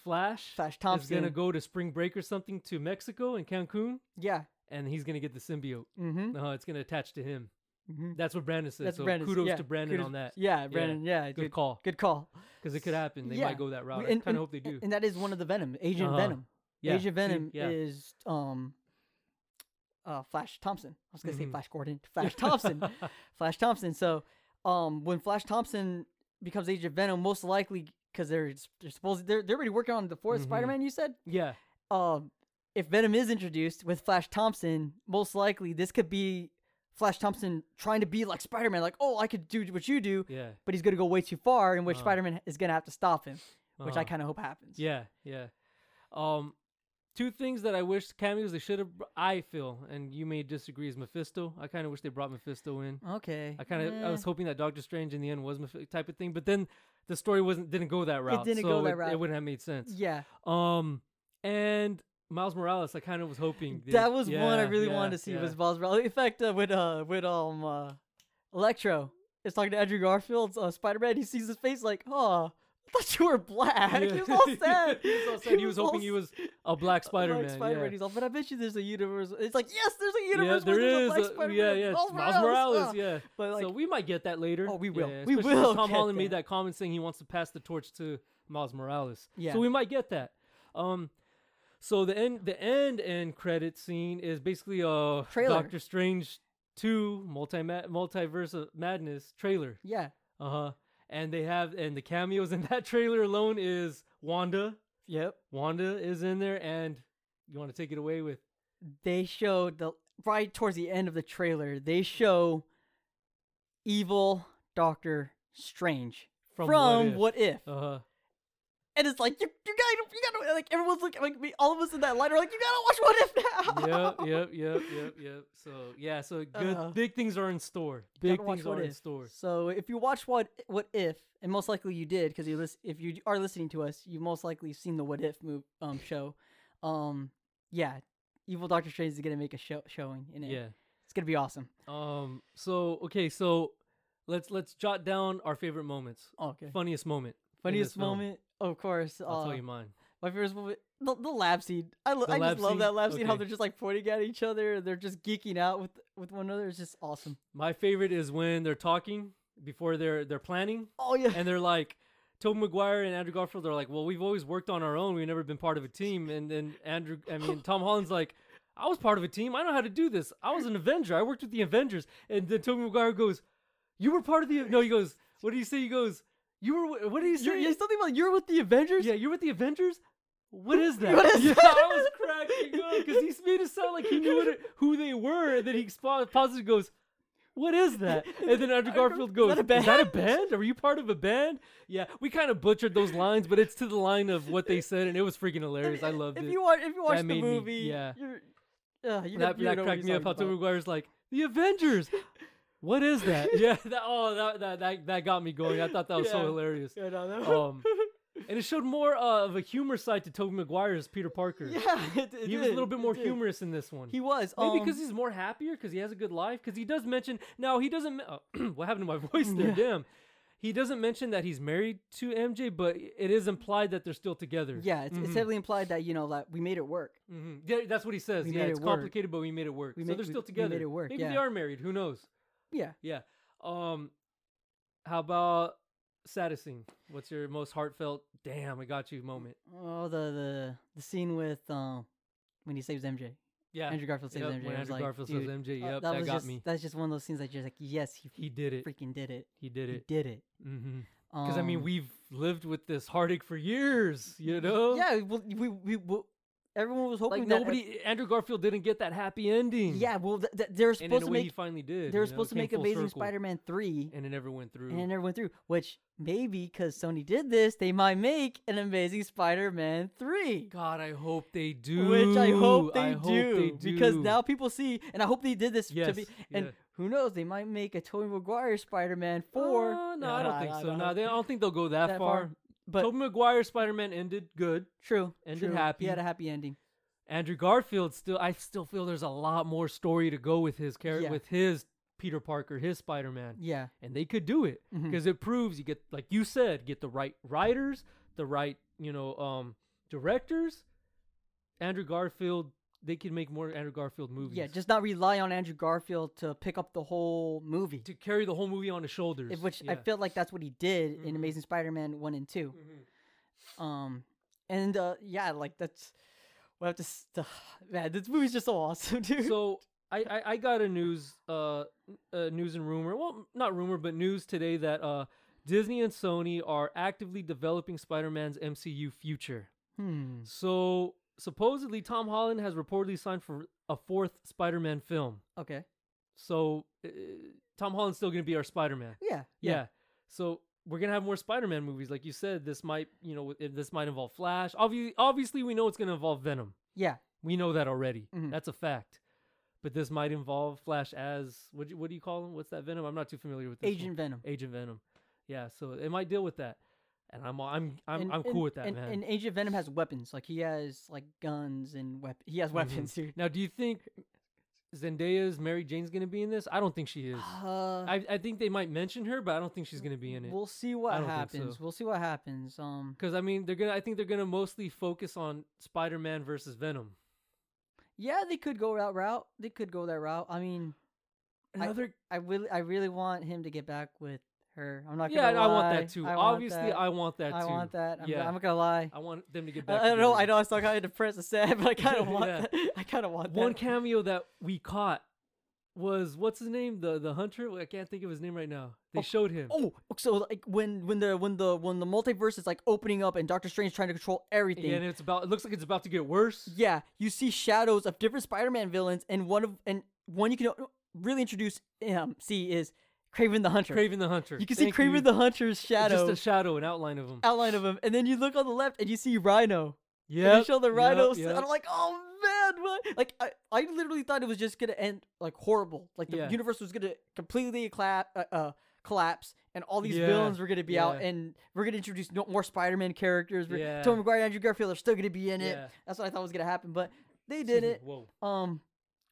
Speaker 1: Flash,
Speaker 2: Flash
Speaker 1: is
Speaker 2: Thompson.
Speaker 1: going to go to spring break or something to Mexico and Cancun,
Speaker 2: Yeah.
Speaker 1: and he's going to get the symbiote.
Speaker 2: Mm-hmm.
Speaker 1: No, it's going to attach to him.
Speaker 2: mm-hmm.
Speaker 1: That's what Brandon said.
Speaker 2: That's
Speaker 1: so
Speaker 2: Brandon's-
Speaker 1: kudos
Speaker 2: yeah,
Speaker 1: to Brandon
Speaker 2: kudos-
Speaker 1: on that.
Speaker 2: Yeah, Brandon. Yeah,
Speaker 1: Uh, Good
Speaker 2: good,
Speaker 1: call.
Speaker 2: good call.
Speaker 1: Because it could happen. They
Speaker 2: Yeah.
Speaker 1: might go that route.
Speaker 2: We-
Speaker 1: I kind of hope they do.
Speaker 2: And that is one of the Venom, Agent
Speaker 1: Uh-huh.
Speaker 2: Venom.
Speaker 1: yeah.
Speaker 2: Agent
Speaker 1: see,
Speaker 2: Venom
Speaker 1: yeah.
Speaker 2: is um, uh, Flash Thompson. I was gonna
Speaker 1: Mhm.
Speaker 2: say Flash Gordon, Flash Thompson, Flash Thompson. So, um, when Flash Thompson becomes Agent Venom, most likely because they're s- they're supposed they're they're already working on the 4th
Speaker 1: Mhm.
Speaker 2: Spider-Man. You said,
Speaker 1: yeah.
Speaker 2: um, if Venom is introduced with Flash Thompson, most likely this could be Flash Thompson trying to be like Spider-Man, like oh I could do what you do,
Speaker 1: Yeah.
Speaker 2: but he's gonna go way too far, in which
Speaker 1: Uh-huh.
Speaker 2: Spider-Man is gonna have to stop him, which I
Speaker 1: uh-huh.
Speaker 2: kind of hope happens.
Speaker 1: Yeah, yeah. Um, two things that I wish cameos they should have. I feel, and you may disagree, is Mephisto. I kind of wish they brought Mephisto in.
Speaker 2: Okay.
Speaker 1: I kind of I
Speaker 2: Eh.
Speaker 1: was hoping that Doctor Strange in the end was Mephisto type of thing, but then the story wasn't didn't go that route.
Speaker 2: didn't go
Speaker 1: so
Speaker 2: that
Speaker 1: it, It
Speaker 2: route. Mm.
Speaker 1: wouldn't have made sense.
Speaker 2: Yeah,
Speaker 1: Um, and Miles Morales, I kind of was hoping they-
Speaker 2: that was one I
Speaker 1: yeah,
Speaker 2: really
Speaker 1: yeah,
Speaker 2: wanted to see
Speaker 1: yeah.
Speaker 2: was Miles Morales. In fact, uh, with uh, with um, uh, Electro is talking to Andrew Garfield's uh, Spider Man. He sees his face like, oh, I thought you were black.
Speaker 1: Yeah.
Speaker 2: he was all sad.
Speaker 1: he was all sad. He was hoping
Speaker 2: all
Speaker 1: he was a black
Speaker 2: s-
Speaker 1: Spider Man.
Speaker 2: Like Spider Man. He's all, but I bet you there's a universe. It's like, yes, there's a
Speaker 1: yeah. yeah,
Speaker 2: universe.
Speaker 1: there
Speaker 2: where there's
Speaker 1: is.
Speaker 2: A black
Speaker 1: uh,
Speaker 2: Spider-Man.
Speaker 1: yeah, yeah. it's Miles Morales.
Speaker 2: Ah.
Speaker 1: yeah.
Speaker 2: But like,
Speaker 1: so we might get that later.
Speaker 2: Oh, we will.
Speaker 1: Yeah,
Speaker 2: We
Speaker 1: especially since
Speaker 2: will
Speaker 1: Tom
Speaker 2: get
Speaker 1: Holland made
Speaker 2: that.
Speaker 1: that comment saying he wants to pass the torch to Miles Morales.
Speaker 2: Yeah.
Speaker 1: So we might get that. Um, so the end, the end, end credit scene is basically a
Speaker 2: Trailer.
Speaker 1: Doctor Strange two multi multiverse of madness trailer.
Speaker 2: yeah,
Speaker 1: Uh huh. And they have and the cameos in that trailer alone is Wanda.
Speaker 2: yep.
Speaker 1: Wanda is in there, and you want to take it away with
Speaker 2: they showed the right towards the end of the trailer they show evil doctor strange
Speaker 1: From
Speaker 2: from,
Speaker 1: What
Speaker 2: what, if.
Speaker 1: uh huh.
Speaker 2: and it's like you, you gotta you gotta like everyone's looking like me all of us in that line are like you gotta watch what if now
Speaker 1: yep, yep, yep, yep, yep. So yeah, so good.
Speaker 2: Uh,
Speaker 1: big things are in store.
Speaker 2: You
Speaker 1: Big
Speaker 2: gotta watch
Speaker 1: things
Speaker 2: What
Speaker 1: are in
Speaker 2: If.
Speaker 1: store.
Speaker 2: so if you watch what what if and most likely you did because you listen if you are listening to us you most likely seen the what if move um show um yeah evil doctor strange is gonna make a show showing in it
Speaker 1: Yeah.
Speaker 2: it's gonna be awesome
Speaker 1: Um. So okay. So let's let's jot down our favorite moments.
Speaker 2: okay
Speaker 1: Funniest moment. in this
Speaker 2: funniest
Speaker 1: film.
Speaker 2: moment of course
Speaker 1: I'll
Speaker 2: uh,
Speaker 1: tell you mine.
Speaker 2: My favorite movie, the, the lab scene. I, lo-
Speaker 1: The
Speaker 2: I
Speaker 1: lab
Speaker 2: just love
Speaker 1: scene?
Speaker 2: that lab scene. How
Speaker 1: Okay.
Speaker 2: they're just like pointing at each other. and They're just geeking out with with one another. It's just awesome.
Speaker 1: My favorite is when they're talking before they're they're planning,
Speaker 2: Oh yeah,
Speaker 1: and they're like. Tobey Maguire and Andrew Garfield are like, well, we've always worked on our own. We've never been part of a team. And then Andrew, I mean, Tom Holland's like, I was part of a team. I know how to do this. I was an Avenger. I worked with the Avengers. And then Tobey Maguire goes, you were part of the, no, he goes, what do you say? He goes, You were. wi- What are you
Speaker 2: You're,
Speaker 1: saying?
Speaker 2: you're something about you're with the Avengers.
Speaker 1: yeah, you're with the Avengers. What is that?
Speaker 2: What is
Speaker 1: yeah,
Speaker 2: that?
Speaker 1: I was cracking up because he made it sound like he knew what it, who they were, and then he spa- pauses and goes, "What is that?" And then Andrew Garfield
Speaker 2: Is
Speaker 1: goes,
Speaker 2: that a
Speaker 1: "Is that a band? Are you part of a band?" Yeah, we kind of butchered those lines, but it's to the line of what they said, and it was freaking hilarious. I loved
Speaker 2: if
Speaker 1: it.
Speaker 2: you watch if you watch the
Speaker 1: made me-
Speaker 2: movie,
Speaker 1: yeah.
Speaker 2: you're, uh, you're
Speaker 1: that
Speaker 2: you
Speaker 1: that
Speaker 2: know what
Speaker 1: cracked me
Speaker 2: he's
Speaker 1: up. How
Speaker 2: talking
Speaker 1: Tobey
Speaker 2: about.
Speaker 1: Maguire's like the Avengers. What is that? yeah. That, oh, that, that that that got me going. I thought that was so
Speaker 2: Yeah.
Speaker 1: hilarious.
Speaker 2: Yeah, no, that-
Speaker 1: Um, and it showed more uh, of a humor side to Tobey Maguire as Peter Parker.
Speaker 2: yeah, it, it
Speaker 1: he was a
Speaker 2: did,
Speaker 1: little bit
Speaker 2: it
Speaker 1: more
Speaker 2: did.
Speaker 1: humorous in this one.
Speaker 2: He was
Speaker 1: Maybe
Speaker 2: um,
Speaker 1: because he's more happier because he has a good life. Because he does mention now he doesn't. men- Oh, what happened to my voice there? Damn. He doesn't mention that he's married to MJ, but it is implied that they're still together.
Speaker 2: yeah, it's,
Speaker 1: Mhm.
Speaker 2: it's heavily implied that you know that we made it work.
Speaker 1: Mhm. Yeah, that's what he says.
Speaker 2: We
Speaker 1: yeah,
Speaker 2: made
Speaker 1: it's
Speaker 2: it work.
Speaker 1: complicated, but we made it work.
Speaker 2: We
Speaker 1: so
Speaker 2: ma-
Speaker 1: they're
Speaker 2: we-
Speaker 1: still
Speaker 2: we made
Speaker 1: together.
Speaker 2: it work,
Speaker 1: Maybe they
Speaker 2: yeah.
Speaker 1: are married. Who knows?
Speaker 2: Yeah,
Speaker 1: Yeah. Um, how about saddest scene? What's your most heartfelt? Damn, I got you moment.
Speaker 2: oh the the the scene with um when he saves MJ,
Speaker 1: Yeah.
Speaker 2: Andrew Garfield saves
Speaker 1: Yep,
Speaker 2: MJ.
Speaker 1: when
Speaker 2: I was
Speaker 1: Andrew
Speaker 2: like,
Speaker 1: Garfield
Speaker 2: dude,
Speaker 1: says MJ,
Speaker 2: uh,
Speaker 1: yep,
Speaker 2: that,
Speaker 1: that,
Speaker 2: was
Speaker 1: got
Speaker 2: just,
Speaker 1: me.
Speaker 2: That's just one of those scenes that you're just like, yes, he
Speaker 1: He did it.
Speaker 2: freaking did it.
Speaker 1: He did
Speaker 2: He
Speaker 1: it. Mm-hmm.
Speaker 2: did it.
Speaker 1: Because I mean,
Speaker 2: Um,
Speaker 1: we've lived with this heartache for years, you know.
Speaker 2: Yeah, well, we, we, we everyone was hoping
Speaker 1: Like
Speaker 2: that
Speaker 1: nobody, Andrew Garfield didn't get that happy ending.
Speaker 2: Yeah, well, th- th- they were
Speaker 1: And in
Speaker 2: supposed
Speaker 1: a
Speaker 2: to
Speaker 1: way,
Speaker 2: make
Speaker 1: he finally did.
Speaker 2: they
Speaker 1: you know,
Speaker 2: were supposed to
Speaker 1: came
Speaker 2: make
Speaker 1: full
Speaker 2: Amazing
Speaker 1: circle,
Speaker 2: Spider-Man three,
Speaker 1: and it never went through.
Speaker 2: and it never went through. Which maybe because Sony did this, they might make an Amazing Spider-Man three,
Speaker 1: God, I hope they do.
Speaker 2: which I hope they,
Speaker 1: I
Speaker 2: do,
Speaker 1: they
Speaker 2: because
Speaker 1: do.
Speaker 2: now people see, and I hope they did this to
Speaker 1: Yes,
Speaker 2: be. And
Speaker 1: yeah.
Speaker 2: who knows, they might make a Tobey Maguire Spider-Man four.
Speaker 1: Uh, no, I
Speaker 2: Nah,
Speaker 1: don't think
Speaker 2: nah,
Speaker 1: so.
Speaker 2: nah,
Speaker 1: No, they, I don't think they'll go that,
Speaker 2: that
Speaker 1: far.
Speaker 2: But
Speaker 1: Tobey Maguire Spider Man ended good.
Speaker 2: true,
Speaker 1: ended
Speaker 2: true.
Speaker 1: happy.
Speaker 2: He had a happy ending.
Speaker 1: Andrew Garfield still, I still feel there's a lot more story to go with his character,
Speaker 2: Yeah.
Speaker 1: with his Peter Parker, his Spider Man,
Speaker 2: Yeah,
Speaker 1: and they could do it
Speaker 2: Mhm.
Speaker 1: because it proves you get, like you said, get the right writers, the right you know um directors. Andrew Garfield, they could make more Andrew Garfield movies.
Speaker 2: yeah. Just not rely on Andrew Garfield to pick up the whole movie.
Speaker 1: to carry the whole movie on his shoulders,
Speaker 2: If- which I
Speaker 1: Yeah.
Speaker 2: felt like that's what he did
Speaker 1: Mhm.
Speaker 2: in Amazing Spider-Man one and 2 Um, and uh, yeah, like that's we have to st- man. This movie's just so awesome, dude.
Speaker 1: so I, I I got a news uh, uh news and rumor well not rumor but news today that uh Disney and Sony are actively developing Spider-Man's MCU future.
Speaker 2: hmm.
Speaker 1: So supposedly Tom Holland has reportedly signed for a fourth Spider-Man film.
Speaker 2: Okay.
Speaker 1: So uh, Tom Holland's still going to be our Spider-Man.
Speaker 2: Yeah.
Speaker 1: Yeah. So we're gonna have more Spider-Man movies, like you said. This might, you know, it- this might involve Flash. Obviously, obviously, we know it's gonna involve Venom.
Speaker 2: Yeah.
Speaker 1: We know that already.
Speaker 2: Mhm.
Speaker 1: That's a fact. But this might involve Flash as what? What do you call him? What's that Venom? I'm not too familiar with this one.
Speaker 2: Agent Venom.
Speaker 1: Agent Venom. Yeah. So it might deal with that, and I'm I'm I'm,
Speaker 2: And-
Speaker 1: I'm cool
Speaker 2: and-
Speaker 1: with that,
Speaker 2: and,
Speaker 1: man.
Speaker 2: And Agent Venom has weapons. Like he has like guns and weapons. He has
Speaker 1: Mhm.
Speaker 2: weapons, dude.
Speaker 1: now, do you think Zendaya's Mary Jane's gonna be in this? I don't think she is.
Speaker 2: Uh,
Speaker 1: I I think they might mention her, but I don't think she's gonna be in it.
Speaker 2: we'll see what
Speaker 1: I don't think
Speaker 2: happens.
Speaker 1: so.
Speaker 2: We'll see what happens. Um.
Speaker 1: Because I mean, they're gonna. I think they're gonna mostly focus on Spider-Man versus Venom.
Speaker 2: Yeah, they could go that route. They could go that route. I mean, I-
Speaker 1: Another,
Speaker 2: I really, I really want him to get back with her. I'm not.
Speaker 1: yeah,
Speaker 2: gonna
Speaker 1: and I want
Speaker 2: lie.
Speaker 1: that too.
Speaker 2: I want
Speaker 1: Obviously,
Speaker 2: that.
Speaker 1: I want that too.
Speaker 2: I want that. I'm,
Speaker 1: Yeah.
Speaker 2: I'm not gonna lie.
Speaker 1: I want them to get
Speaker 2: I,
Speaker 1: back.
Speaker 2: I don't know. I
Speaker 1: together.
Speaker 2: know. I sound kind of depressed and sad, but I kind of want.
Speaker 1: Yeah.
Speaker 2: That. I kind of want
Speaker 1: One
Speaker 2: that.
Speaker 1: cameo that we caught was what's his name? The the hunter. I can't think of his name right now. They
Speaker 2: Oh,
Speaker 1: showed him.
Speaker 2: Oh, so like when when the when the when the multiverse is like opening up and Doctor Strange trying to control everything.
Speaker 1: and
Speaker 2: Yeah,
Speaker 1: it's about. It looks like it's about to get worse.
Speaker 2: you see shadows of different Spider-Man villains, and one of and one you can really introduce um see is Craven the Hunter.
Speaker 1: Craven the hunter.
Speaker 2: you can see
Speaker 1: Thank
Speaker 2: Craven
Speaker 1: you.
Speaker 2: the Hunter's shadow
Speaker 1: Just a shadow, an outline of him.
Speaker 2: outline of him, and then you look on the left and you see Rhino. Yeah,
Speaker 1: Yeah.
Speaker 2: they show the rhinos,
Speaker 1: Yep,
Speaker 2: and I'm like, oh man, what? Like, I, I literally thought it was just gonna end like horrible. Like the
Speaker 1: Yeah.
Speaker 2: universe was gonna completely clap, uh, uh, collapse, and all these
Speaker 1: Yeah,
Speaker 2: villains were gonna be out,
Speaker 1: yeah.
Speaker 2: and we're gonna introduce no, more Spider-Man characters. We're,
Speaker 1: Yeah.
Speaker 2: Tobey Maguire, and Andrew Garfield are still gonna be in it.
Speaker 1: Yeah.
Speaker 2: That's what I thought was gonna happen, but they
Speaker 1: Excuse
Speaker 2: did
Speaker 1: me,
Speaker 2: it.
Speaker 1: Whoa.
Speaker 2: Um,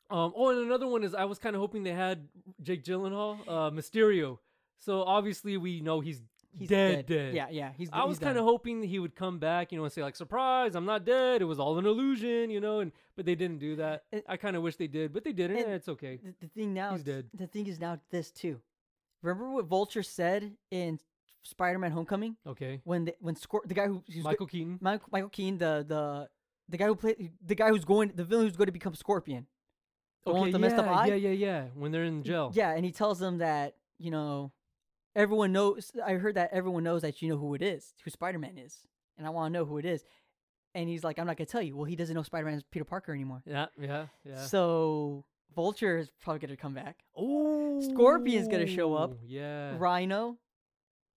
Speaker 1: Um, oh, and another one is I was kind of hoping they had Jake Gyllenhaal, uh, Mysterio. So obviously we know he's,
Speaker 2: he's
Speaker 1: dead,
Speaker 2: dead.
Speaker 1: dead.
Speaker 2: Yeah, yeah. He's.
Speaker 1: I was kind of
Speaker 2: of.
Speaker 1: hoping that he would come back, you know, and say like, "Surprise, I'm not dead. It was all an illusion," you know. And but they didn't do that.
Speaker 2: It-
Speaker 1: I kind of wish they did, but they didn't.
Speaker 2: and
Speaker 1: And it's okay.
Speaker 2: The, the thing now
Speaker 1: He's
Speaker 2: is
Speaker 1: dead.
Speaker 2: the thing is now this too. Remember what Vulture said in Spider-Man: Homecoming
Speaker 1: Okay.
Speaker 2: when the, when Scor- the guy who who's go-
Speaker 1: Michael Keaton.
Speaker 2: Michael, Michael Keane, the the the guy who played the guy who's going the villain who's going to become Scorpion. The
Speaker 1: okay,
Speaker 2: one with the
Speaker 1: yeah,
Speaker 2: messed up eye.
Speaker 1: Yeah, yeah, yeah. When they're in jail.
Speaker 2: Yeah, and he tells them that you know everyone knows. I heard that everyone knows that you know who it is, who Spider Man is, and I want to know who it is. And he's like, I'm not gonna tell you. Well, he doesn't know Spider Man's Peter Parker anymore.
Speaker 1: Yeah, yeah, yeah.
Speaker 2: So Vulture is probably gonna come back.
Speaker 1: Oh,
Speaker 2: Scorpion's gonna show up.
Speaker 1: Yeah.
Speaker 2: Rhino,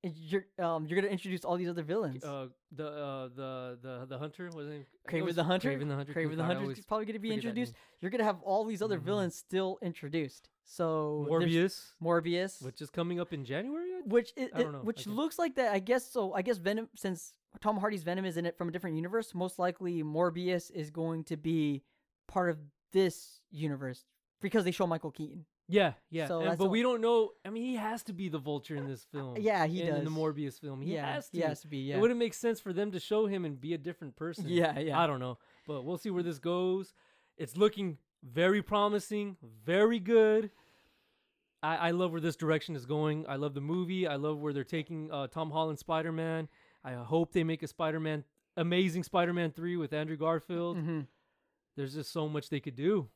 Speaker 2: and you're um you're gonna introduce all these other villains.
Speaker 1: Uh, the uh, the the the hunter was it? it
Speaker 2: Craven
Speaker 1: was
Speaker 2: the Hunter.
Speaker 1: Craven the hunter.
Speaker 2: Craven
Speaker 1: God,
Speaker 2: the
Speaker 1: I
Speaker 2: Hunter
Speaker 1: always
Speaker 2: is probably gonna be
Speaker 1: forget that
Speaker 2: introduced.
Speaker 1: name.
Speaker 2: You're gonna have all these other
Speaker 1: Mhm.
Speaker 2: villains still introduced. So there's
Speaker 1: Morbius,
Speaker 2: Morbius,
Speaker 1: which is coming up in January. I-
Speaker 2: which it,
Speaker 1: I don't
Speaker 2: it-
Speaker 1: know, I
Speaker 2: which
Speaker 1: think.
Speaker 2: looks like that. I guess so. I guess Venom, since Tom Hardy's Venom is in it from a different universe, most likely Morbius is going to be part of this universe because they show Michael Keaton.
Speaker 1: Yeah, yeah.
Speaker 2: So
Speaker 1: and-
Speaker 2: that's
Speaker 1: but
Speaker 2: all-
Speaker 1: we don't know. I mean, he has to be the vulture in this film.
Speaker 2: yeah, he
Speaker 1: Oh. in, In the
Speaker 2: does.
Speaker 1: Morbius film, he
Speaker 2: yeah,
Speaker 1: has to.
Speaker 2: he has to be. Yeah,
Speaker 1: It wouldn't make sense for them to show him and be a different person.
Speaker 2: yeah, yeah.
Speaker 1: I don't know, but we'll see where this goes. It's looking very promising, very good. I, I love where this direction is going. I love the movie. I love where they're taking uh, Tom Holland Spider Man. I hope they make a Spider Man, amazing Spider Man 3 with Andrew Garfield.
Speaker 2: hmm
Speaker 1: There's just so much they could do.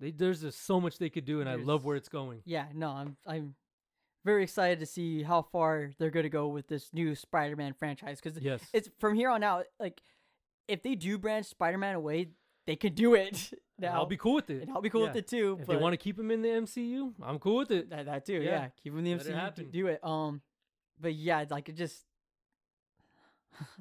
Speaker 1: They, there's just so much they could do, and I love where it's going.
Speaker 2: Yeah, no, I'm I'm very excited to see how far they're going to go with this new Spider-Man franchise because
Speaker 1: Yes.
Speaker 2: it's from here on out. Like, if they do branch Spider-Man away, they can do it
Speaker 1: And
Speaker 2: now.
Speaker 1: I'll be cool with it.
Speaker 2: and I'll be cool with
Speaker 1: Yeah.
Speaker 2: it too.
Speaker 1: If
Speaker 2: but
Speaker 1: they want to keep him in the MCU, I'm cool with it.
Speaker 2: that, that too,
Speaker 1: Yeah.
Speaker 2: yeah. Keep him in the
Speaker 1: Let it
Speaker 2: MCU. d-
Speaker 1: happen.
Speaker 2: Do it. Um, but yeah, it's like it just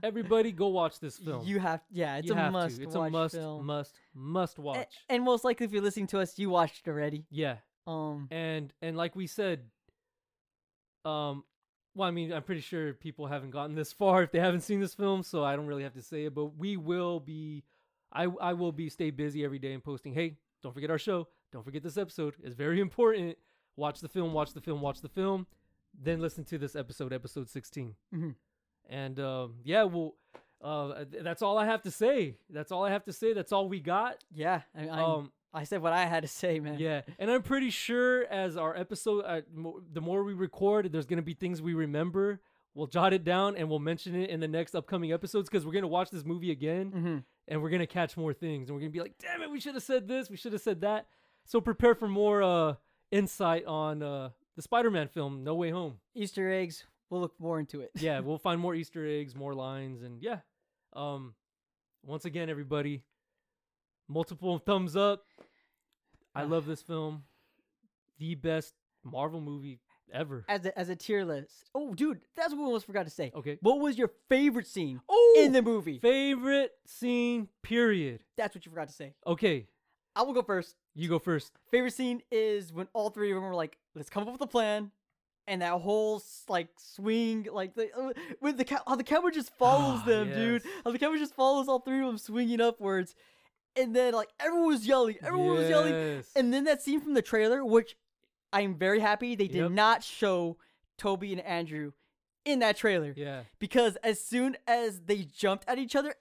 Speaker 1: Everybody, go watch this film.
Speaker 2: you have. Yeah, it's
Speaker 1: You
Speaker 2: a
Speaker 1: have to.
Speaker 2: must.
Speaker 1: It's
Speaker 2: watch
Speaker 1: a must,
Speaker 2: film.
Speaker 1: must, must
Speaker 2: A-
Speaker 1: watch.
Speaker 2: and most likely, if you're listening to us, you watched it already.
Speaker 1: yeah,
Speaker 2: Um,
Speaker 1: and and like we said, um, well, I mean, I'm pretty sure people haven't gotten this far if they haven't seen this film, so I don't really have to say it. But we will be, I I will be stay busy every day and posting. Hey, don't forget our show. Don't forget this episode. It's very important. Watch the film. Watch the film. Watch the film. Then listen to this episode, episode 16.
Speaker 2: Mhm.
Speaker 1: And um, yeah, well, uh, th- that's all I have to say. That's all I have to say. That's all we got.
Speaker 2: yeah, I, I'm-
Speaker 1: Um,
Speaker 2: I said what I had to say, man.
Speaker 1: yeah, and I'm pretty sure as our episode, uh, mo- the more we record, there's gonna be things we remember. We'll jot it down and we'll mention it in the next upcoming episodes because we're gonna watch this movie again
Speaker 2: hmm
Speaker 1: and we're gonna catch more things and we're gonna be like, damn it, we should have said this, we should have said that. So prepare for more uh, insight on uh, the Spider-Man film, No Way Home.
Speaker 2: Easter eggs. We'll look more into it.
Speaker 1: Yeah, we'll find more Easter eggs, more lines, and yeah. Um, once again, everybody, multiple thumbs up. I
Speaker 2: Ah.
Speaker 1: love this film. The best Marvel movie ever.
Speaker 2: as a as a tier list. Oh, dude, that's what we almost forgot to say.
Speaker 1: Okay.
Speaker 2: What was your favorite scene
Speaker 1: Oh,
Speaker 2: in the movie?
Speaker 1: favorite scene. Period.
Speaker 2: that's what you forgot to say.
Speaker 1: Okay,
Speaker 2: I will go first.
Speaker 1: you go first.
Speaker 2: Favorite scene is when all three of them were like, "Let's come up with a plan," and that whole s- like swing, like the uh, with the cow, how the camera just follows
Speaker 1: Ah,
Speaker 2: them, dude.
Speaker 1: yes.
Speaker 2: How the camera just follows all three of them swinging upwards, and then like everyone was yelling, everyone was yelling,
Speaker 1: Yes.
Speaker 2: and then that scene from the trailer, which I'm very happy they did
Speaker 1: Yep.
Speaker 2: not show Toby and Andrew in that trailer.
Speaker 1: yeah.
Speaker 2: because as soon as they jumped at each other,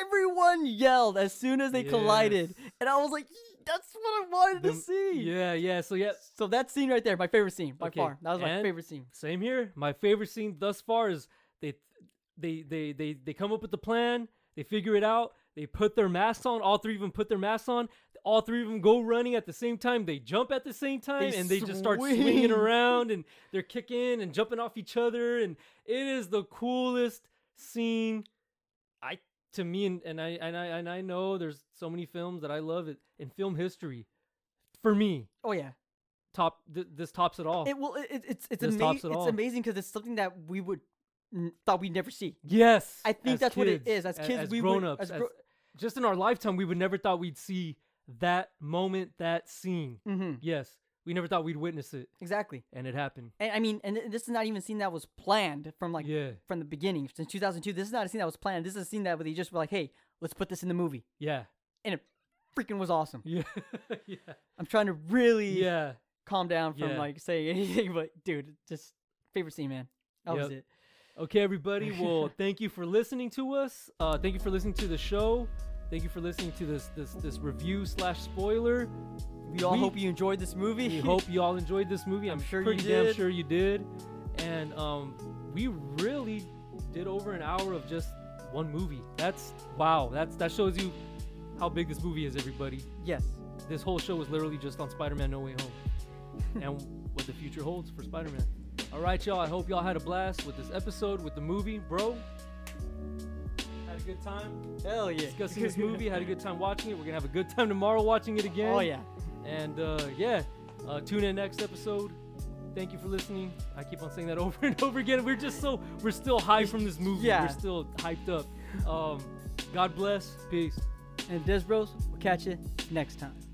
Speaker 2: everyone yelled as soon as they collided.
Speaker 1: Yes.
Speaker 2: And I was like, "Yee, that's what I wanted
Speaker 1: The-
Speaker 2: to see.
Speaker 1: Yeah. Yeah. So yeah.
Speaker 2: So that scene right there, my favorite scene by
Speaker 1: Okay,
Speaker 2: far. That was my
Speaker 1: and-
Speaker 2: favorite scene.
Speaker 1: Same here. My favorite scene thus far is they they they they they come up with the plan, they figure it out, they put their masks on, all three of them put their masks on, all three of them go running at the same time, they jump at the same time and they just start swinging
Speaker 2: swing.
Speaker 1: around and they're kicking and jumping off each other and it is the coolest scene I to me and, and I and I and I know there's so many films that I love it in film history. For me,
Speaker 2: Oh yeah,
Speaker 1: top th- this tops it all.
Speaker 2: it well, it, it- it's it's
Speaker 1: This
Speaker 2: amazing.
Speaker 1: tops
Speaker 2: It's
Speaker 1: Oh. it all.
Speaker 2: amazing because it's something that we would n- thought we'd never see.
Speaker 1: Yes,
Speaker 2: I think
Speaker 1: as
Speaker 2: that's what it
Speaker 1: kids,
Speaker 2: is. As
Speaker 1: a-
Speaker 2: kids,
Speaker 1: as
Speaker 2: we would-
Speaker 1: grown ups,
Speaker 2: as gro-
Speaker 1: just in our lifetime, we would never thought we'd see that moment, that scene.
Speaker 2: Mm-hmm.
Speaker 1: Yes, we never thought we'd witness it,
Speaker 2: Exactly.
Speaker 1: and it happened.
Speaker 2: And I mean, and th- this is not even a scene that was planned from like
Speaker 1: yeah,
Speaker 2: from the beginning. Since 2002, this is not a scene that was planned. This is a scene that they just were like, "Hey, let's put this in the movie,"
Speaker 1: yeah,
Speaker 2: and it freaking was awesome.
Speaker 1: yeah, yeah,
Speaker 2: I'm trying to really
Speaker 1: yeah.
Speaker 2: calm down from
Speaker 1: Yeah.
Speaker 2: like saying anything, but dude, just favorite scene, man. That was
Speaker 1: Yep.
Speaker 2: it.
Speaker 1: Okay, everybody. Well, thank you for listening to us. Uh, thank you for listening to the show. Thank you for listening to this this this review slash spoiler.
Speaker 2: We all
Speaker 1: We-
Speaker 2: hope you enjoyed this movie.
Speaker 1: We hope you all enjoyed this movie. I'm,
Speaker 2: I'm sure you
Speaker 1: pretty damn
Speaker 2: did.
Speaker 1: sure you did. And um, we really did over an hour of just one movie. That's wow. That's that shows you how big this movie is, everybody.
Speaker 2: yes.
Speaker 1: This whole show was literally just on Spider-Man: No Way Home and what the future holds for Spider-Man. All right, y'all. I hope y'all had a blast with this episode with the movie, bro. Had a good time
Speaker 2: Hell yeah.
Speaker 1: discussing this movie. Had a good time watching it. We're gonna have a good time tomorrow watching it again.
Speaker 2: Oh yeah.
Speaker 1: And uh, yeah, uh, tune in next episode. Thank you for listening. I keep on saying that over and over again. We're just so we're still high from this movie.
Speaker 2: Yeah.
Speaker 1: We're still hyped up. Um, God bless. Peace.
Speaker 2: And Des Bros, we'll catch you next time.